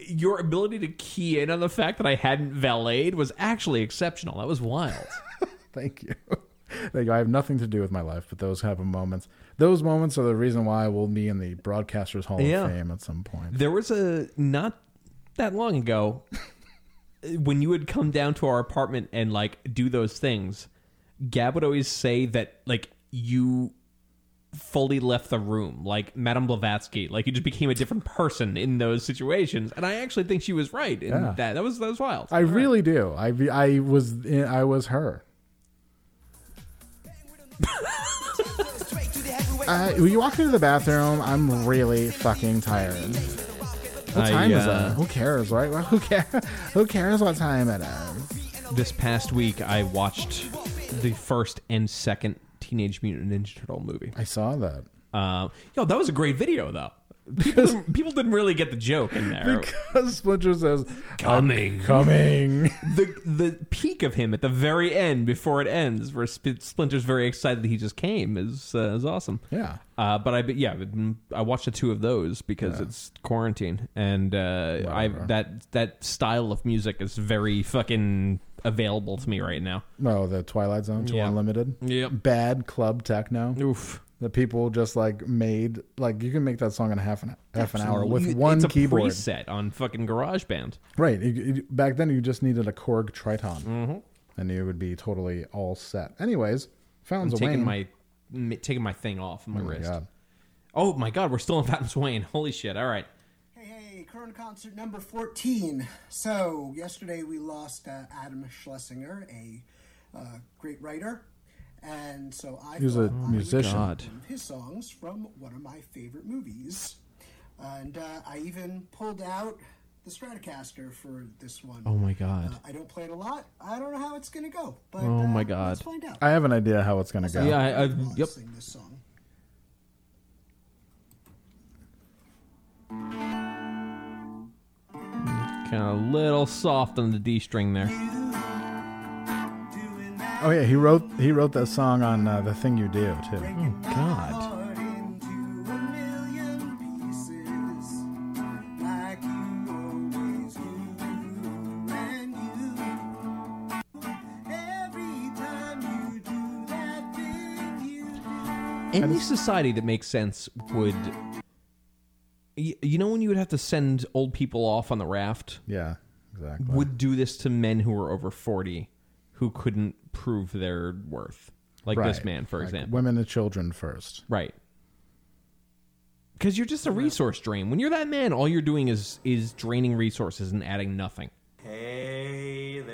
[SPEAKER 3] your ability to key in on the fact that I hadn't valeted was actually exceptional. That was wild.
[SPEAKER 2] Thank you. [laughs] Thank you. I have nothing to do with my life, but those happen moments. Those moments are the reason why we'll be in the Broadcasters Hall
[SPEAKER 3] Yeah.
[SPEAKER 2] of Fame at some point.
[SPEAKER 3] there was a not that long ago
[SPEAKER 2] [laughs]
[SPEAKER 3] when you would come down to our apartment and like do those things. Gab would always say that like you fully left the room, like Madame Blavatsky, like you just became a different person in those situations. And I actually think she was right in
[SPEAKER 2] Yeah.
[SPEAKER 3] that. That was that was wild.
[SPEAKER 2] I really do. I I was I was her. [laughs] Uh, you walk into the bathroom. I'm really fucking tired. What
[SPEAKER 3] I,
[SPEAKER 2] time is
[SPEAKER 3] uh,
[SPEAKER 2] it? Who cares, right? Well, who cares? [laughs] Who cares what time it is?
[SPEAKER 3] This past week, I watched the first and second Teenage Mutant Ninja Turtle movie.
[SPEAKER 2] I saw that. [laughs]
[SPEAKER 3] Uh, yo, that was a great video though. People didn't, people didn't really get the joke in there.
[SPEAKER 2] Because Splinter says,
[SPEAKER 3] Coming.
[SPEAKER 2] [laughs] coming.
[SPEAKER 3] the the peak of him at the very end before it ends, where Sp- Splinter's very excited that he just came, is uh, is awesome.
[SPEAKER 2] Yeah.
[SPEAKER 3] Uh, but I but yeah mm, I watched the two of those because it's quarantine and uh, I that that style of music is very fucking available to me right now.
[SPEAKER 2] No, Oh, the Twilight Zone to
[SPEAKER 3] Yeah.
[SPEAKER 2] Unlimited.
[SPEAKER 3] Yep.
[SPEAKER 2] Bad club techno.
[SPEAKER 3] Oof.
[SPEAKER 2] The people just like made like you can make that song in a half an half an hour with
[SPEAKER 3] Absolutely.
[SPEAKER 2] one
[SPEAKER 3] it's a
[SPEAKER 2] keyboard.
[SPEAKER 3] preset on fucking GarageBand.
[SPEAKER 2] Right. You- you- back then, you just needed a Korg Triton, and you would be totally all set. Anyways,
[SPEAKER 3] I'm
[SPEAKER 2] found a Wayne.
[SPEAKER 3] taking my m- taking my thing off my
[SPEAKER 2] Oh my
[SPEAKER 3] wrist.
[SPEAKER 2] God.
[SPEAKER 3] Oh my god, we're still in Fountains Wayne. [laughs] Holy shit! All right.
[SPEAKER 9] Hey, hey, current concert number 14. So, yesterday we lost uh, Adam Schlesinger, a uh, great writer. And so I
[SPEAKER 2] He was a
[SPEAKER 9] thought I would
[SPEAKER 2] musician.
[SPEAKER 3] Oh God.
[SPEAKER 9] choose one of his songs from one of my favorite movies. And uh, I even pulled out the Stratocaster for this one.
[SPEAKER 3] Oh my god.
[SPEAKER 9] Uh, I don't play it a lot. I don't know how it's going to go. But,
[SPEAKER 3] Oh
[SPEAKER 9] uh,
[SPEAKER 3] my God.
[SPEAKER 9] Let's find out.
[SPEAKER 2] I have an idea how it's gonna go.
[SPEAKER 3] Yeah, I, I,
[SPEAKER 9] Let's
[SPEAKER 3] yep.
[SPEAKER 9] sing this song.
[SPEAKER 3] Kind of a little soft on the D string there.
[SPEAKER 2] Oh yeah, he wrote he wrote that song on uh, the thing you do too.
[SPEAKER 3] God.
[SPEAKER 9] Heart into a million pieces, like you always do, and you. Every time you do that thing you do.
[SPEAKER 3] Any society that makes sense would y- you know when you would have to send old people off on the raft?
[SPEAKER 2] Yeah, exactly.
[SPEAKER 3] Would do this to men who were over 40 who couldn't prove their worth. Like this
[SPEAKER 2] Right.
[SPEAKER 3] man, for
[SPEAKER 2] Like,
[SPEAKER 3] example.
[SPEAKER 2] Women and children first.
[SPEAKER 3] Right. Because you're just a resource drain. When you're that man, all you're doing is is draining resources and adding nothing.
[SPEAKER 10] Hey
[SPEAKER 3] Oh,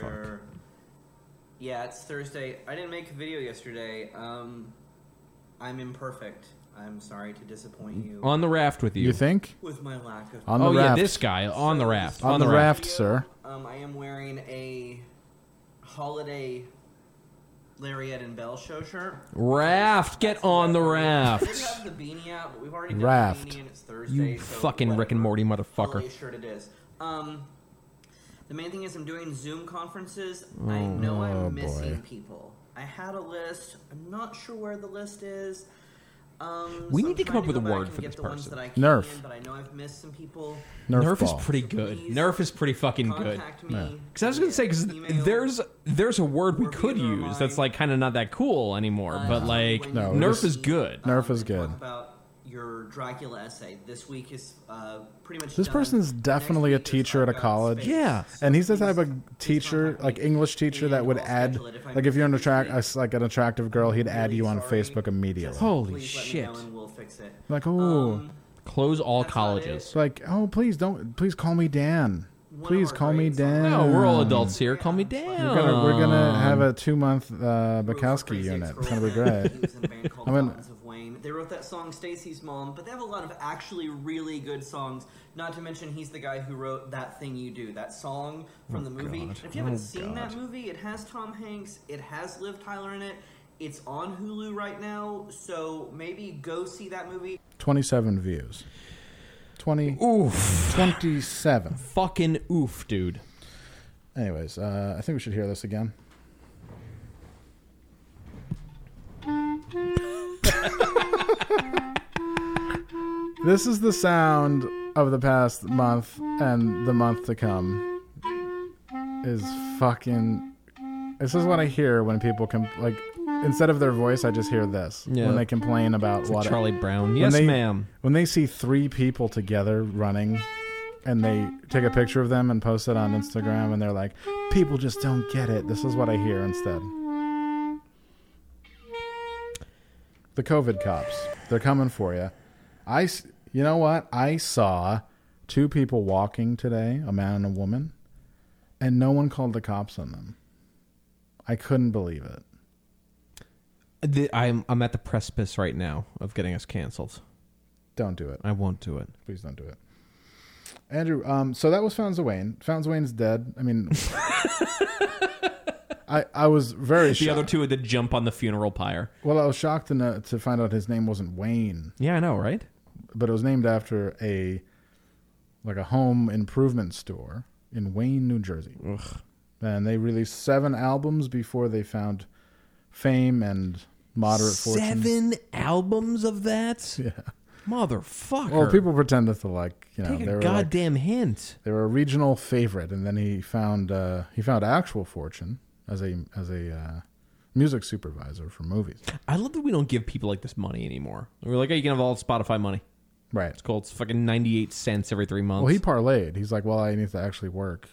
[SPEAKER 10] there. Yeah, it's Thursday. I didn't make a video yesterday. Um, I'm imperfect. I'm sorry to disappoint you.
[SPEAKER 3] On the raft with you.
[SPEAKER 2] You think?
[SPEAKER 10] With my lack of.
[SPEAKER 2] On the
[SPEAKER 3] oh
[SPEAKER 2] raft.
[SPEAKER 3] yeah, this guy on the raft.
[SPEAKER 2] On, the, raft, sir.
[SPEAKER 10] Um, I am wearing a holiday Larry Ed and Bell show shirt.
[SPEAKER 3] Raft, get on
[SPEAKER 2] [laughs]
[SPEAKER 3] the
[SPEAKER 10] I did
[SPEAKER 3] raft.
[SPEAKER 10] have the beanie out, but we've already done the
[SPEAKER 3] Raft.
[SPEAKER 10] beanie and it's Thursday.
[SPEAKER 3] You
[SPEAKER 10] so
[SPEAKER 3] fucking Rick and Morty motherfucker.
[SPEAKER 10] Holiday shirt it is. Um, the main thing is I'm doing Zoom conferences. I
[SPEAKER 3] Oh,
[SPEAKER 10] know
[SPEAKER 3] oh,
[SPEAKER 10] I'm missing
[SPEAKER 3] boy.
[SPEAKER 10] people. I had a list. I'm not sure where the list is. Um,
[SPEAKER 3] We
[SPEAKER 10] so
[SPEAKER 3] need
[SPEAKER 10] I'm
[SPEAKER 3] to come
[SPEAKER 10] trying
[SPEAKER 3] up with
[SPEAKER 10] go
[SPEAKER 3] a
[SPEAKER 10] back
[SPEAKER 3] word
[SPEAKER 10] and
[SPEAKER 3] for
[SPEAKER 10] get
[SPEAKER 3] this
[SPEAKER 10] the ones
[SPEAKER 3] person.
[SPEAKER 10] that I can,
[SPEAKER 3] Nerf.
[SPEAKER 10] But I know I've missed some people.
[SPEAKER 3] Nerf,
[SPEAKER 10] ball.
[SPEAKER 3] is pretty good. Nerf is pretty fucking good.
[SPEAKER 10] contact me Yeah.
[SPEAKER 3] Because I was gonna say, because there's there's a word we could use that's like kind of not that cool anymore,
[SPEAKER 10] Uh,
[SPEAKER 3] but like
[SPEAKER 2] No,
[SPEAKER 3] Nerf
[SPEAKER 2] this-
[SPEAKER 3] is good.
[SPEAKER 2] Nerf is good.
[SPEAKER 10] About your Dracula essay. This week is uh, pretty much
[SPEAKER 2] This
[SPEAKER 10] done.
[SPEAKER 2] person's definitely a teacher at a college.
[SPEAKER 10] Yeah.
[SPEAKER 2] and he's the type of teacher, like English teacher, that would add, like if you're an attract, like an attractive girl, he'd add you on Facebook immediately.
[SPEAKER 3] Holy
[SPEAKER 10] Please let me
[SPEAKER 3] shit!
[SPEAKER 10] know and we'll fix it.
[SPEAKER 2] Like oh,
[SPEAKER 3] Close all colleges.
[SPEAKER 2] It's like oh, please don't, please call me Dan. Please call me Dan.
[SPEAKER 3] No, we're all adults here. Call me Dan.
[SPEAKER 2] We're gonna we're gonna have a two month uh, Bukowski unit. It's gonna be great. I mean,
[SPEAKER 10] Sons of Wayne. They wrote that song Stacy's Mom, but they have a lot of actually really good songs. Not to mention he's the guy who wrote That Thing You Do, that song from
[SPEAKER 3] Oh,
[SPEAKER 10] the movie.
[SPEAKER 3] God.
[SPEAKER 10] And If you haven't
[SPEAKER 3] Oh,
[SPEAKER 10] seen that
[SPEAKER 3] God.
[SPEAKER 10] movie, it has Tom Hanks, it has Liv Tyler in it. It's on Hulu right now, so maybe go see that movie.
[SPEAKER 2] twenty seven views. Twenty.
[SPEAKER 3] Oof.
[SPEAKER 2] Twenty seven.
[SPEAKER 3] Fucking oof, dude.
[SPEAKER 2] Anyways, uh, I think we should hear this again. [laughs] This is the sound of the past month and the month to come. Is fucking. This is what I hear when people can like. Instead of their voice, I just hear this
[SPEAKER 3] Yeah.
[SPEAKER 2] when they complain about
[SPEAKER 3] It's like
[SPEAKER 2] what
[SPEAKER 3] Charlie Brown. Yes,
[SPEAKER 2] they,
[SPEAKER 3] ma'am.
[SPEAKER 2] When they see three people together running, and they take a picture of them and post it on Instagram, and they're like, "People just don't get it." This is what I hear instead. The COVID cops. They're coming for you. I, s- you know what? I saw two people walking today, a man and a woman, and no one called the cops on them. I couldn't believe it.
[SPEAKER 3] The- I'm I'm at the precipice right now of getting us canceled.
[SPEAKER 2] Don't do it.
[SPEAKER 3] I won't do it.
[SPEAKER 2] Please don't do it. Andrew, um, so that was Founds of Wayne. Founds of Wayne's dead. I
[SPEAKER 3] [laughs]
[SPEAKER 2] mean, I I was very
[SPEAKER 3] the
[SPEAKER 2] shocked.
[SPEAKER 3] other two had to jump on the funeral pyre.
[SPEAKER 2] well, I was shocked to know, to find out his name wasn't Wayne.
[SPEAKER 3] Yeah, I know, right?
[SPEAKER 2] But it was named after a like a home improvement store in Wayne, New Jersey. Ugh. And they released seven albums before they found fame and moderate fortune.
[SPEAKER 3] Seven albums of that.
[SPEAKER 2] Yeah.
[SPEAKER 3] Motherfucker.
[SPEAKER 2] Well, people pretend that they like you know
[SPEAKER 3] Take a
[SPEAKER 2] they were
[SPEAKER 3] goddamn hint.
[SPEAKER 2] They were a regional favorite, and then he found uh, he found actual fortune as a as a uh, music supervisor for movies.
[SPEAKER 3] I love that we don't give people like this money anymore. We're like, oh, you can have all Spotify money.
[SPEAKER 2] Right.
[SPEAKER 3] It's called it's fucking ninety eight cents every three months.
[SPEAKER 2] Well, he parlayed. He's like, well, I need to actually work.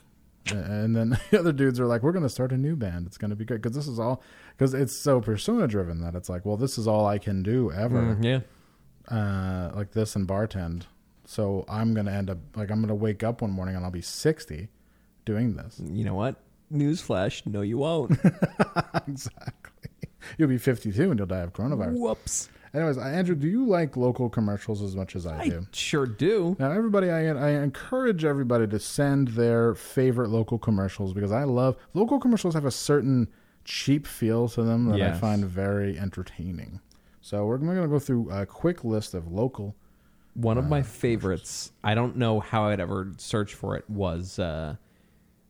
[SPEAKER 2] And then [laughs] the other dudes are like, we're going to start a new band. It's going to be good because this is all because it's so persona driven that it's like, well, this is all I can do ever.
[SPEAKER 3] Mm, [laughs] yeah.
[SPEAKER 2] Uh, like this and bartend. So I'm going to end up like I'm going to wake up one morning and I'll be 60 doing this.
[SPEAKER 3] You know what? Newsflash, no, you
[SPEAKER 2] [laughs]
[SPEAKER 3] won't.
[SPEAKER 2] exactly. [laughs] You'll be 52 and you'll die of coronavirus.
[SPEAKER 3] Whoops.
[SPEAKER 2] Anyways, I- Andrew, do you like local commercials as much as I,
[SPEAKER 3] I
[SPEAKER 2] do?
[SPEAKER 3] sure do.
[SPEAKER 2] Now, everybody, I, I encourage everybody to send their favorite local commercials because I love local commercials have a certain cheap feel to them that I
[SPEAKER 3] Yes.
[SPEAKER 2] find very entertaining. So we're going to go through a quick list of local.
[SPEAKER 3] One of my favorites, I don't know how I'd ever search for it, was uh,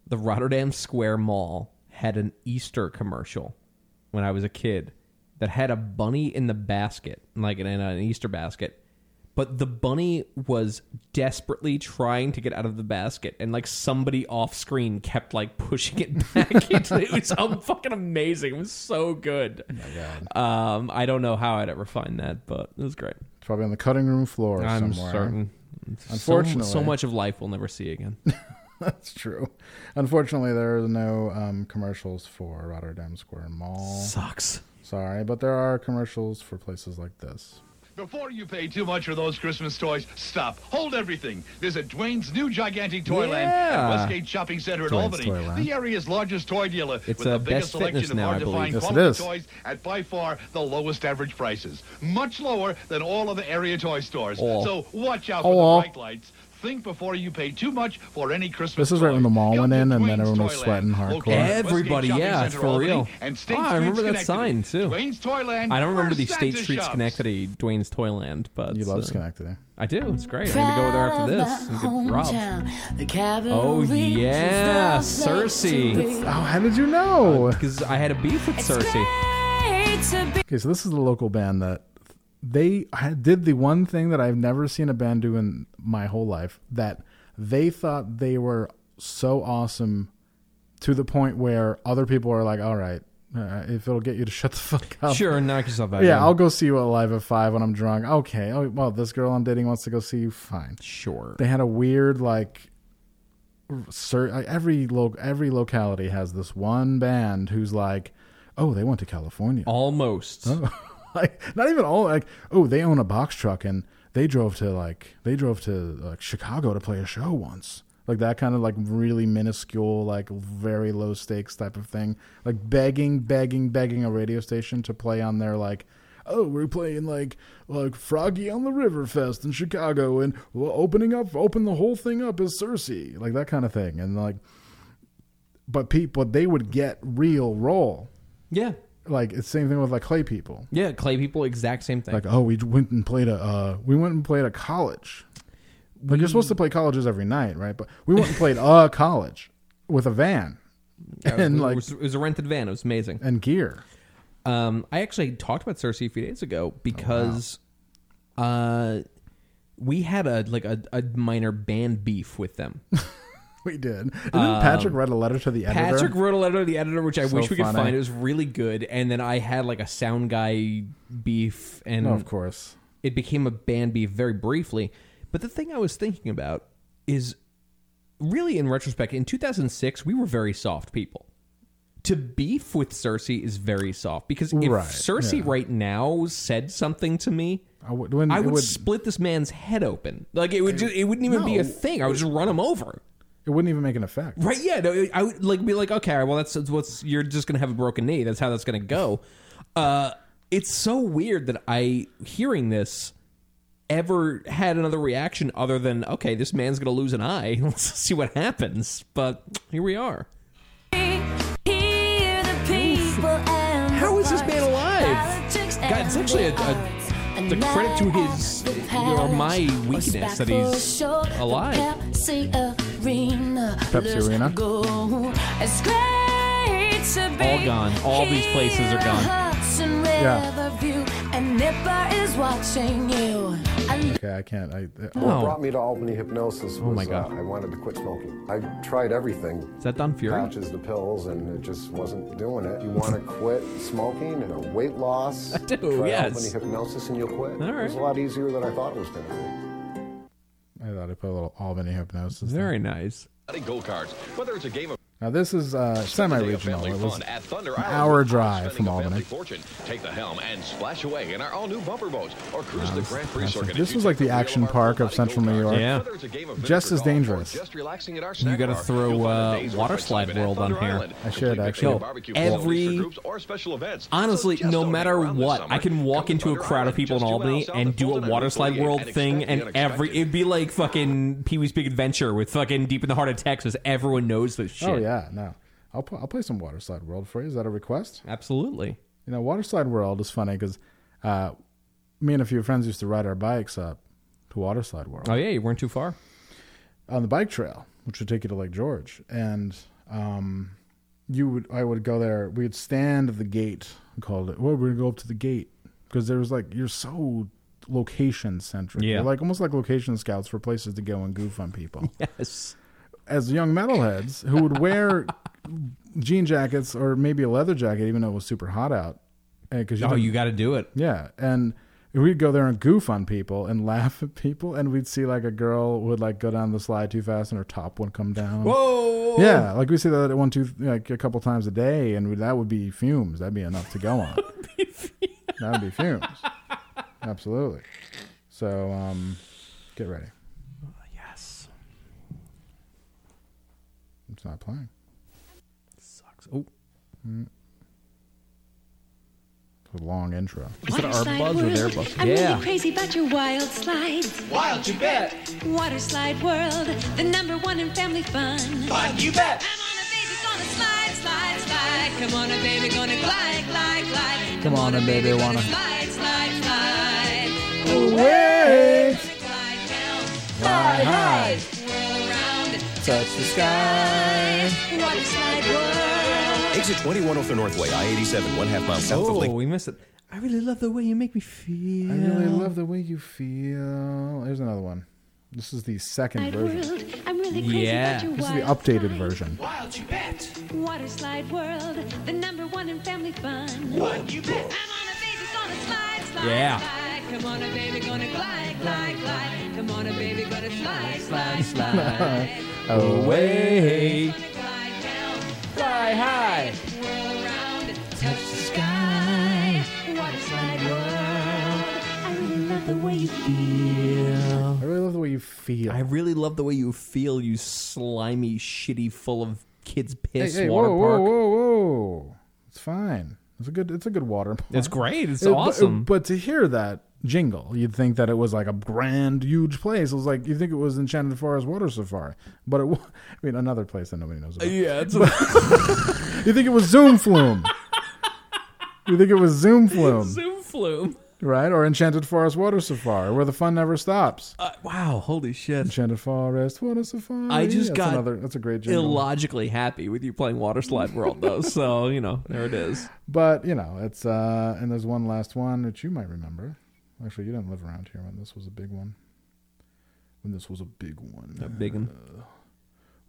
[SPEAKER 3] the Rotterdam Square Mall had an Easter commercial when I was a kid that had a bunny in the basket, like in an Easter basket. But the bunny was desperately trying to get out of the basket, and like somebody off screen kept like pushing it [laughs] back into it. was um, fucking amazing. It was so good. Um, I don't know how I'd ever find that, but it was great.
[SPEAKER 2] It's probably on the cutting room floor
[SPEAKER 3] I'm
[SPEAKER 2] somewhere. [laughs]
[SPEAKER 3] certain. So-
[SPEAKER 2] Unfortunately,
[SPEAKER 3] so, much of life we'll never
[SPEAKER 2] [laughs]
[SPEAKER 3] see again.
[SPEAKER 2] That's true. Unfortunately, there are no um, commercials for Rotterdam Square Mall.
[SPEAKER 3] Sucks.
[SPEAKER 2] Sorry, but there are commercials for places like this.
[SPEAKER 11] Before you pay too much for those Christmas toys, stop. Hold everything. There's a Dwayne's new gigantic Toyland
[SPEAKER 2] Yeah.
[SPEAKER 11] at Westgate Shopping Center in
[SPEAKER 2] Dwayne's
[SPEAKER 11] Albany.
[SPEAKER 2] Toyland.
[SPEAKER 11] The area's largest toy dealer
[SPEAKER 2] It's,
[SPEAKER 11] with
[SPEAKER 2] uh,
[SPEAKER 11] the biggest
[SPEAKER 2] Best
[SPEAKER 11] selection
[SPEAKER 2] Fitness
[SPEAKER 11] of
[SPEAKER 2] now, I
[SPEAKER 11] hard to
[SPEAKER 2] believe.
[SPEAKER 11] find
[SPEAKER 2] Yes, it
[SPEAKER 11] quality
[SPEAKER 2] is.
[SPEAKER 11] toys at by far the lowest average prices. Much lower than all other area toy stores.
[SPEAKER 2] Oh.
[SPEAKER 11] So watch out
[SPEAKER 2] Oh.
[SPEAKER 11] for the bright lights. Think before you pay too much for any Christmas
[SPEAKER 2] This is right
[SPEAKER 11] toy.
[SPEAKER 2] when the mall went in, and then
[SPEAKER 11] Dwayne's
[SPEAKER 2] everyone was sweating
[SPEAKER 11] Toyland,
[SPEAKER 2] hardcore.
[SPEAKER 11] located at Westgate Shopping Center, Albany, And State
[SPEAKER 3] Ah, I
[SPEAKER 11] Street,
[SPEAKER 3] remember that sign
[SPEAKER 11] Schenectady.
[SPEAKER 3] too.
[SPEAKER 11] Dwayne's Toyland.
[SPEAKER 3] I don't remember
[SPEAKER 11] where
[SPEAKER 3] the State
[SPEAKER 11] Santa
[SPEAKER 3] Street
[SPEAKER 11] shops.
[SPEAKER 3] Schenectady Dwayne's Toyland, but you
[SPEAKER 2] love
[SPEAKER 3] uh,
[SPEAKER 2] Schenectady.
[SPEAKER 3] I do. It's great. I'm gonna go there after this. and get robbed. Oh yeah, Cersei.
[SPEAKER 2] Oh, how did you know?
[SPEAKER 3] Because I had a beef with Cersei.
[SPEAKER 2] Okay, so this is the local band that they had- did the one thing that I've never seen a band do in my whole life that they thought they were so awesome to the point where other people are like, all right, uh, if it'll get you to [laughs] shut the fuck up.
[SPEAKER 3] Sure, knock yourself out.
[SPEAKER 2] Oh. Yeah, I'll go see you at live at five when I'm drunk. Okay. Oh, well, this girl I'm dating wants to go see you. Fine. [laughs]
[SPEAKER 3] Sure.
[SPEAKER 2] They had a weird like, cer- like, every lo- every locality has this one band who's like, oh, they went to California.
[SPEAKER 3] Almost.
[SPEAKER 2] Oh. [laughs] like not even all like oh they own a box truck and they drove to like they drove to like Chicago to play a show once like that kind of like really minuscule like very low stakes type of thing like begging begging begging a radio station to play on their like oh we're playing like like Froggy on the River Fest in Chicago and well, opening up open the whole thing up is Cersei like that kind of thing and like but people they would get real roll
[SPEAKER 3] yeah
[SPEAKER 2] like it's same thing with like clay people
[SPEAKER 3] Yeah, clay people, exact same thing.
[SPEAKER 2] like oh we went and played a uh, we went and played a college but you're supposed to play colleges every night right but we went and played a
[SPEAKER 3] [laughs]
[SPEAKER 2] college with a van
[SPEAKER 3] Yeah, it,
[SPEAKER 2] and
[SPEAKER 3] was,
[SPEAKER 2] like
[SPEAKER 3] it was- it was a rented van. It was amazing.
[SPEAKER 2] And gear.
[SPEAKER 3] Um, I actually talked about Cersei a few days ago because,
[SPEAKER 2] Oh,
[SPEAKER 3] uh, we had a like a, a minor band beef
[SPEAKER 2] [laughs]
[SPEAKER 3] with them.
[SPEAKER 2] we did Didn't Patrick write a letter to the editor?
[SPEAKER 3] Um, Patrick wrote a letter to the editor, which I
[SPEAKER 2] So
[SPEAKER 3] wish we could
[SPEAKER 2] funny.
[SPEAKER 3] find. It was really good. And then I had like a sound guy beef, and
[SPEAKER 2] No, of course,
[SPEAKER 3] it became a band beef very briefly. But the thing I was thinking about is really, in retrospect, in 2006, we were very soft people. To beef with Cersei is very soft because if
[SPEAKER 2] Right,
[SPEAKER 3] Cersei
[SPEAKER 2] yeah.
[SPEAKER 3] right now said something to me,
[SPEAKER 2] I would, when-
[SPEAKER 3] I
[SPEAKER 2] it
[SPEAKER 3] would,
[SPEAKER 2] would-
[SPEAKER 3] split this man's head open. Like it would, ju- it wouldn't even be a
[SPEAKER 2] No.
[SPEAKER 3] thing. I would just run him over.
[SPEAKER 2] it wouldn't even make an effect
[SPEAKER 3] Right? Yeah. No, I would like be like, okay, well, that's that's what's you're just gonna have a broken knee. That's how that's gonna go. Uh, it's so weird that I hearing this ever had another reaction other than okay, this man's gonna lose an eye. [laughs] Let's see what happens. But here we are.
[SPEAKER 1] How
[SPEAKER 3] is this man alive? God, it's actually a, a the credit to his or my weakness that he's alive.
[SPEAKER 1] Pepsi Arena.
[SPEAKER 3] Pepsi Arena.
[SPEAKER 1] It's great to be
[SPEAKER 3] All gone. All these places are gone.
[SPEAKER 1] Hudson
[SPEAKER 2] Yeah.
[SPEAKER 1] Riverview, and Nipper is watching you. And
[SPEAKER 2] okay I can't I
[SPEAKER 12] What brought me to Albany hypnosis was
[SPEAKER 2] Oh my God.
[SPEAKER 12] uh, I wanted to quit smoking. I tried everything.
[SPEAKER 3] Is that Don Fury? [laughs]
[SPEAKER 12] Patches the pills, and it just wasn't doing it.
[SPEAKER 7] [laughs]
[SPEAKER 12] You
[SPEAKER 13] [laughs]
[SPEAKER 12] want to quit smoking and a weight loss? I
[SPEAKER 3] do,
[SPEAKER 12] Try
[SPEAKER 3] yes.
[SPEAKER 12] Albany hypnosis, and you'll quit.
[SPEAKER 3] All
[SPEAKER 12] It was a lot easier than I thought it was going to be.
[SPEAKER 2] I thought I put a little Albany hypnosis
[SPEAKER 3] very nice
[SPEAKER 14] Go karts. Whether it's a game of
[SPEAKER 2] now this is uh, semi-regional
[SPEAKER 14] family
[SPEAKER 2] it was
[SPEAKER 14] fun at
[SPEAKER 2] an
[SPEAKER 14] Thunder Island,
[SPEAKER 2] hour
[SPEAKER 14] we're
[SPEAKER 2] drive from
[SPEAKER 14] spending a family
[SPEAKER 2] Albany
[SPEAKER 14] fortune, take the helm and splash away in our all-new bumper boats or cruise the Grand Prix
[SPEAKER 2] That's-
[SPEAKER 14] circuit.
[SPEAKER 2] this was like the action park of central New York
[SPEAKER 3] Yeah.
[SPEAKER 2] just as dangerous
[SPEAKER 3] You got to throw uh, water slide world on here.
[SPEAKER 2] I should actually
[SPEAKER 3] Yo, every honestly, no matter what, I can walk into a crowd of people in Albany and do a water slide world thing, and every it'd be like fucking Pee Wee's Big Adventure with fucking Deep in the Heart of Texas. Everyone knows this shit.
[SPEAKER 2] Oh yeah, no. I'll pu- I'll play some Water Slide World for you. Is that a request?
[SPEAKER 3] Absolutely.
[SPEAKER 2] You know, Water Slide World is funny because uh, me and a few friends used to ride our bikes up to Water Slide World
[SPEAKER 3] Oh yeah, you weren't too far.
[SPEAKER 2] on the bike trail, which would take you to Lake George, and um, you would I would go there. We'd stand at the gate. We called it. Well, we're gonna go up to the gate because there was like you're so location centric.
[SPEAKER 3] Yeah.
[SPEAKER 2] You're like almost like location scouts for places to go and goof on people.
[SPEAKER 3] [laughs] Yes.
[SPEAKER 2] As young metalheads who would
[SPEAKER 3] [laughs]
[SPEAKER 2] wear jean jackets or maybe a leather jacket, even though it was super hot out, because
[SPEAKER 3] Oh, you got to do it.
[SPEAKER 2] yeah, and we'd go there and goof on people and [laughs] laugh at people, and we'd see like a girl would like go down the slide too fast and her top would come down.
[SPEAKER 3] Whoa!
[SPEAKER 2] Yeah, like we see that at one two like a couple times a day, and we, that would be fumes. That'd be enough to
[SPEAKER 3] [laughs]
[SPEAKER 2] go on. that would be fumes. Absolutely. So um, get ready.
[SPEAKER 3] Ah, yes.
[SPEAKER 2] It's not playing.
[SPEAKER 3] Sucks. Oh.
[SPEAKER 2] Mm. It's a long intro.
[SPEAKER 15] Water slide world. I'm
[SPEAKER 2] Yeah.
[SPEAKER 15] really crazy about your wild slides.
[SPEAKER 1] Wild, you bet.
[SPEAKER 15] Water slide world, the number one in family fun.
[SPEAKER 1] Fun, you bet.
[SPEAKER 15] Come on, a baby, gonna slide, slide, slide. Come on, a baby, gonna glide, glide, glide.
[SPEAKER 1] Come on, a baby, wanna.
[SPEAKER 15] Slide, slide, slide.
[SPEAKER 1] Away.
[SPEAKER 15] Glide,
[SPEAKER 1] high.
[SPEAKER 15] Whirl around.
[SPEAKER 1] Touch the sky.
[SPEAKER 15] Water slide world.
[SPEAKER 16] Exit 21 off the Northway, I 87, one half mile south of Lake.
[SPEAKER 3] Oh, we missed it. I really love the way you make me feel.
[SPEAKER 2] I really love the way you feel. Here's another one. This is the second
[SPEAKER 15] Wide
[SPEAKER 2] version.
[SPEAKER 15] world. I'm really crazy about your
[SPEAKER 2] This is the
[SPEAKER 15] wild
[SPEAKER 2] updated version.
[SPEAKER 15] Wild, you bet. Water slide world, the number one in family fun.
[SPEAKER 1] Wild, you bet.
[SPEAKER 15] I'm on a baby, gonna slide, slide,
[SPEAKER 1] Yeah.
[SPEAKER 15] slide. Come on, a baby, gonna glide, glide, glide. Come on, a baby, gonna slide, slide, slide.
[SPEAKER 3] [laughs]
[SPEAKER 1] Away.
[SPEAKER 15] Fly high. Whirl around, touch the sky. Water slide world, I really love the way you
[SPEAKER 3] Yeah.
[SPEAKER 2] I really love the way you feel.
[SPEAKER 3] I really love the way you feel, you slimy, shitty, full of kids'
[SPEAKER 2] Hey,
[SPEAKER 3] piss
[SPEAKER 2] hey,
[SPEAKER 3] water
[SPEAKER 2] whoa,
[SPEAKER 3] park.
[SPEAKER 2] whoa, whoa, whoa! It's fine. It's a good. It's a good water park.
[SPEAKER 3] It's great. It's
[SPEAKER 2] Uh, but-
[SPEAKER 3] awesome.
[SPEAKER 2] But, to hear that jingle, you'd think that it was like a grand, huge place. It was like you think it was Enchanted Forest Water Safari, but it. wa- [laughs] I mean, another place that nobody knows about.
[SPEAKER 3] Yeah, it's [laughs]
[SPEAKER 2] you think it was Zoom Flume? you think it was
[SPEAKER 3] [laughs]
[SPEAKER 2] Zoom Flume?
[SPEAKER 3] Zoom flume.
[SPEAKER 2] Right or Enchanted Forest Water Safari, where the fun never stops.
[SPEAKER 3] wow! Holy shit!
[SPEAKER 2] Enchanted Forest Water Safari.
[SPEAKER 3] Uh, I just
[SPEAKER 2] that's
[SPEAKER 3] got
[SPEAKER 2] another, that's a great jingle.
[SPEAKER 3] illogically happy with you playing Water Slide World, though. [laughs] so you know, there it [laughs] is.
[SPEAKER 2] But you know, it's uh, and there's one last one that you might remember. Actually, you didn't live around here when this was a big one. When this was a big one.
[SPEAKER 3] A big one.
[SPEAKER 2] Uh,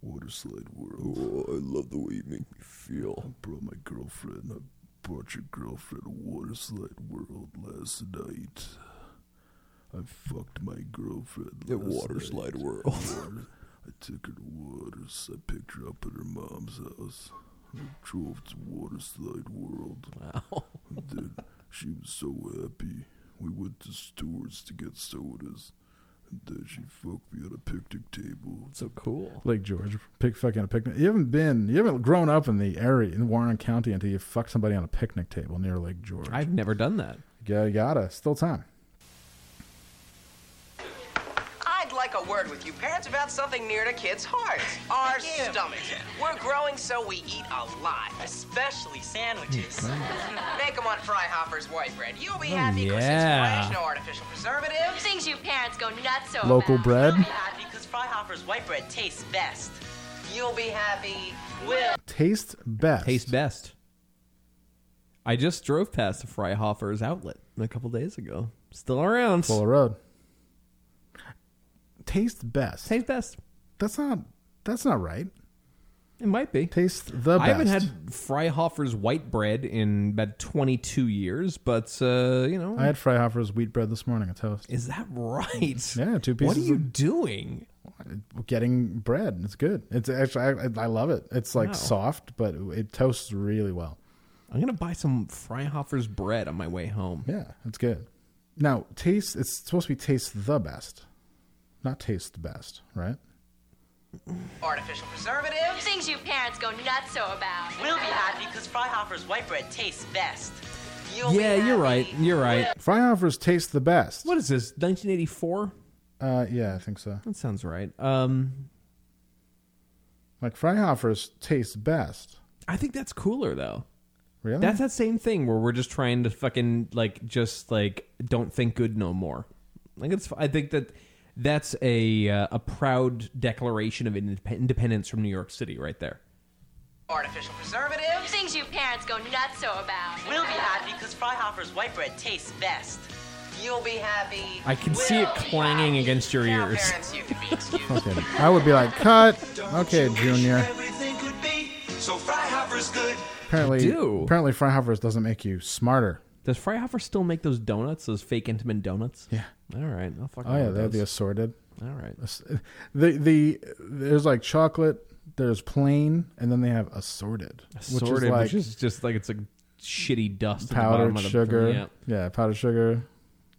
[SPEAKER 2] water slide world. Oh, I love the way you make me feel. I brought my girlfriend. I brought your girlfriend to water slide world last night. I fucked my girlfriend.
[SPEAKER 3] At water slide world. [laughs]
[SPEAKER 2] I took her to waters. I picked her up at her mom's house. I drove to water slide world. Wow. Then she was so happy. We went to Stewart's to get sodas. And then she fucked me at a picnic table.
[SPEAKER 3] So cool.
[SPEAKER 2] Lake George, pick fucking a picnic. You haven't been, you haven't grown up in the area in Warren County until you fuck somebody on a picnic table near Lake George.
[SPEAKER 3] I've never done that.
[SPEAKER 2] Yeah, you gotta. Still time.
[SPEAKER 17] I'd like a word with you parents about something near to kids' hearts our stomachs. We're growing, so we eat a lot, especially sandwiches. Make them on Fry Hopper's white bread. You'll be
[SPEAKER 2] Oh,
[SPEAKER 17] happy 'cause
[SPEAKER 2] yeah.
[SPEAKER 17] it's fresh, no artificial preservatives. Things you parents go nuts
[SPEAKER 2] over. Local bread?
[SPEAKER 17] Happy because Fry Hopper's white bread tastes best. You'll be happy. Will.
[SPEAKER 2] Taste best.
[SPEAKER 3] Taste best. I just drove past Freihoffer's outlet a couple days ago. Still around. Full
[SPEAKER 2] road. Taste best.
[SPEAKER 3] Taste best.
[SPEAKER 2] That's not. That's not right.
[SPEAKER 3] It might be.
[SPEAKER 2] Taste the
[SPEAKER 3] I haven't
[SPEAKER 2] best.
[SPEAKER 3] had Freihoffer's white bread in about 22 years, but uh, you know,
[SPEAKER 2] I had Freihoffer's wheat bread this morning, a toast.
[SPEAKER 3] Is that right?
[SPEAKER 2] [laughs] Yeah, two pieces.
[SPEAKER 3] What are you
[SPEAKER 2] of-
[SPEAKER 3] doing?
[SPEAKER 2] Getting bread. It's good. It's actually, I, I love it. It's like
[SPEAKER 3] Wow.
[SPEAKER 2] soft, but it toasts really well.
[SPEAKER 3] I'm gonna buy some Freihoffer's bread on my way home.
[SPEAKER 2] Yeah, it's good. Now, taste, it's supposed to be taste the best, not taste best, right?
[SPEAKER 17] Artificial preservatives.
[SPEAKER 15] Things you parents go nuts about.
[SPEAKER 17] We'll be happy because Fry Hopper's white bread tastes best. You'll
[SPEAKER 3] Yeah, you're right. You're right.
[SPEAKER 2] Freihoffer's taste the best.
[SPEAKER 3] What is this? 1984?
[SPEAKER 2] Uh, yeah, I think so.
[SPEAKER 3] That sounds right. Um,
[SPEAKER 2] like Freihoffer's tastes best.
[SPEAKER 3] I think that's cooler though.
[SPEAKER 2] Really?
[SPEAKER 3] That's that same thing where we're just trying to fucking like just like don't think good no more. Like it's I think that that's a uh, a proud declaration of indep- independence from New York City right there.
[SPEAKER 17] Artificial preservatives. Things you parents go nuts about. We'll be happy because Fry Hopper's white bread tastes best. You'll be happy.
[SPEAKER 3] I can see it clanging against your ears.
[SPEAKER 17] Parents, you can
[SPEAKER 3] [laughs]
[SPEAKER 17] be excused.
[SPEAKER 2] Okay. I would be like, cut. Okay, Junior.
[SPEAKER 1] Everything could be so Fry Hopper's good.
[SPEAKER 2] Apparently,
[SPEAKER 3] do.
[SPEAKER 2] apparently Freihoffer's doesn't make you smarter.
[SPEAKER 3] Does Freihoffer still make those donuts, those fake Intamin donuts?
[SPEAKER 2] Yeah.
[SPEAKER 3] All right. I'll fucking
[SPEAKER 2] Oh yeah,
[SPEAKER 3] order
[SPEAKER 2] they're the
[SPEAKER 3] those.
[SPEAKER 2] assorted.
[SPEAKER 3] All right.
[SPEAKER 2] The the there's like chocolate, there's plain, and then they have assorted,
[SPEAKER 3] Assorted, which is just like it's a shitty dust. at the bottom
[SPEAKER 2] powdered
[SPEAKER 3] of the-
[SPEAKER 2] sugar.
[SPEAKER 3] Yeah.
[SPEAKER 2] yeah, powdered sugar,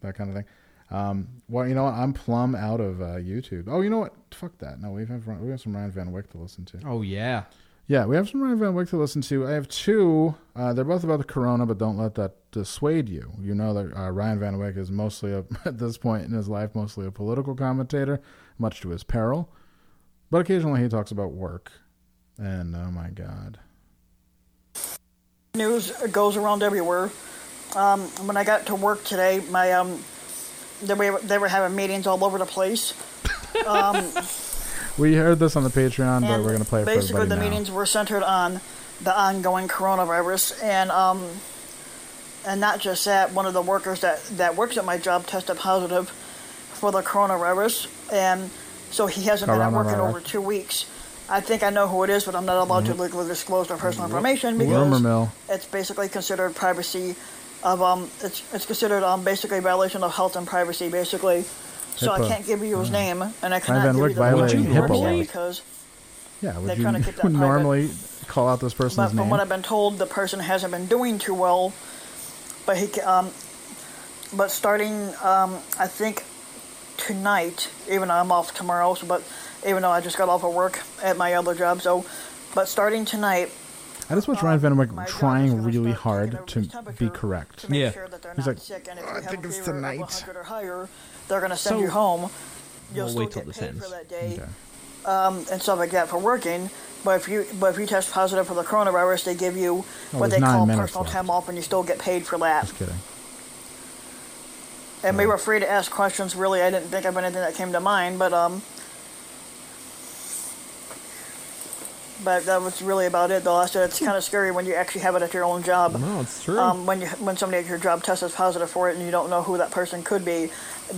[SPEAKER 2] that kind of thing. Um, well, you know what? I'm plumb out of uh, YouTube. Oh, you know what? Fuck that. No, we have we have some Ryan Van Wyck to listen to.
[SPEAKER 3] Oh yeah.
[SPEAKER 2] Yeah, we have some Ryan Van Wyck to listen to. I have two. Uh, they're both about the corona, but don't let that dissuade you. You know that uh, Ryan Van Wyck is mostly, a, [laughs] at this point in his life, mostly a political commentator, much to his peril. But occasionally he talks about work. And oh my God.
[SPEAKER 13] news goes around everywhere. Um, when I got to work today, my um, they were they were having meetings all over the place. Um,
[SPEAKER 2] We heard this on the Patreon, but we're going to play it for
[SPEAKER 13] basically,
[SPEAKER 2] everybody
[SPEAKER 13] the
[SPEAKER 2] now.
[SPEAKER 13] meetings were centered on the ongoing coronavirus, and um, and not just that. One of the workers that that works at my job tested positive for the coronavirus, and so he hasn't been at work in
[SPEAKER 2] Coronavirus.
[SPEAKER 13] over two weeks. I think I know who it is, but I'm not allowed
[SPEAKER 2] Mhm.
[SPEAKER 13] to legally disclose their personal
[SPEAKER 2] Ru-
[SPEAKER 13] information
[SPEAKER 2] Mm-hmm. rumor
[SPEAKER 13] because
[SPEAKER 2] mill.
[SPEAKER 13] it's basically considered privacy of um it's it's considered um basically violation of health and privacy basically. So I
[SPEAKER 2] HIPAA. Mm.
[SPEAKER 13] can't give you his name and I
[SPEAKER 2] Ryan Van
[SPEAKER 13] cannot give
[SPEAKER 2] Wyck
[SPEAKER 13] you the
[SPEAKER 2] violating
[SPEAKER 13] website
[SPEAKER 2] HIPAA laws.
[SPEAKER 13] because
[SPEAKER 2] Yeah,
[SPEAKER 13] they're
[SPEAKER 2] would you [laughs]
[SPEAKER 13] trying to keep that
[SPEAKER 2] would
[SPEAKER 13] private.
[SPEAKER 2] normally call out this
[SPEAKER 13] but
[SPEAKER 2] person's
[SPEAKER 13] from
[SPEAKER 2] name?
[SPEAKER 13] what I've been told, the person hasn't been doing too well. But he, ca- um, but starting, um, I think tonight, even though I'm off tomorrow, so, but even though I just got off of work at my other job, so, but starting tonight, um,
[SPEAKER 2] I just watch
[SPEAKER 13] Oh,
[SPEAKER 2] Ryan Van Wyck trying really hard to be correct.
[SPEAKER 13] make sure that they're
[SPEAKER 2] He's
[SPEAKER 13] not
[SPEAKER 2] like,
[SPEAKER 13] sick, and if
[SPEAKER 2] "Oh,
[SPEAKER 13] you
[SPEAKER 2] I
[SPEAKER 13] have
[SPEAKER 2] think
[SPEAKER 13] a
[SPEAKER 2] it's
[SPEAKER 13] fever of
[SPEAKER 2] tonight."
[SPEAKER 13] 100 or higher, they're going to send
[SPEAKER 2] So-
[SPEAKER 13] you home. You'll
[SPEAKER 3] We'll
[SPEAKER 13] still
[SPEAKER 3] wait till
[SPEAKER 13] get
[SPEAKER 3] this
[SPEAKER 13] paid
[SPEAKER 3] ends.
[SPEAKER 13] for that day, um, and stuff like that for working. But if you but if you test positive for the coronavirus, they give
[SPEAKER 2] Oh,
[SPEAKER 13] you what
[SPEAKER 2] there's
[SPEAKER 13] they
[SPEAKER 2] nine
[SPEAKER 13] call
[SPEAKER 2] minutes
[SPEAKER 13] personal
[SPEAKER 2] left.
[SPEAKER 13] time off, and you still get paid for that.
[SPEAKER 2] Just kidding.
[SPEAKER 13] And we were free to ask questions. Really, I didn't think of anything that came to mind, but um, but that was really about it. Though I said
[SPEAKER 2] Hmm.
[SPEAKER 13] it's kind of scary when you actually have it at your own job.
[SPEAKER 3] No, it's true.
[SPEAKER 13] Um, when you when somebody at your job tests positive for it and you don't know who that person could be,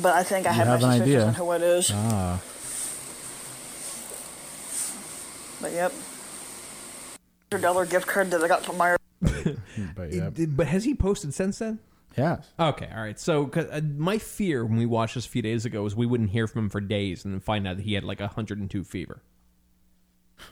[SPEAKER 13] but I think I
[SPEAKER 2] you
[SPEAKER 13] have,
[SPEAKER 2] have an
[SPEAKER 13] my suspicions
[SPEAKER 2] idea.
[SPEAKER 13] on who it is.
[SPEAKER 2] Ah,
[SPEAKER 13] But yep. Hundred dollar gift card that I got from my
[SPEAKER 2] but,
[SPEAKER 3] has he posted since then?
[SPEAKER 2] Yes.
[SPEAKER 3] Okay. All right. So 'cause, uh, my fear when we watched this a few days ago was we wouldn't hear from him for days and then find out that he had like a 102 fever. [laughs]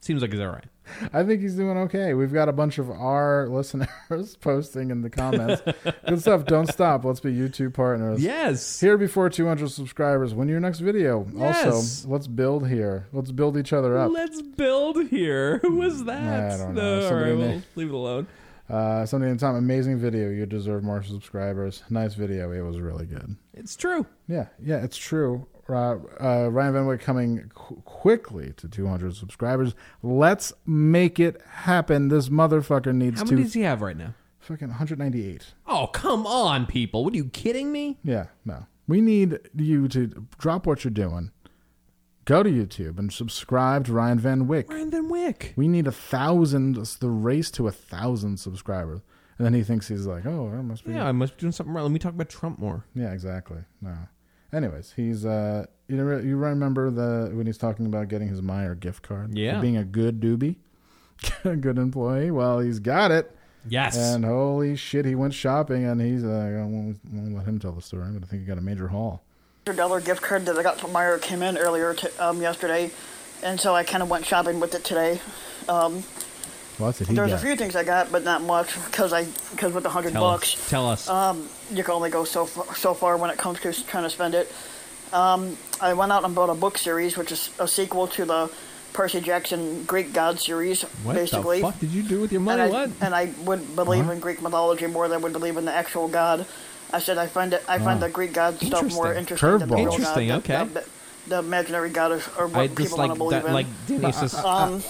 [SPEAKER 3] Seems like he's all right.
[SPEAKER 2] I think he's doing okay. We've got a bunch of our [laughs] listeners posting in the
[SPEAKER 3] [laughs]
[SPEAKER 2] comments. Good stuff. Don't stop. Let's be YouTube partners.
[SPEAKER 3] Yes.
[SPEAKER 2] Here before 200 subscribers. When your next video.
[SPEAKER 3] Yes.
[SPEAKER 2] Also, let's build here. Let's build each other up. Mm,
[SPEAKER 3] Let's build here. Who was that?
[SPEAKER 2] I don't know.
[SPEAKER 3] No, all
[SPEAKER 2] Somebody
[SPEAKER 3] right,
[SPEAKER 2] named-
[SPEAKER 3] we'll leave it alone.
[SPEAKER 2] Uh, something in time. Amazing video. You deserve more subscribers. Nice video. It was really good.
[SPEAKER 3] It's true.
[SPEAKER 2] Yeah, yeah, it's true. Uh, uh, Ryan Van Wyck coming qu- quickly to 200 subscribers. Let's make it happen. This motherfucker needs
[SPEAKER 3] How
[SPEAKER 2] to.
[SPEAKER 3] many does he have right now?
[SPEAKER 2] Fucking 198.
[SPEAKER 3] Oh, come on, people. What are you kidding me?
[SPEAKER 2] Yeah, no. We need you to drop what you're doing. Go to YouTube and subscribe to Ryan Van Wyck.
[SPEAKER 3] Ryan Van Wyck.
[SPEAKER 2] We need a thousand. It's the race to a thousand subscribers. And then he thinks he's like, oh, I must be.
[SPEAKER 3] Yeah, I must be doing something right. Let me talk about Trump more.
[SPEAKER 2] Yeah, exactly. No. Anyways, he's uh, you know, you remember the when he's talking about getting his Meyer gift card? for
[SPEAKER 3] Yeah.
[SPEAKER 2] being a good doobie, [laughs] a good employee. Well, he's got it.
[SPEAKER 3] Yes.
[SPEAKER 2] And uh, holy shit, he went shopping, and he's uh, I won't, won't let him tell the story, but I think he got a major haul.
[SPEAKER 13] hundred dollar gift card that I got from Meyer came in earlier t- um, yesterday, and so I kind of went shopping with it today. Um,
[SPEAKER 2] Lots did he
[SPEAKER 13] there's
[SPEAKER 2] got?
[SPEAKER 13] a few things I got, but not much because I because with the hundred
[SPEAKER 3] Tell
[SPEAKER 13] bucks,
[SPEAKER 3] us. Tell us.
[SPEAKER 13] um, you can only go so far, so far when it comes to trying to spend it. Um, I went out and bought a book series, which is a sequel to the Percy Jackson Greek God series,
[SPEAKER 3] What
[SPEAKER 13] basically.
[SPEAKER 3] the fuck did you do with your money?
[SPEAKER 13] And I,
[SPEAKER 3] what?
[SPEAKER 13] and I would believe
[SPEAKER 3] What?
[SPEAKER 13] in Greek mythology more than I would believe in the actual God. I said I find it. I find
[SPEAKER 3] Wow.
[SPEAKER 13] the Greek God stuff more
[SPEAKER 3] Interesting.
[SPEAKER 13] interesting than the
[SPEAKER 3] Curveball.
[SPEAKER 13] real
[SPEAKER 3] Interesting,
[SPEAKER 13] God.
[SPEAKER 3] okay.
[SPEAKER 13] The, the, the imaginary God is or what
[SPEAKER 3] I
[SPEAKER 13] people
[SPEAKER 3] just
[SPEAKER 13] want
[SPEAKER 3] like
[SPEAKER 13] to believe
[SPEAKER 3] that-
[SPEAKER 13] in.
[SPEAKER 3] like
[SPEAKER 13] [laughs]
[SPEAKER 3] Denise is-
[SPEAKER 13] um,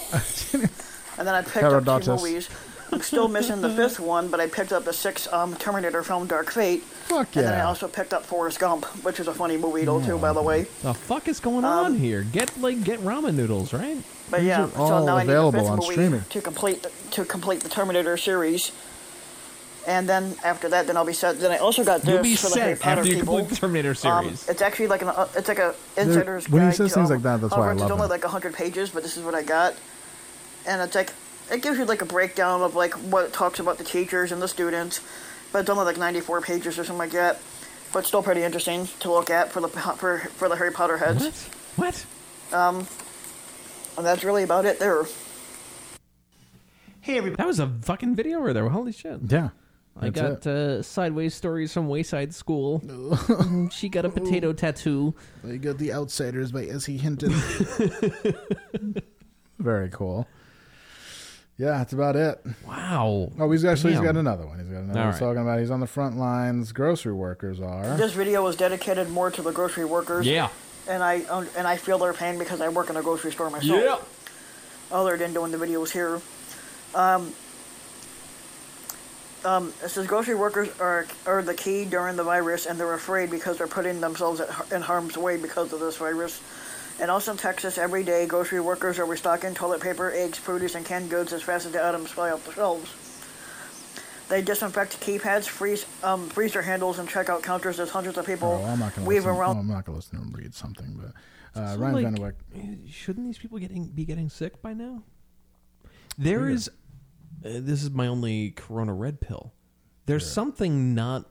[SPEAKER 3] [laughs]
[SPEAKER 13] and then I picked up two
[SPEAKER 3] Herodotus.
[SPEAKER 13] movies. I'm still missing the fifth one, but I picked up the sixth um, Terminator film, Dark Fate.
[SPEAKER 2] Fuck
[SPEAKER 13] And then I
[SPEAKER 3] yeah.
[SPEAKER 13] also picked up Forrest Gump, which is a funny movie though too, by the way.
[SPEAKER 3] The fuck is going on here? Get like get ramen noodles, right?
[SPEAKER 13] But yeah, so now I need the fifth movie to complete the, to complete the Terminator series. And then after that, then I'll be set. Then I also got this
[SPEAKER 3] You'll be
[SPEAKER 13] for the Harry
[SPEAKER 3] set
[SPEAKER 13] Potter
[SPEAKER 3] after you
[SPEAKER 13] people.
[SPEAKER 3] complete the Terminator
[SPEAKER 13] Um,
[SPEAKER 3] series.
[SPEAKER 13] it's actually like an uh, it's like a
[SPEAKER 2] There-
[SPEAKER 13] insider's
[SPEAKER 2] when he
[SPEAKER 13] guide.
[SPEAKER 2] says
[SPEAKER 13] to
[SPEAKER 2] things
[SPEAKER 13] all-
[SPEAKER 2] like that, that's
[SPEAKER 13] all
[SPEAKER 2] why I
[SPEAKER 13] runs.
[SPEAKER 2] love
[SPEAKER 13] It's only
[SPEAKER 2] him.
[SPEAKER 13] like hundred pages, but this is what I got. And it's like it gives you like a breakdown of like what it talks about the teachers and the students, but it's only like 94 pages or something like that. But still pretty interesting to look at for the for, for the Harry Potter heads.
[SPEAKER 3] What?
[SPEAKER 13] Um, and that's really about it there.
[SPEAKER 3] Hey, everybody. That was a fucking video right there. Holy shit.
[SPEAKER 2] Yeah.
[SPEAKER 3] I
[SPEAKER 2] That's
[SPEAKER 3] got uh, sideways stories from Wayside School. she got a potato tattoo.
[SPEAKER 18] I got The Outsiders by
[SPEAKER 2] E.
[SPEAKER 18] S.E. Hinton.
[SPEAKER 2] Very cool. Yeah, that's about it.
[SPEAKER 3] Wow.
[SPEAKER 2] Oh, he's actually he's
[SPEAKER 18] Damn.
[SPEAKER 2] got another one. He's got another
[SPEAKER 18] All
[SPEAKER 2] one
[SPEAKER 18] right.
[SPEAKER 2] he's talking about. He's on the front lines. Grocery workers are.
[SPEAKER 13] This video was dedicated more to the grocery workers.
[SPEAKER 2] Yeah.
[SPEAKER 13] And I um, and I feel their pain because I work in a grocery store myself.
[SPEAKER 3] Yeah.
[SPEAKER 13] Other than doing the videos here, um, um, it says grocery workers are are the key during the virus, and they're afraid because they're putting themselves at, har- in harm's way because of this virus. And also in Texas, every day grocery workers are restocking toilet paper, eggs, produce, and canned goods as fast as the items fly off the shelves. They disinfect keypads, freeze um, freezer handles, and checkout counters as hundreds of people
[SPEAKER 2] Oh, I'm not gonna
[SPEAKER 13] weave
[SPEAKER 2] listen.
[SPEAKER 13] around.
[SPEAKER 2] oh, I'm not gonna listen to him read something, but uh,
[SPEAKER 3] So,
[SPEAKER 2] Ryan
[SPEAKER 3] like,
[SPEAKER 2] Vanderwick.
[SPEAKER 3] Shouldn't these people getting be getting sick by now? There is. Uh, this is my only Corona red pill. There's something not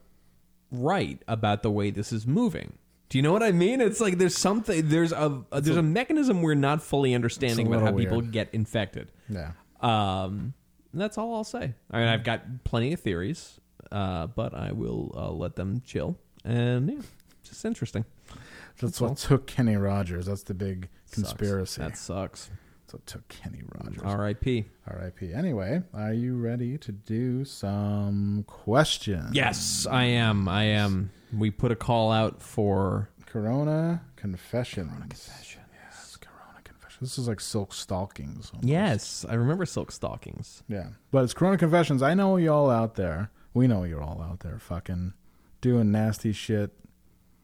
[SPEAKER 3] right about the way this is moving. Do you know what I mean? It's like there's something. There's a, a there's a, mechanism we're not fully understanding about how
[SPEAKER 2] little
[SPEAKER 3] people
[SPEAKER 2] weird.
[SPEAKER 3] get infected.
[SPEAKER 2] Yeah.
[SPEAKER 3] Um. and That's all I'll say. I mean, I've got plenty of theories, uh, but I will uh, let them chill. And yeah, just interesting.
[SPEAKER 2] That's what took Kenny Rogers. That's the big
[SPEAKER 3] Sucks.
[SPEAKER 2] conspiracy.
[SPEAKER 3] That sucks.
[SPEAKER 2] So it took Kenny Rogers.
[SPEAKER 3] R.I.P.
[SPEAKER 2] R.I.P. Anyway, are you ready to do some questions?
[SPEAKER 3] Yes, I am. I am. We put a call out for
[SPEAKER 2] Corona confessions. Corona confessions. Yes, Corona confessions. This is like silk stockings.
[SPEAKER 3] Yes, I remember silk stockings.
[SPEAKER 2] Yeah. But it's Corona Confessions. I know y'all out there. We know you're all out there fucking doing nasty shit.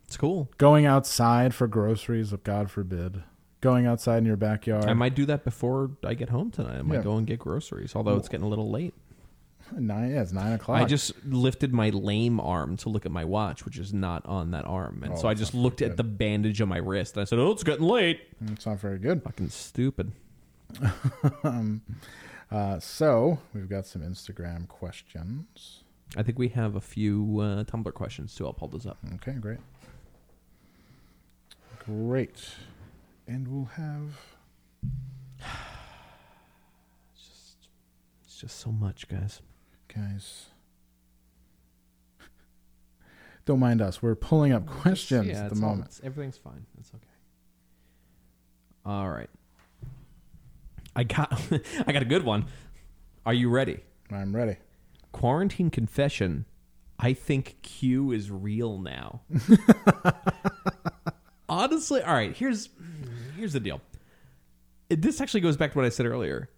[SPEAKER 3] It's cool.
[SPEAKER 2] Going outside for groceries, if God forbid. Going outside in your backyard.
[SPEAKER 3] I might do that before I get home tonight. I might
[SPEAKER 2] Yeah.
[SPEAKER 3] go and get groceries, although it's getting a little late.
[SPEAKER 2] Nine, yeah, it's nine o'clock.
[SPEAKER 3] I just lifted my lame arm to look at my watch, which is not on that arm. And
[SPEAKER 2] Oh,
[SPEAKER 3] so I
[SPEAKER 2] that's
[SPEAKER 3] just
[SPEAKER 2] not
[SPEAKER 3] looked
[SPEAKER 2] very
[SPEAKER 3] at
[SPEAKER 2] good.
[SPEAKER 3] the bandage on my wrist. And I said, oh, it's getting late.
[SPEAKER 2] It's not very good.
[SPEAKER 3] Fucking stupid.
[SPEAKER 2] um, uh, so we've got some Instagram questions.
[SPEAKER 3] I think we have a few uh, Tumblr questions too. I'll pull those up.
[SPEAKER 2] Okay, great. Great. And we'll have
[SPEAKER 3] It's just so much, guys.
[SPEAKER 2] guys. [laughs] Don't mind us. We're pulling up questions
[SPEAKER 3] Yeah,
[SPEAKER 2] at the
[SPEAKER 3] it's all-
[SPEAKER 2] moment.
[SPEAKER 3] it's- everything's fine. It's okay. All right. I got [laughs] I got a good one. Are you ready?
[SPEAKER 2] I'm ready.
[SPEAKER 3] Quarantine confession. I think Q is real now. Honestly, all right, here's here's the deal. This actually goes back to what I said earlier.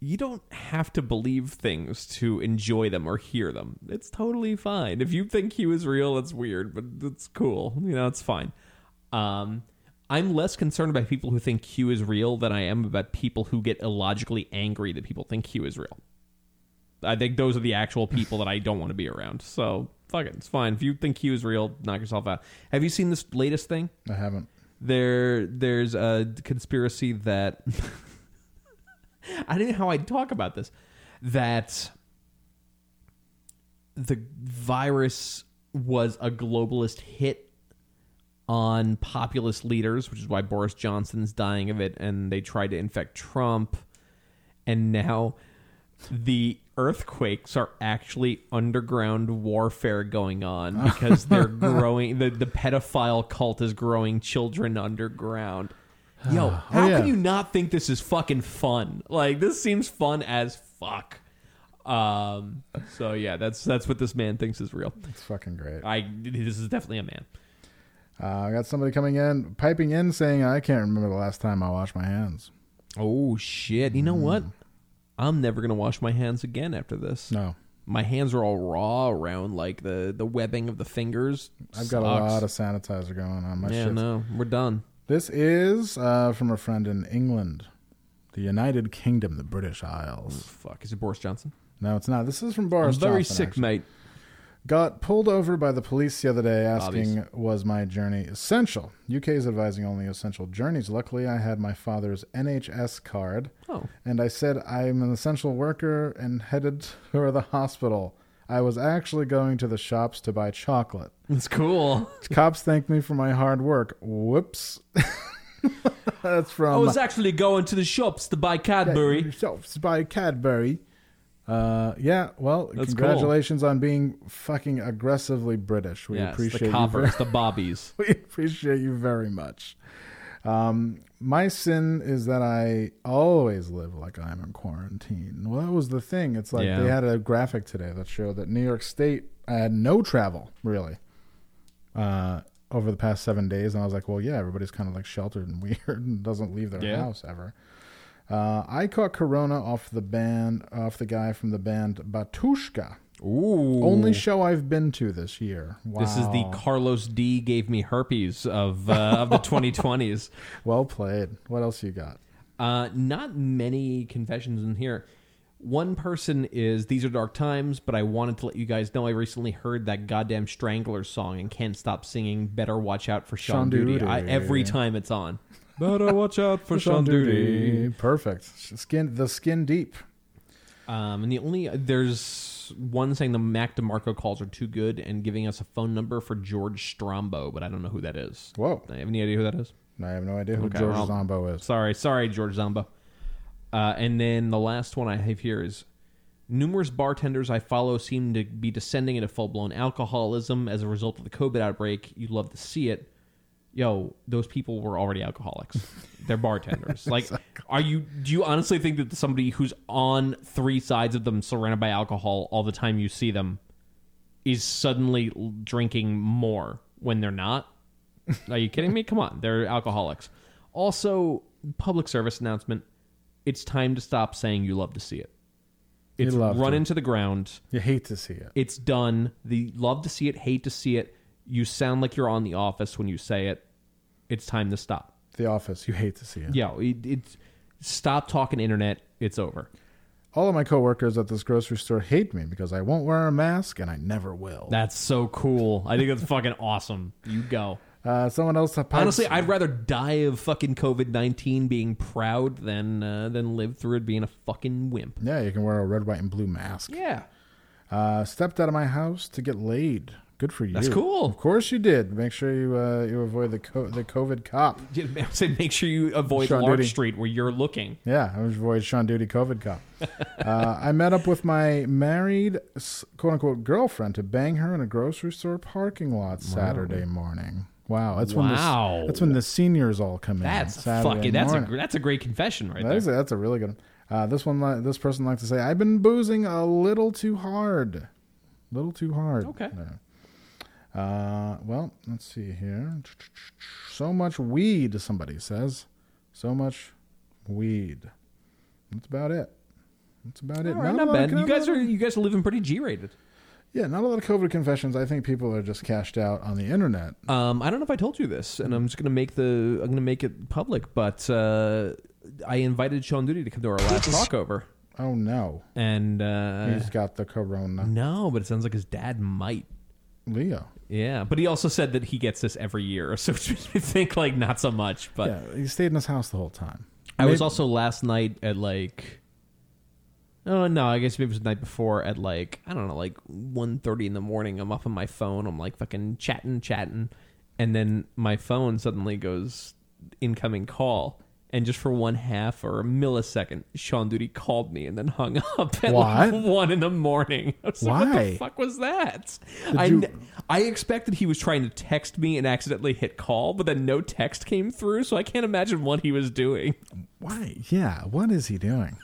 [SPEAKER 3] You don't have to believe things to enjoy them or hear them. It's totally fine. If you think Q is real, that's weird, but it's cool. You know, it's fine. Um, I'm less concerned about people who think Q is real than I am about people who get illogically angry that people think Q is real. I think those are the actual people that I don't want to be around. So fuck it, it's fine. If you think Q is real, knock yourself out. Have you seen this latest thing?
[SPEAKER 2] I haven't.
[SPEAKER 3] There, there's a conspiracy that [laughs] I don't know how I'd talk about this. That the virus was a globalist hit on populist leaders, which is why Boris Johnson's dying of it, and they tried to infect Trump. And now the earthquakes are actually underground warfare going on because they're growing the, the pedophile cult is growing children underground. Yo, how
[SPEAKER 2] yeah.
[SPEAKER 3] can you not think this is fucking fun? Like this seems fun as fuck. Um so yeah, that's that's what this man thinks is real.
[SPEAKER 2] It's fucking great.
[SPEAKER 3] I this is definitely a man.
[SPEAKER 2] Uh, I got somebody coming in, piping in, saying, "I can't remember the last time I washed my hands."
[SPEAKER 3] Oh shit! You know what? I'm never gonna wash my hands again after this.
[SPEAKER 2] Hmm. No,
[SPEAKER 3] my hands are all raw around like the the webbing of the fingers.
[SPEAKER 2] I've got a
[SPEAKER 3] Sucks.
[SPEAKER 2] lot of sanitizer going on. My
[SPEAKER 3] yeah,
[SPEAKER 2] shit's-
[SPEAKER 3] no, we're done.
[SPEAKER 2] This is uh, from a friend in England, the United Kingdom, the British Isles.
[SPEAKER 3] fuck, is it Boris Johnson?
[SPEAKER 2] No, it's not. This is from Boris.
[SPEAKER 3] I'm very
[SPEAKER 2] Johnson,
[SPEAKER 3] sick,
[SPEAKER 2] actually.
[SPEAKER 3] mate.
[SPEAKER 2] Got pulled over by the police the other day asking,
[SPEAKER 3] Bobby's.
[SPEAKER 2] was my journey essential? UK is advising only essential journeys. Luckily, I had my father's NHS card.
[SPEAKER 3] Oh.
[SPEAKER 2] [laughs] And I said, I'm an essential worker and headed for the hospital. I was actually going to the shops to buy
[SPEAKER 3] [laughs]
[SPEAKER 2] chocolate. [laughs]
[SPEAKER 3] That's cool.
[SPEAKER 2] Cops thanked me for my hard work. Whoops. [laughs] That's from.
[SPEAKER 3] I was actually going to the shops to buy Cadbury.
[SPEAKER 2] Shops to buy Cadbury. Uh, yeah. Well,
[SPEAKER 3] That's
[SPEAKER 2] congratulations on being fucking aggressively British. We
[SPEAKER 3] Yes,
[SPEAKER 2] appreciate
[SPEAKER 3] the
[SPEAKER 2] you [laughs]
[SPEAKER 3] coppers,
[SPEAKER 2] very-
[SPEAKER 3] the bobbies.
[SPEAKER 2] we appreciate you very much. Um, my sin is that I always live like I'm in quarantine. Well, that was the thing. It's like
[SPEAKER 3] Yeah.
[SPEAKER 2] they had a graphic today that showed that New York State had no travel really uh, over the past seven days, and I was like, well, yeah, everybody's kind of like sheltered and [laughs] weird and doesn't leave their
[SPEAKER 3] Yeah.
[SPEAKER 2] house ever. Uh, I caught Corona off the band, off the guy from the band Batushka.
[SPEAKER 3] Ooh.
[SPEAKER 2] Only show I've been to this year. Wow.
[SPEAKER 3] This is the Carlos D gave me herpes of uh,
[SPEAKER 2] [laughs]
[SPEAKER 3] of the 2020s.
[SPEAKER 2] well played. What else you got?
[SPEAKER 3] Uh, not many confessions in here. One person is these are dark times, but I wanted to let you guys know I recently heard that goddamn Strangler song and can't stop singing. Better watch out for Sean,
[SPEAKER 2] Sean
[SPEAKER 3] Duty.
[SPEAKER 2] Duty.
[SPEAKER 3] I, every time it's on.
[SPEAKER 2] Better watch out
[SPEAKER 3] for Sean Duty.
[SPEAKER 2] Perfect. Skin the skin deep.
[SPEAKER 3] Um, and the only there's one saying the Mac DeMarco calls are too good and giving us a phone number for George Strombo, but I don't know who that is.
[SPEAKER 2] Whoa!
[SPEAKER 3] Do you have any idea who that is?
[SPEAKER 2] I have no idea who George Zombo is.
[SPEAKER 3] Sorry, sorry, George Zombo. Uh, and then the last one I have here is numerous bartenders I follow seem to be descending into full blown alcoholism as a result of the COVID outbreak. You love to see it. Yo, those people were already alcoholics. They're bartenders. like, are you? Do you honestly think that somebody who's on three sides of them, surrounded by alcohol all the time you see them, is suddenly l- drinking more when they're not? Are you kidding me? Come on, they're alcoholics. Also, public service announcement: It's time to stop saying you love to see it.
[SPEAKER 2] You
[SPEAKER 3] It's
[SPEAKER 2] love
[SPEAKER 3] run
[SPEAKER 2] to.
[SPEAKER 3] into the ground.
[SPEAKER 2] You hate to see it.
[SPEAKER 3] It's done. The love to see it, hate to see it. You sound like you're on the office when you say it. It's time to stop.
[SPEAKER 2] The Office. You hate to see it.
[SPEAKER 3] Yeah, it, it's stop talking internet. It's over.
[SPEAKER 2] All of my coworkers at this grocery store hate me because I won't wear a mask and I never will.
[SPEAKER 3] That's so cool. I think that's fucking awesome. You go.
[SPEAKER 2] Uh, someone else. that pipes-
[SPEAKER 3] Honestly, I'd rather die of fucking COVID nineteen being proud than uh, than live through it being a fucking wimp.
[SPEAKER 2] Yeah, you can wear a red, white, and blue mask.
[SPEAKER 3] Yeah.
[SPEAKER 2] Uh, stepped out of my house to get laid. Good for you.
[SPEAKER 3] That's cool.
[SPEAKER 2] Of course you did. Make sure you uh, you avoid the co- the COVID cop.
[SPEAKER 3] [laughs] I said, make sure you avoid
[SPEAKER 2] Sean
[SPEAKER 3] Large
[SPEAKER 2] Duty.
[SPEAKER 3] Street where you're looking.
[SPEAKER 2] Yeah, I was void Sean Duty COVID
[SPEAKER 3] [laughs]
[SPEAKER 2] cop. uh, I met up with my married s- quote unquote girlfriend to bang her in a grocery store parking lot Saturday morning. Wow, that's when
[SPEAKER 3] Wow.
[SPEAKER 2] the, that's when the seniors all come
[SPEAKER 3] That's
[SPEAKER 2] in. Saturday
[SPEAKER 3] fucking. That's a
[SPEAKER 2] morning.
[SPEAKER 3] gr- that's a great confession right
[SPEAKER 2] That is
[SPEAKER 3] there.
[SPEAKER 2] a, that's a really good one. Uh, this one, li- this person likes to say, "I've been boozing a little too hard, little too hard."
[SPEAKER 3] Okay.
[SPEAKER 2] No. Uh, well, let's see here. So much weed, somebody says. So much weed. That's about it. That's about it.
[SPEAKER 3] All right,
[SPEAKER 2] a
[SPEAKER 3] not
[SPEAKER 2] lot of
[SPEAKER 3] bad.
[SPEAKER 2] con-
[SPEAKER 3] You guys are you guys are living pretty G rated.
[SPEAKER 2] yeah, not a lot of COVID confessions. I think people are just cashed out on the internet.
[SPEAKER 3] Um, I don't know if I told you this, and I'm just gonna make the I'm gonna make it public, but uh, I invited Sean Duty to come to our last talkover,
[SPEAKER 2] Oh no,
[SPEAKER 3] and uh,
[SPEAKER 2] he's got the corona.
[SPEAKER 3] no, but it sounds like his dad might.
[SPEAKER 2] Leo.
[SPEAKER 3] Yeah, but he also said that he gets this every year, [laughs] so it makes me think like not so much. But
[SPEAKER 2] yeah, he stayed in his house the whole time.
[SPEAKER 3] I was
[SPEAKER 2] Maybe-
[SPEAKER 3] also last night at like Oh no, I guess maybe it was the night before at like I don't know, like 1.30 in the morning. I'm up on my phone, I'm like fucking chatting, chatting, and then my phone suddenly goes incoming call. And just for one half or a millisecond, Sean Duty called me and then hung [laughs] up at like
[SPEAKER 2] What?
[SPEAKER 3] one in the morning. [laughs] I was like, what the
[SPEAKER 2] Why?
[SPEAKER 3] fuck was that?
[SPEAKER 2] Did
[SPEAKER 3] I,
[SPEAKER 2] you-
[SPEAKER 3] kn- I expected he was trying to text me and accidentally hit call, but then no text came through, so I can't imagine what he was doing.
[SPEAKER 2] Why? Yeah, what is he doing?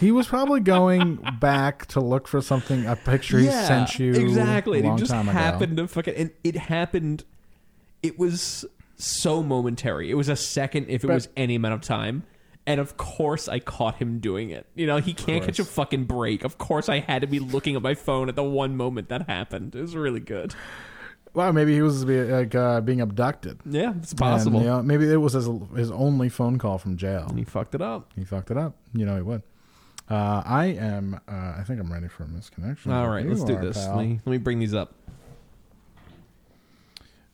[SPEAKER 2] He was probably going back to look for something, a picture he sent you
[SPEAKER 3] exactly.
[SPEAKER 2] a long
[SPEAKER 3] it just
[SPEAKER 2] time ago.
[SPEAKER 3] happened to fucking. And it happened. It was so momentary. It was a second, if it
[SPEAKER 2] But-
[SPEAKER 3] was any amount of time. And of course, I caught him doing it. You know, he can't catch a fucking break. Of course, I had to be looking at my phone at the one moment that happened. It was really good.
[SPEAKER 2] Well, maybe he was be- like uh, being abducted.
[SPEAKER 3] Yeah, it's possible.
[SPEAKER 2] And, you know, maybe it was his, his only phone call from jail. And
[SPEAKER 3] he fucked it up.
[SPEAKER 2] He fucked it up. You know he would. Uh, I am. Uh, I think I'm ready for a misconnection.
[SPEAKER 3] All right,
[SPEAKER 2] You
[SPEAKER 3] let's do
[SPEAKER 2] are,
[SPEAKER 3] this.
[SPEAKER 2] pal.
[SPEAKER 3] Let me, let me bring these up.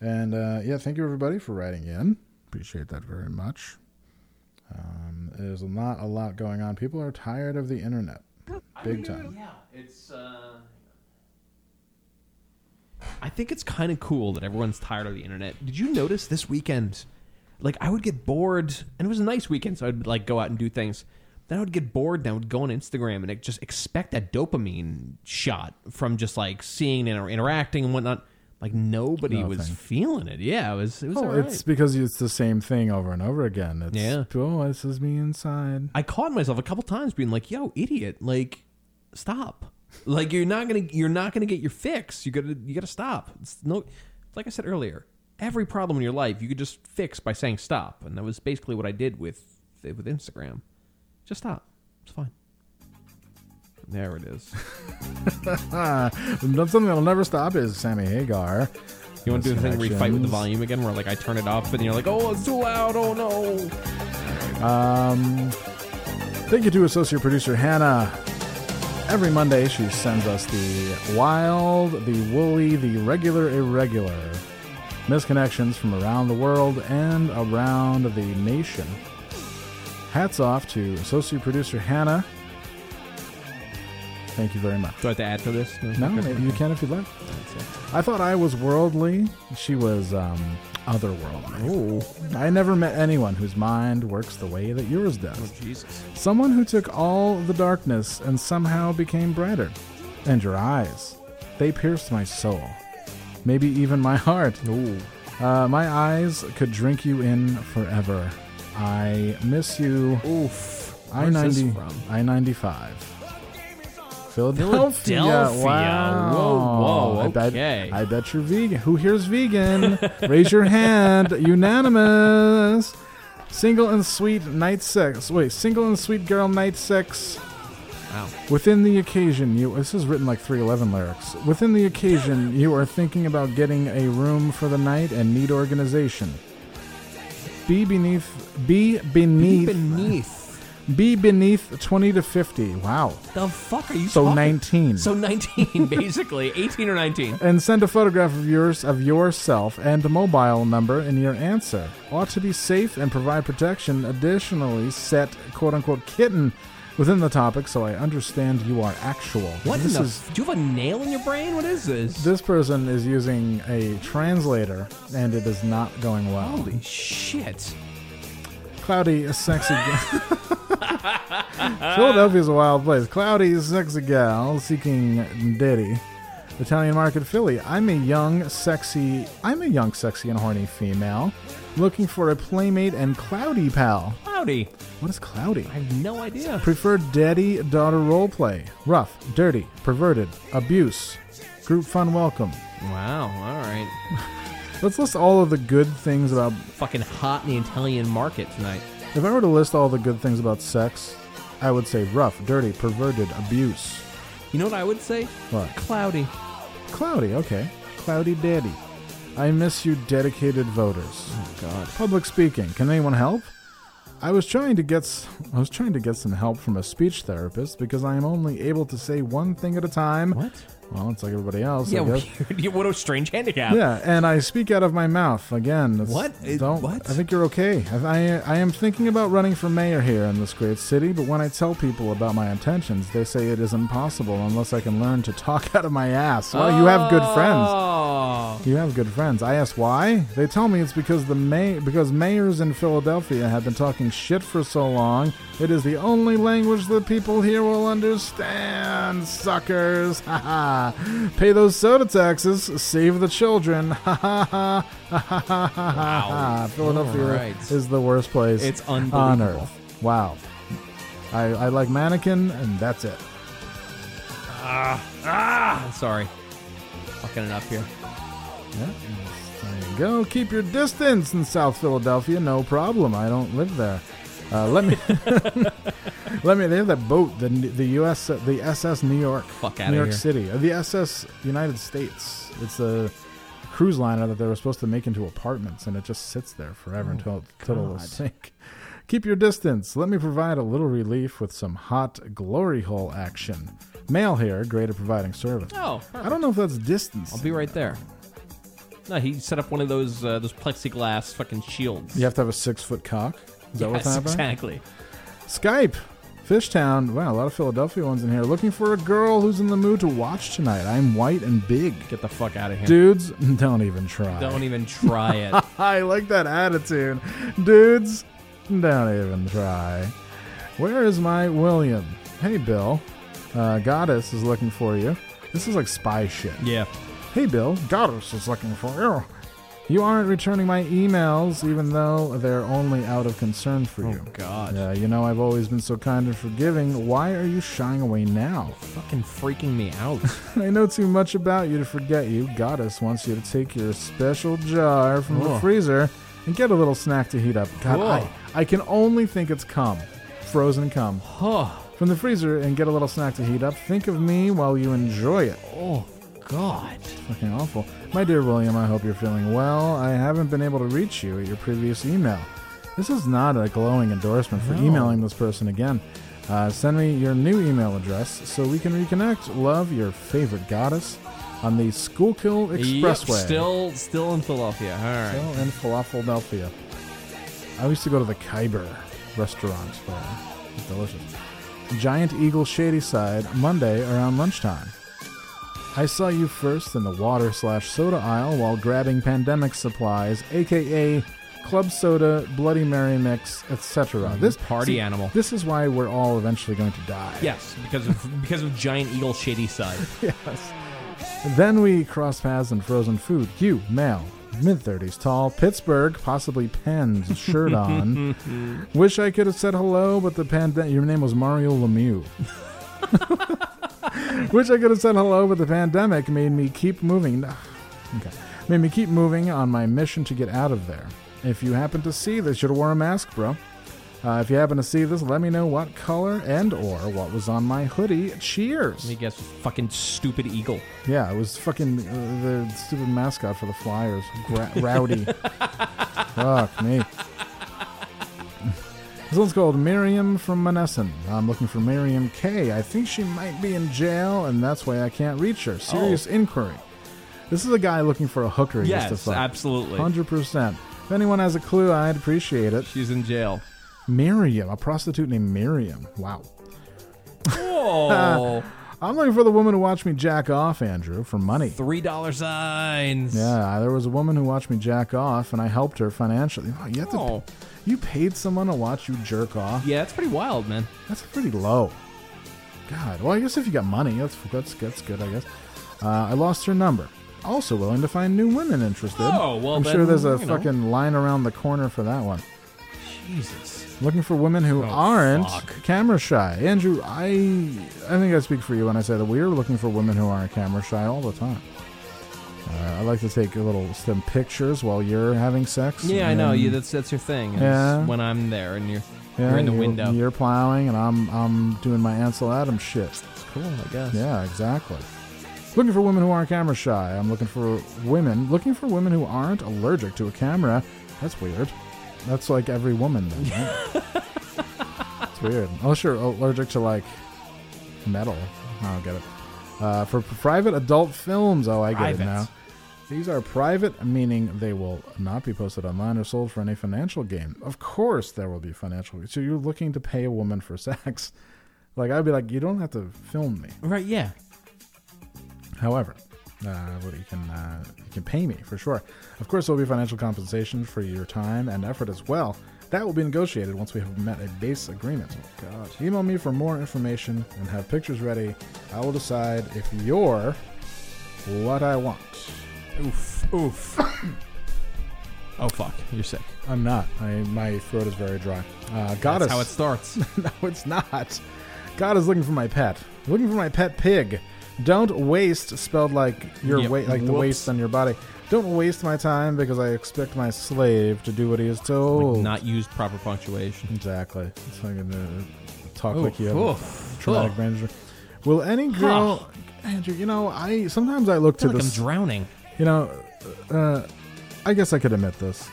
[SPEAKER 2] And uh, yeah, thank you everybody for writing in. Appreciate that very much. Um, there's not a lot going on. People are tired of the internet, big time.
[SPEAKER 3] Yeah, it's. Uh, I think it's kind of cool that everyone's tired of the internet. Did you notice this weekend? Like I would get bored, and it was a nice weekend, so I'd like go out and do things. Then I would get bored, and I would go on Instagram and like, just expect that dopamine shot from just like seeing and interacting and whatnot. Like nobody was
[SPEAKER 2] Nothing.
[SPEAKER 3] feeling it. Yeah, it was. It was.
[SPEAKER 2] oh,
[SPEAKER 3] alright.
[SPEAKER 2] it's because it's the same thing over and over again. It's,
[SPEAKER 3] Yeah.
[SPEAKER 2] Oh, this is me inside.
[SPEAKER 3] I caught myself a couple times being like, "Yo, idiot! Like, stop! Like, you're not gonna you're not gonna get your fix. You gotta you gotta stop. It's no, like I said earlier, every problem in your life you could just fix by saying stop, and that was basically what I did with with Instagram. Just stop. It's fine. There it is.
[SPEAKER 2] Something that'll never stop is Sammy Hagar.
[SPEAKER 3] You want to do the thing where you fight with the volume again, where like I turn it off, and then you're like, "Oh, it's too loud! Oh no!"
[SPEAKER 2] Um, thank you to associate producer Hannah. Every Monday, she sends us the wild, the woolly, the regular, irregular misconnections from around the world and around the nation. Hats off to associate producer Hannah. Thank you very much.
[SPEAKER 3] Do I have to add for this?
[SPEAKER 2] No, you can if you'd like. I thought I was worldly. She was um, otherworldly. I never met anyone whose mind works the way that yours does.
[SPEAKER 3] Oh, Jesus.
[SPEAKER 2] Someone who took all the darkness and somehow became brighter. And your eyes. They pierced my soul. Maybe even my heart. Uh, my eyes could drink you in forever. I miss you. Oof. I
[SPEAKER 3] Where's this
[SPEAKER 2] ninety.
[SPEAKER 3] from?
[SPEAKER 2] I ninety five. Philadelphia.
[SPEAKER 3] Philadelphia.
[SPEAKER 2] Wow.
[SPEAKER 3] Whoa, whoa,
[SPEAKER 2] I bet, I bet you're vegan. Who here's vegan?
[SPEAKER 3] [laughs]
[SPEAKER 2] Raise your hand. Unanimous. Single and sweet night sex. Wait, single and sweet girl night sex.
[SPEAKER 3] Wow.
[SPEAKER 2] Within the occasion, you. This is written like 311 lyrics. Within the occasion, you are thinking about getting a room for the night and need organization. Be beneath. Be beneath. Be
[SPEAKER 3] beneath.
[SPEAKER 2] Be beneath 20 to 50. Wow.
[SPEAKER 3] The fuck are you?
[SPEAKER 2] So
[SPEAKER 3] talking-
[SPEAKER 2] 19.
[SPEAKER 3] So nineteen, [laughs] basically eighteen or nineteen.
[SPEAKER 2] and send a photograph of yours of yourself and mobile number in your answer. Ought to be safe and provide protection. Additionally, set quote unquote kitten within the topic so I understand you are actual.
[SPEAKER 3] What in
[SPEAKER 2] this
[SPEAKER 3] the?
[SPEAKER 2] is
[SPEAKER 3] f- do you have a nail in your brain? What is this?
[SPEAKER 2] this person is using a translator and it is not going well. Holy
[SPEAKER 3] shit.
[SPEAKER 2] Cloudy a sexy gal. Philadelphia's a wild place. Cloudy a sexy gal seeking daddy. Italian market Philly. I'm a young, sexy. I'm a young, sexy and horny female, looking for a playmate and cloudy pal.
[SPEAKER 3] Cloudy.
[SPEAKER 2] What is cloudy? I
[SPEAKER 3] have no idea.
[SPEAKER 2] Preferred daddy daughter role play. Rough, dirty, perverted, abuse, group fun welcome.
[SPEAKER 3] Wow. All right.
[SPEAKER 2] Let's list all of the good things about.
[SPEAKER 3] Fucking hot in the Italian market tonight.
[SPEAKER 2] If I were to list all the good things about sex, I would say rough, dirty, perverted, abuse.
[SPEAKER 3] You know what I would say?
[SPEAKER 2] What?
[SPEAKER 3] Cloudy.
[SPEAKER 2] Cloudy, okay. Cloudy Daddy. I miss you, dedicated voters. Oh
[SPEAKER 3] God.
[SPEAKER 2] Public speaking. Can anyone help? I was trying to get s- I was trying to get some help from a speech therapist because I am only able to say one thing at a time.
[SPEAKER 3] What?
[SPEAKER 2] Well, it's like everybody else.
[SPEAKER 3] yeah. [laughs]
[SPEAKER 2] I guess.
[SPEAKER 3] Weird. What a strange handicap.
[SPEAKER 2] Yeah, and I speak out of my mouth again. it's-
[SPEAKER 3] What? It-
[SPEAKER 2] Don't.
[SPEAKER 3] what?
[SPEAKER 2] I think you're okay. I, I I am thinking about running for mayor here in this great city, but when I tell people about my intentions, they say it is impossible unless I can learn to talk [laughs] out of my ass. Well, you have good
[SPEAKER 3] Oh,
[SPEAKER 2] friends. You have good friends. I ask why. They tell me it's because the may because mayors in Philadelphia have been talking shit for so long. It is the only language that people here will understand. Suckers. [laughs] Ha ha. Pay those soda taxes. Save the children. [laughs] Ha ha ha. Ha ha ha ha ha. [laughs] Philadelphia
[SPEAKER 3] All right.
[SPEAKER 2] is the worst place
[SPEAKER 3] It's
[SPEAKER 2] on
[SPEAKER 3] unbelievable.
[SPEAKER 2] earth. Wow. I, I like mannequin, and that's it.
[SPEAKER 3] Ah. Ah. Sorry. Fucking it up here.
[SPEAKER 2] Yeah. There you go. Keep your distance in South Philadelphia. No problem. I don't live there. Uh, let me. [laughs] let me. They have that boat. The the U.S. The SS New York.
[SPEAKER 3] Fuck
[SPEAKER 2] New
[SPEAKER 3] outta
[SPEAKER 2] York
[SPEAKER 3] here.
[SPEAKER 2] City. Uh, The SS United States. It's a cruise liner that they were supposed to make into apartments, and it just sits there forever
[SPEAKER 12] Oh,
[SPEAKER 2] until until it'll
[SPEAKER 12] God.
[SPEAKER 2] sink. [laughs] Keep your distance. Let me provide a little relief with some hot glory hole action. Mail here, great at providing service.
[SPEAKER 3] Oh,
[SPEAKER 2] I don't know if that's distance.
[SPEAKER 3] I'll be right there. No, he set up one of those uh, those plexiglass fucking shields.
[SPEAKER 2] You have to have a six foot cock. Is that what's
[SPEAKER 3] Yes,
[SPEAKER 2] happening?
[SPEAKER 3] exactly.
[SPEAKER 2] Skype. Fishtown, wow, a lot of Philadelphia ones in here. Looking for a girl who's in the mood to watch tonight. I'm white and big.
[SPEAKER 3] Get the fuck out of here.
[SPEAKER 2] Dudes, [laughs] don't even try.
[SPEAKER 3] Don't e- even
[SPEAKER 2] [laughs]
[SPEAKER 3] try it.
[SPEAKER 2] I like that attitude. Dudes, don't even try. Where is my William? Hey, Bill. Uh, Goddess is looking for you. This is like spy shit.
[SPEAKER 3] Yeah.
[SPEAKER 2] Hey, Bill. Goddess is looking for you. You aren't returning my emails, even though they're only out of concern for you. Oh,
[SPEAKER 3] God.
[SPEAKER 2] Yeah, you know, I've always been so kind and forgiving. Why are you shying away now? [laughs]
[SPEAKER 3] Fucking freaking me out.
[SPEAKER 2] I know too much about you to forget you. Goddess wants you to take your special jar from the
[SPEAKER 3] Cool.
[SPEAKER 2] freezer and get a little snack to heat up. God,
[SPEAKER 3] Cool.
[SPEAKER 2] I, I can only think it's cum. Frozen cum. From the freezer and get a little snack to heat up. Think of me while you enjoy it.
[SPEAKER 3] Oh, God.
[SPEAKER 2] Fucking awful. My dear William, I hope you're feeling well. I haven't been able to reach you at your previous email. This is not a glowing endorsement for
[SPEAKER 3] No.
[SPEAKER 2] emailing this person again. Uh, send me your new email address so we can reconnect. Love your favorite goddess on the Schuylkill Expressway.
[SPEAKER 3] Yep, still, still in Philadelphia. All right.
[SPEAKER 2] Still in Philadelphia. I used to go to the Khyber restaurant there. It's delicious. Giant Eagle Shady Side, Monday around lunchtime. I saw you first in the water slash soda aisle while grabbing pandemic supplies, aka club soda, Bloody Mary mix, etc. This
[SPEAKER 3] Mm-hmm. Party animal.
[SPEAKER 2] This is why we're all eventually going to die.
[SPEAKER 3] Yes, because of because of giant eagle shady side.
[SPEAKER 2] yes. Then we cross paths in frozen food. You, male, mid 30s tall, Pittsburgh, possibly pens, shirt on. Wish I could have said hello, but the pandemic. Your name was Mario Lemieux. Wish I could have said hello, but the pandemic made me keep moving. Okay. Made me keep moving on my mission to get out of there. If you happen to see this, you'd have worn a mask, bro. Uh, if you happen to see this, let me know what color and or what was on my hoodie. Cheers.
[SPEAKER 3] Let me guess, fucking stupid eagle.
[SPEAKER 2] Yeah, it was fucking uh, the stupid mascot for the Flyers,
[SPEAKER 3] [laughs]
[SPEAKER 2] Gra- Rowdy. Fuck me. This one's called Miriam from Manesson. I'm looking for Miriam K. I think she might be in jail, and that's why I can't reach
[SPEAKER 3] Oh.
[SPEAKER 2] her. Serious inquiry. This is a guy looking for a hooker. just to
[SPEAKER 3] Yes,
[SPEAKER 2] fuck.
[SPEAKER 3] absolutely.
[SPEAKER 2] 100%. If anyone has a clue, I'd appreciate it.
[SPEAKER 3] She's in jail.
[SPEAKER 2] Miriam, a prostitute named Miriam. Wow.
[SPEAKER 3] Oh,
[SPEAKER 2] I'm looking for the woman who watched me jack off, Andrew, for money.
[SPEAKER 3] [laughs] three dollar signs.
[SPEAKER 2] Yeah, Uh, there was a woman who watched me jack off, and I helped her financially. Wow, you have
[SPEAKER 3] Oh.
[SPEAKER 2] to, you paid someone to watch you jerk off.
[SPEAKER 3] Yeah, that's pretty wild, man.
[SPEAKER 2] That's pretty low. God. Well, I guess if you got money, that's that's that's good. I guess. Uh, I lost her number. Also willing to find new women interested.
[SPEAKER 3] Oh, well,
[SPEAKER 2] I'm
[SPEAKER 3] then,
[SPEAKER 2] sure there's a
[SPEAKER 3] you know.
[SPEAKER 2] fucking line around the corner for that one.
[SPEAKER 3] Jesus.
[SPEAKER 2] Looking for women who
[SPEAKER 3] Oh,
[SPEAKER 2] aren't
[SPEAKER 3] fuck.
[SPEAKER 2] camera shy. Andrew, I I think I speak for you when I say that we're looking for women who aren't camera shy all the time. Uh, I like to take a little some pictures while you're having sex.
[SPEAKER 3] Yeah, I
[SPEAKER 2] and
[SPEAKER 3] know.
[SPEAKER 2] then-
[SPEAKER 3] You that's that's your thing. is
[SPEAKER 2] Yeah.
[SPEAKER 3] When I'm there and you're
[SPEAKER 2] yeah,
[SPEAKER 3] you're in the
[SPEAKER 2] you're-
[SPEAKER 3] window.
[SPEAKER 2] You're plowing, and I'm I'm doing my Ansel Adams shit.
[SPEAKER 3] Cool, I guess.
[SPEAKER 2] Yeah, exactly. Looking for women who aren't camera shy. I'm looking for women. Looking for women who aren't allergic to a camera. That's weird. That's like every woman, then. Right? it's weird. Unless you're allergic to like metal. I don't get it. Uh, for p- private adult films. Oh, I get
[SPEAKER 3] Private.
[SPEAKER 2] it now. These are private, meaning they will not be posted online or sold for any financial gain. Of course, there will be financial. So you're looking to pay a woman for [laughs] sex. Like I'd be like, you don't have to film me.
[SPEAKER 3] Right. Yeah.
[SPEAKER 2] However, uh, well, you can uh, you can pay me for sure. Of course, there will be financial compensation for your time and effort as well. That will be negotiated once we have met a base agreement. Oh God! Email me for more information and have pictures ready. I will decide if you're what I want.
[SPEAKER 3] Oof. Oof. [coughs] oh fuck. You're sick.
[SPEAKER 2] I'm not. I, my throat is very dry. Uh, goddess.
[SPEAKER 3] how
[SPEAKER 2] [laughs]
[SPEAKER 3] it starts.
[SPEAKER 2] no, it's not. God is looking for my pet. Looking for my pet pig. Don't waste, spelled like your
[SPEAKER 3] Yep.
[SPEAKER 2] weight, like the
[SPEAKER 3] Whoops.
[SPEAKER 2] waste on your body. Don't waste my time because I expect my slave to do what he is told.
[SPEAKER 3] Like not use proper punctuation.
[SPEAKER 2] Exactly. It's like a, talk
[SPEAKER 3] Oof,
[SPEAKER 2] like you have
[SPEAKER 3] oof,
[SPEAKER 2] a traumatic
[SPEAKER 3] oof.
[SPEAKER 2] brain injury. Will any girl, Andrew? You know, I sometimes I look
[SPEAKER 3] I feel
[SPEAKER 2] to
[SPEAKER 3] like
[SPEAKER 2] this.
[SPEAKER 3] I'm drowning.
[SPEAKER 2] You know, uh, I guess I could admit this.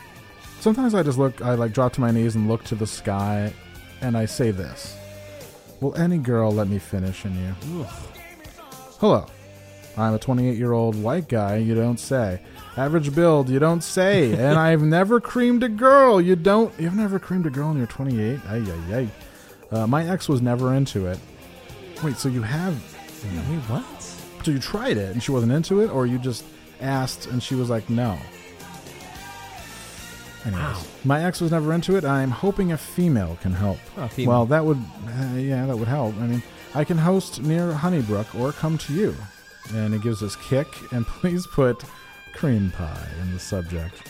[SPEAKER 2] Sometimes I just look, I like drop to my knees and look to the sky, and I say this Will any girl let me finish in you? Hello. I'm a 28 year old white guy, you don't say. Average build, you don't say. and I've never creamed a girl, you don't. You've never creamed a girl and you're 28? Ay, ay, ay. Uh, my ex was never into it. Wait, so you have?
[SPEAKER 3] wait, what?
[SPEAKER 2] So you tried it and she wasn't into it, or you just asked and she was like, no. Anyways, my ex was never into it. I'm hoping a female can help.
[SPEAKER 3] Oh, female.
[SPEAKER 2] Well, that would, uh, yeah, that would help. I mean, I can host near Honeybrook or come to you. And it gives us kick. And [laughs] please put cream pie in the subject.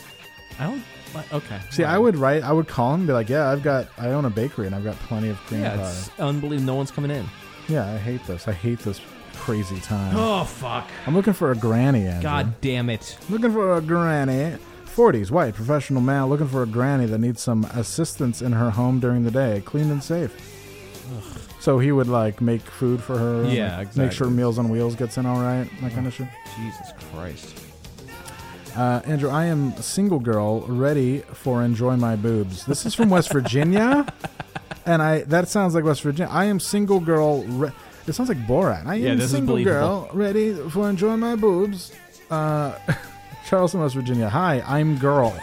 [SPEAKER 3] I don't. what- Okay.
[SPEAKER 2] See, I would write, I would call him and be like, yeah, I've got, I own a bakery and I've got plenty of cream
[SPEAKER 3] Yeah,
[SPEAKER 2] pie.
[SPEAKER 3] it's unbelievable. No one's coming in.
[SPEAKER 2] Yeah, I hate this. I hate this crazy time.
[SPEAKER 3] Oh fuck!
[SPEAKER 2] I'm looking for a granny, Andrew.
[SPEAKER 3] God damn it!
[SPEAKER 2] Looking for a granny. 40s, white, professional man looking for a granny that needs some assistance in her home during the day, clean and safe. So he would like make food for her. and,
[SPEAKER 3] Yeah,
[SPEAKER 2] like, Make sure
[SPEAKER 3] exactly.
[SPEAKER 2] Meals on Wheels gets in all right, that kind of shit.
[SPEAKER 3] Jesus Christ!
[SPEAKER 2] Uh, Andrew, I am a single girl ready for enjoy my boobs. This is from West
[SPEAKER 3] [laughs]
[SPEAKER 2] Virginia, and I that sounds like West Virginia. I am single girl. Re- it sounds like Borat. I
[SPEAKER 3] Yeah,
[SPEAKER 2] am
[SPEAKER 3] this is
[SPEAKER 2] single girl
[SPEAKER 3] believable.
[SPEAKER 2] ready for enjoy my boobs. Uh, [laughs] Charleston, West Virginia. Hi, I'm girl.
[SPEAKER 3] [laughs]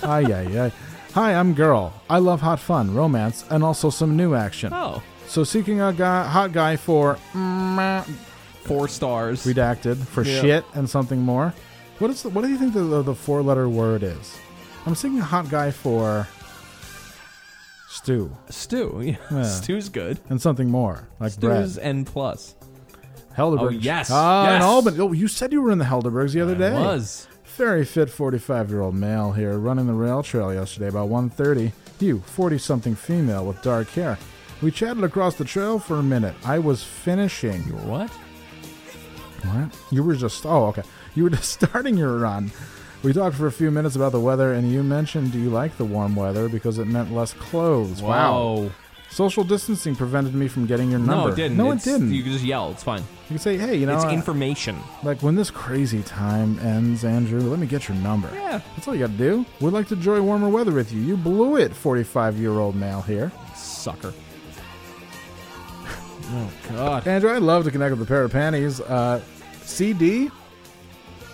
[SPEAKER 2] Hi, yeah, yeah. Hi, I'm girl. I love hot fun, romance, and also some new action.
[SPEAKER 3] Oh.
[SPEAKER 2] So seeking a guy, hot guy for mm,
[SPEAKER 3] four stars
[SPEAKER 2] redacted for
[SPEAKER 3] Yeah.
[SPEAKER 2] shit and something more. What is the, what do you think the, the, four letter word is? I'm seeking a hot guy for stew.
[SPEAKER 3] Stew. [laughs] Yeah. Stew's good.
[SPEAKER 2] And something more like
[SPEAKER 3] Stews
[SPEAKER 2] bread.
[SPEAKER 3] N plus.
[SPEAKER 2] Helderberg.
[SPEAKER 3] Oh, yes.
[SPEAKER 2] Ah, in
[SPEAKER 3] Yes.
[SPEAKER 2] Albany. Oh, you said you were in the Helderbergs the other day.
[SPEAKER 3] was.
[SPEAKER 2] Very fit 45 year old male here running the rail trail yesterday about 1.30. You, 40 something female with dark hair. We chatted across the trail for a minute. I was finishing. You
[SPEAKER 3] were what?
[SPEAKER 2] What? You were just. Oh, okay. You were just [laughs] starting your run. We talked for a few minutes about the weather, and you mentioned you like the warm weather because it meant less clothes.
[SPEAKER 3] Wow.
[SPEAKER 2] Social distancing prevented me from getting your number.
[SPEAKER 3] No, it didn't.
[SPEAKER 2] No,
[SPEAKER 3] It's-
[SPEAKER 2] it didn't.
[SPEAKER 3] You can just yell. It's fine.
[SPEAKER 2] You can say, hey, you know,
[SPEAKER 3] it's
[SPEAKER 2] I-
[SPEAKER 3] information.
[SPEAKER 2] Like when this crazy time ends, Andrew, let me get your number.
[SPEAKER 3] Yeah.
[SPEAKER 2] That's all you gotta do. We'd like to enjoy warmer weather with you. You blew it, 45 year old male here. [laughs]
[SPEAKER 3] Sucker. Oh, God.
[SPEAKER 2] Andrew, I'd love to connect with a pair of panties. Uh, CD?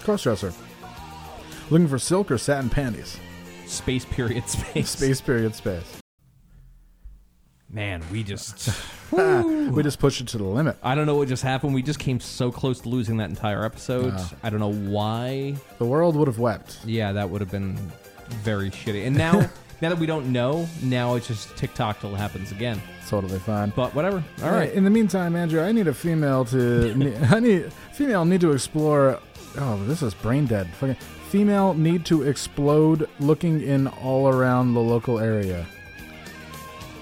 [SPEAKER 2] Crossdresser. Looking for silk or satin panties?
[SPEAKER 3] Space period [laughs] space.
[SPEAKER 2] Space period space.
[SPEAKER 3] Man, we just.
[SPEAKER 2] we just pushed it to the limit.
[SPEAKER 3] I don't know what just happened. We just came so close to losing that entire episode.
[SPEAKER 2] Yeah.
[SPEAKER 3] I don't know why.
[SPEAKER 2] The world would have wept.
[SPEAKER 3] Yeah, that would have been very shitty. [laughs] And now, now that we don't know, now it's just TikTok till it happens again.
[SPEAKER 2] Totally fine.
[SPEAKER 3] But whatever. All right.
[SPEAKER 2] In the meantime, Andrew, I need a female
[SPEAKER 3] [laughs]
[SPEAKER 2] to. ne- I need female need to explore. Oh, this is brain dead. Fucking- Female need to explode, looking in all around the local area.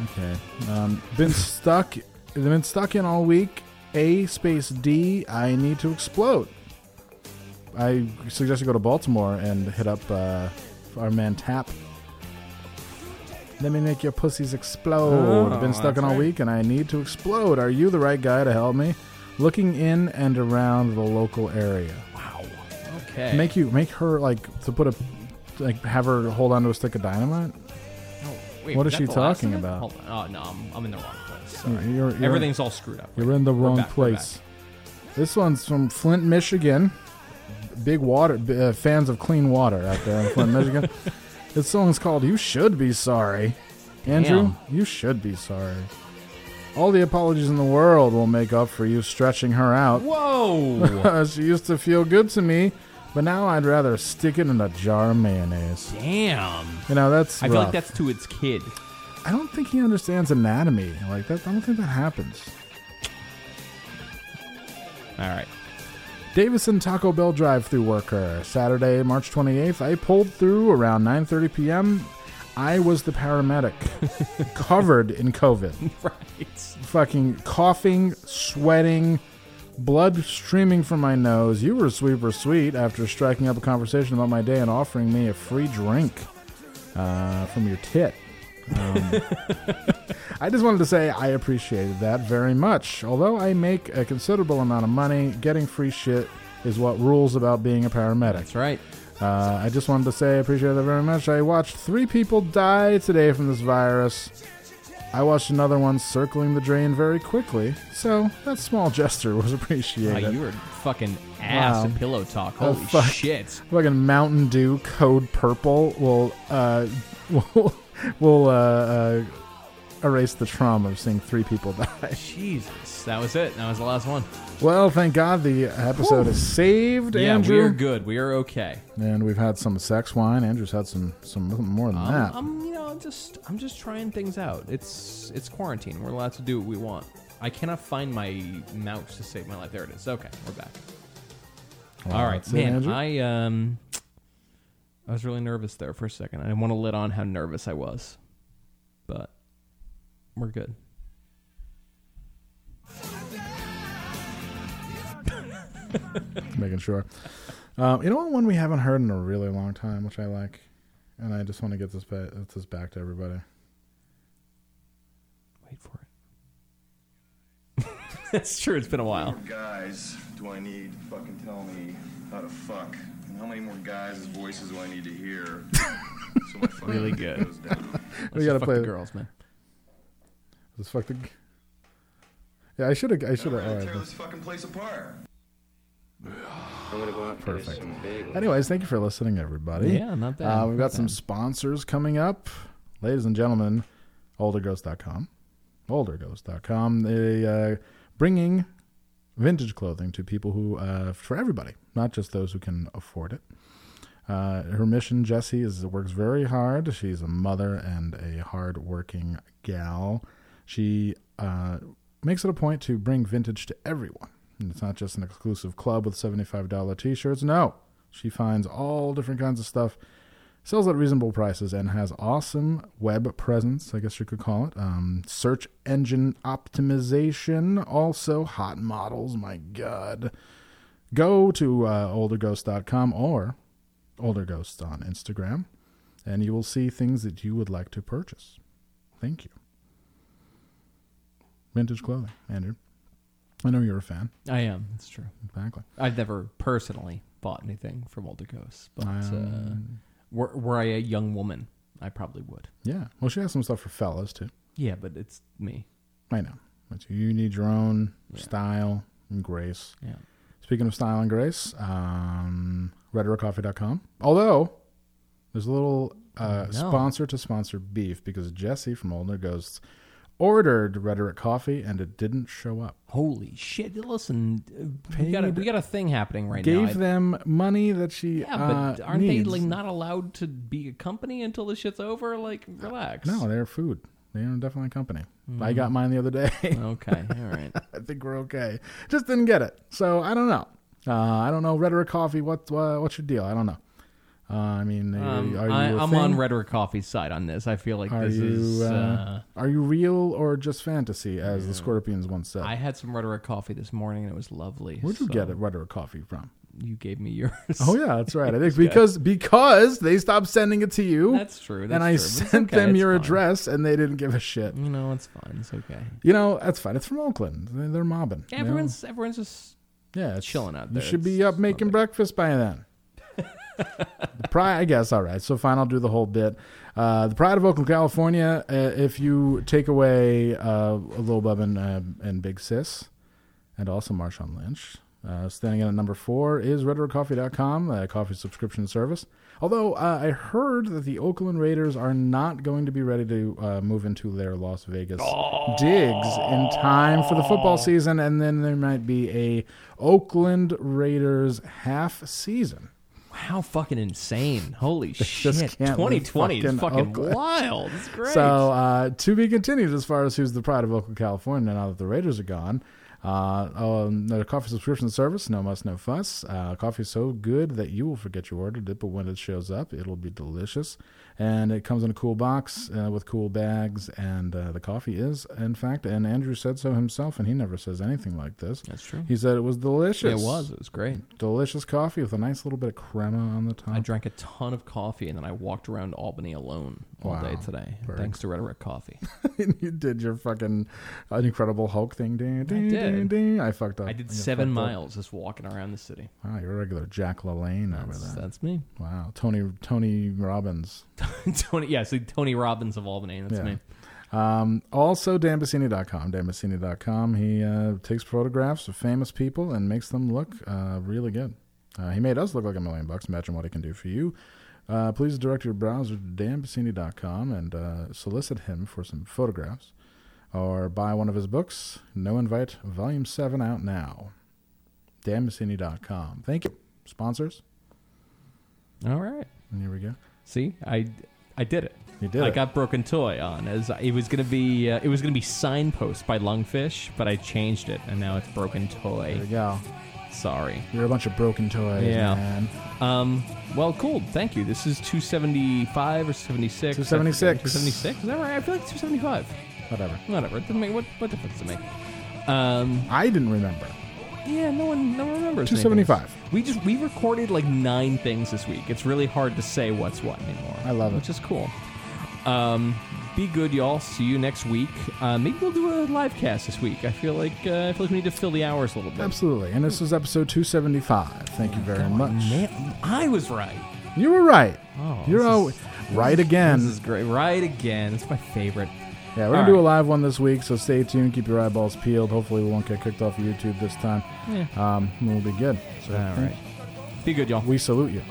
[SPEAKER 2] Okay. Um,
[SPEAKER 3] [laughs]
[SPEAKER 2] been stuck. Been stuck in all week. A space D. I need to explode. I suggest you go to Baltimore and hit up uh, our man Tap. Let me make your pussies explode.
[SPEAKER 3] Oh,
[SPEAKER 2] Been stuck
[SPEAKER 3] that's
[SPEAKER 2] in all
[SPEAKER 3] right.
[SPEAKER 2] week and I need to explode. Are you the right guy to help me? Looking in and around the local area. Wow.
[SPEAKER 3] Okay.
[SPEAKER 2] Make you make her like to put a like have her hold onto a stick of dynamite.
[SPEAKER 3] Wait,
[SPEAKER 2] what
[SPEAKER 3] was
[SPEAKER 2] is
[SPEAKER 3] that
[SPEAKER 2] she
[SPEAKER 3] the last
[SPEAKER 2] talking
[SPEAKER 3] of it?
[SPEAKER 2] about?
[SPEAKER 3] Hold on. Oh no, I'm, I'm in the wrong place.
[SPEAKER 2] You're-
[SPEAKER 3] Sorry.
[SPEAKER 2] you're- you're-
[SPEAKER 3] Everything's all screwed up.
[SPEAKER 2] You're in the wrong
[SPEAKER 3] back, we're
[SPEAKER 2] place. This one's from Flint, Michigan. Big water b- uh, fans of clean water out there in Flint,
[SPEAKER 3] [laughs]
[SPEAKER 2] Michigan. This song's called "You Should Be Sorry." Andrew, you should be sorry. All the apologies in the world will make up for you stretching her out. [laughs]
[SPEAKER 3] Whoa.
[SPEAKER 2] she used to feel good to me, but now I'd rather stick it in a jar of mayonnaise.
[SPEAKER 3] Damn.
[SPEAKER 2] You know that's.
[SPEAKER 3] I feel like
[SPEAKER 2] rough.
[SPEAKER 3] that's to its kid.
[SPEAKER 2] I don't think he understands anatomy like that. I don't think that happens.
[SPEAKER 3] All right. [laughs]
[SPEAKER 2] Davison Taco Bell drive-through worker. Saturday, March 28th, I pulled through around 9:30 p.m. I was the paramedic, [laughs] covered in COVID.
[SPEAKER 3] Right.
[SPEAKER 2] Fucking coughing, sweating, blood streaming from my nose. You were super sweet after striking up a conversation about my day and offering me a free drink uh, from your tit. Um, I just wanted to say I appreciated that very much. Although I make a considerable amount of money, getting free shit is what rules about being a paramedic. That's
[SPEAKER 3] right.
[SPEAKER 2] Uh, I just wanted to say I appreciate that very much. I watched three people die today from this virus. I watched another one circling the drain very quickly, so that small gesture [laughs] was
[SPEAKER 3] Ah,
[SPEAKER 2] appreciated.
[SPEAKER 3] you were fucking ass
[SPEAKER 2] Wow.
[SPEAKER 3] at pillow talk.
[SPEAKER 2] Oh,
[SPEAKER 3] Holy
[SPEAKER 2] fuck.
[SPEAKER 3] shit.
[SPEAKER 2] Fucking Mountain Dew [laughs] Code Purple will uh will will uh, uh erase the trauma of seeing three people die. [laughs]
[SPEAKER 3] Jesus, that was it. That was the last one.
[SPEAKER 2] Well, thank God the episode
[SPEAKER 3] Whew.
[SPEAKER 2] is saved,
[SPEAKER 3] yeah,
[SPEAKER 2] Andrew.
[SPEAKER 3] we are good. We are okay.
[SPEAKER 2] And we've had some sex wine. Andrew's had some some more than
[SPEAKER 3] Um, I'm,
[SPEAKER 2] that.
[SPEAKER 3] I'm, you know, just I'm just trying things out. It's it's quarantine. We're allowed to do what we want. I cannot find my mouse to save my life. There it is. Okay, we're back.
[SPEAKER 2] Well,
[SPEAKER 3] All right,
[SPEAKER 2] that's it,
[SPEAKER 3] man.
[SPEAKER 2] Andrew.
[SPEAKER 3] I um, I was really nervous there for a second. I didn't want to let on how nervous I was, but we're good.
[SPEAKER 2] Making sure. Um, you know what one we haven't heard in a really long time, which I like, and I just want to get this back, this back to everybody.
[SPEAKER 3] That's true. [laughs] It's been a
[SPEAKER 19] How
[SPEAKER 3] while.
[SPEAKER 19] many more guys do I need to fucking tell me how to fuck? And how many more guys' voices do I need to hear? so my fucking
[SPEAKER 3] Really
[SPEAKER 19] dick
[SPEAKER 3] good.
[SPEAKER 19] goes down.
[SPEAKER 3] Let's just fuck the girls, man.
[SPEAKER 2] Let's fuck the. Yeah, I should have. I should have.
[SPEAKER 19] Alright, tear this fucking place apart. I'm gonna go out and
[SPEAKER 2] Perfect. some big Anyways, thank you for listening, everybody.
[SPEAKER 3] Yeah, not bad,
[SPEAKER 2] Uh, we've
[SPEAKER 3] not
[SPEAKER 2] got some sponsors coming up. Ladies and gentlemen, olderghost.com. Olderghost.com. They uh, bringing vintage clothing to people who, uh, for everybody, not just those who can afford it. Uh, her mission, Jessie, is works very hard. She's a mother and a hard-working gal. She uh, makes it a point to bring vintage to everyone. And it's not just an exclusive club with $75 t-shirts. No, she finds all different kinds of stuff, sells at reasonable prices, and has awesome web presence, I guess you could call it. Um, search engine optimization, also hot models, my God. Go to uh, olderghost.com or olderghosts on Instagram, and you will see things that you would like to purchase. Thank you. Vintage clothing, Andrew. I know you're a fan.
[SPEAKER 3] I am. That's true.
[SPEAKER 2] Exactly.
[SPEAKER 3] I've never personally bought anything from Older Ghosts, but
[SPEAKER 2] Um,
[SPEAKER 3] uh, were, were I a young woman, I probably would.
[SPEAKER 2] Yeah. Well, she has some stuff for fellas too.
[SPEAKER 3] Yeah, but it's me.
[SPEAKER 2] I know. But you need your own style and grace.
[SPEAKER 3] Yeah.
[SPEAKER 2] Speaking of style and grace, um, rhetoriccoffee.com. Although there's a little uh,
[SPEAKER 3] Oh, No.
[SPEAKER 2] sponsor to sponsor beef because Jesse from Older Ghosts ordered Rhetoric Coffee and it didn't show up.
[SPEAKER 3] Holy shit! Listen,
[SPEAKER 2] uh,
[SPEAKER 3] we got a, we got a thing happening right now.
[SPEAKER 2] Gave
[SPEAKER 3] I-
[SPEAKER 2] them money that she
[SPEAKER 3] yeah,
[SPEAKER 2] uh,
[SPEAKER 3] but aren't
[SPEAKER 2] needs.
[SPEAKER 3] they like not allowed to be a company until the shit's over? Like, relax.
[SPEAKER 2] Uh, No, they're food. They are definitely a company. I
[SPEAKER 3] Mm. Oh.
[SPEAKER 2] got mine the other day. [laughs]
[SPEAKER 3] Okay, all right.
[SPEAKER 2] I think we're okay. Just didn't get it. So I don't know. Uh, I don't know. Rhetoric Coffee, what, uh, what's your deal? I don't know. Uh, I mean, [laughs] are-
[SPEAKER 3] Um,
[SPEAKER 2] are you
[SPEAKER 3] I,
[SPEAKER 2] a
[SPEAKER 3] I'm
[SPEAKER 2] thing?
[SPEAKER 3] on Rhetoric Coffee's side on this. I feel like
[SPEAKER 2] are
[SPEAKER 3] this
[SPEAKER 2] you,
[SPEAKER 3] is.
[SPEAKER 2] uh,
[SPEAKER 3] Uh,
[SPEAKER 2] are you real or just fantasy, as the Scorpions once said?
[SPEAKER 3] I had some Rhetoric Coffee this morning and it was lovely.
[SPEAKER 2] Where'd you
[SPEAKER 3] so-
[SPEAKER 2] get it, Rhetoric Coffee from?
[SPEAKER 3] You gave me [laughs] yours.
[SPEAKER 2] Oh yeah, that's
[SPEAKER 3] [laughs]
[SPEAKER 2] right. I think
[SPEAKER 3] It's good.
[SPEAKER 2] because because they stopped sending it to you.
[SPEAKER 3] That's true, that's
[SPEAKER 2] and I
[SPEAKER 3] true, but it's
[SPEAKER 2] sent
[SPEAKER 3] okay,
[SPEAKER 2] them
[SPEAKER 3] it's
[SPEAKER 2] your
[SPEAKER 3] fine. Mm.
[SPEAKER 2] address, and they didn't give a shit.
[SPEAKER 3] You know, it's fine. It's okay.
[SPEAKER 2] You know, that's fine. It's from Oakland. They- They're mobbing. you know?
[SPEAKER 3] Everyone's everyone's just
[SPEAKER 2] yeah
[SPEAKER 3] chilling out
[SPEAKER 2] You
[SPEAKER 3] there.
[SPEAKER 2] should be up making breakfast by
[SPEAKER 3] [laughs]
[SPEAKER 2] then. the pride, I guess. All right. So fine, I'll do the whole bit. Uh, the pride of Oakland, California. Uh, if you take away uh, Lil Bub and, uh, and Big Sis, and also Marshawn Lynch. Uh, standing in at number four is RedRockCoffee.com, a coffee subscription service. Although uh, I heard that the Oakland Raiders are not going to be ready to uh, move into their Las Vegas digs in time for the football season, and then there might be a Oakland Raiders half season.
[SPEAKER 3] How fucking insane!
[SPEAKER 2] [laughs]
[SPEAKER 3] Holy shit!
[SPEAKER 2] Just can't leave
[SPEAKER 3] 2020 is fucking
[SPEAKER 2] [laughs] Oakland.
[SPEAKER 3] wild. It's great.
[SPEAKER 2] So uh, to be continued as far as who's the pride of Oakland, California. Now that the Raiders are gone, uh, um, the coffee subscription service, no muss, no fuss. Uh, coffee is so good that you will forget you ordered it, but when it shows up, it'll be delicious. And it comes in a cool box uh, with cool bags, and uh, the coffee is, in fact, and Andrew said so himself, and he never says anything like this. That's
[SPEAKER 3] true.
[SPEAKER 2] He said it was uh-huh. delicious.
[SPEAKER 3] It was. It was great.
[SPEAKER 2] Delicious coffee with a nice little bit of crema on the top.
[SPEAKER 3] I drank a ton of coffee and then I walked around Albany alone all
[SPEAKER 2] Wow.
[SPEAKER 3] day today,
[SPEAKER 2] Berg.
[SPEAKER 3] thanks to
[SPEAKER 2] [laughs]
[SPEAKER 3] Rhetoric Coffee.
[SPEAKER 2] and you did your fucking uh, Incredible Hulk thing. Ding, ding, ding,
[SPEAKER 3] did.
[SPEAKER 2] ding. I fucked up.
[SPEAKER 3] I did
[SPEAKER 2] got
[SPEAKER 3] seven
[SPEAKER 2] fucked up.
[SPEAKER 3] miles just walking around the city.
[SPEAKER 2] Wow, you're a regular Jack LaLanne over
[SPEAKER 3] That's-
[SPEAKER 2] there.
[SPEAKER 3] that's me. [laughs]
[SPEAKER 2] Wow, Tony Tony Robbins.
[SPEAKER 3] Tony, yeah, so Tony Robbins of Albany. That's
[SPEAKER 2] Yeah.
[SPEAKER 3] me.
[SPEAKER 2] Um, also, danbassini.com. Danbassini.com. He uh, takes photographs of famous people and makes them look uh, really good. Uh, he made us look like a million bucks. Imagine what he can do for you. Uh, please direct your browser to danbassini.com and uh, solicit him for some photographs or buy one of his books, No Invite, Volume 7 out now. danbassini.com. Thank you, sponsors.
[SPEAKER 3] All right.
[SPEAKER 2] Here we go.
[SPEAKER 3] See, I, I did it.
[SPEAKER 2] You did
[SPEAKER 3] I
[SPEAKER 2] it.
[SPEAKER 3] got Broken Toy on as it was gonna be uh, it was gonna be Signpost by Lungfish, but I changed it and now it's Broken Toy. There you
[SPEAKER 2] go.
[SPEAKER 3] Sorry.
[SPEAKER 2] You're a bunch of broken toys,
[SPEAKER 3] yeah.
[SPEAKER 2] man.
[SPEAKER 3] Um. Well, cool. Thank you. This is 275 or 76.
[SPEAKER 2] 276.
[SPEAKER 3] 276. Is that right? I feel like it's 275.
[SPEAKER 2] Whatever.
[SPEAKER 3] Whatever. It doesn't make what what difference to me. Um.
[SPEAKER 2] I didn't remember.
[SPEAKER 3] Yeah. No one. No one remembers.
[SPEAKER 2] 275.
[SPEAKER 3] anything. We just we recorded like nine things this week. It's really hard to say what's what anymore. I love it, which is cool. Um. Be good, y'all. See you next week. Uh, maybe we'll do a live cast this week. I feel like uh, I feel like we need to fill the hours a little bit.
[SPEAKER 2] Absolutely. And this was episode 275. Thank you very much.
[SPEAKER 3] I was right.
[SPEAKER 2] You were right.
[SPEAKER 3] Oh,
[SPEAKER 2] You're
[SPEAKER 3] this
[SPEAKER 2] al-
[SPEAKER 3] is-
[SPEAKER 2] right again.
[SPEAKER 3] This is great. Right again. It's my favorite.
[SPEAKER 2] Yeah, we're gonna do a live one this week, so stay tuned. Keep your eyeballs peeled. Hopefully, we won't get kicked off of YouTube this time.
[SPEAKER 3] Yeah.
[SPEAKER 2] Um, we'll be good. So,
[SPEAKER 3] All
[SPEAKER 2] thank-
[SPEAKER 3] right. Be good, y'all.
[SPEAKER 2] We salute you.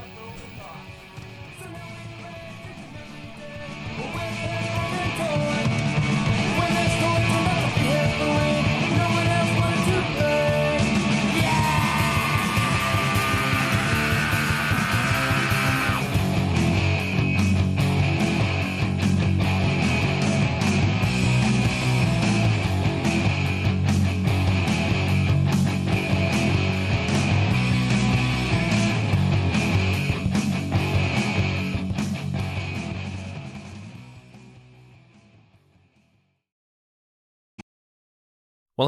[SPEAKER 20] Well,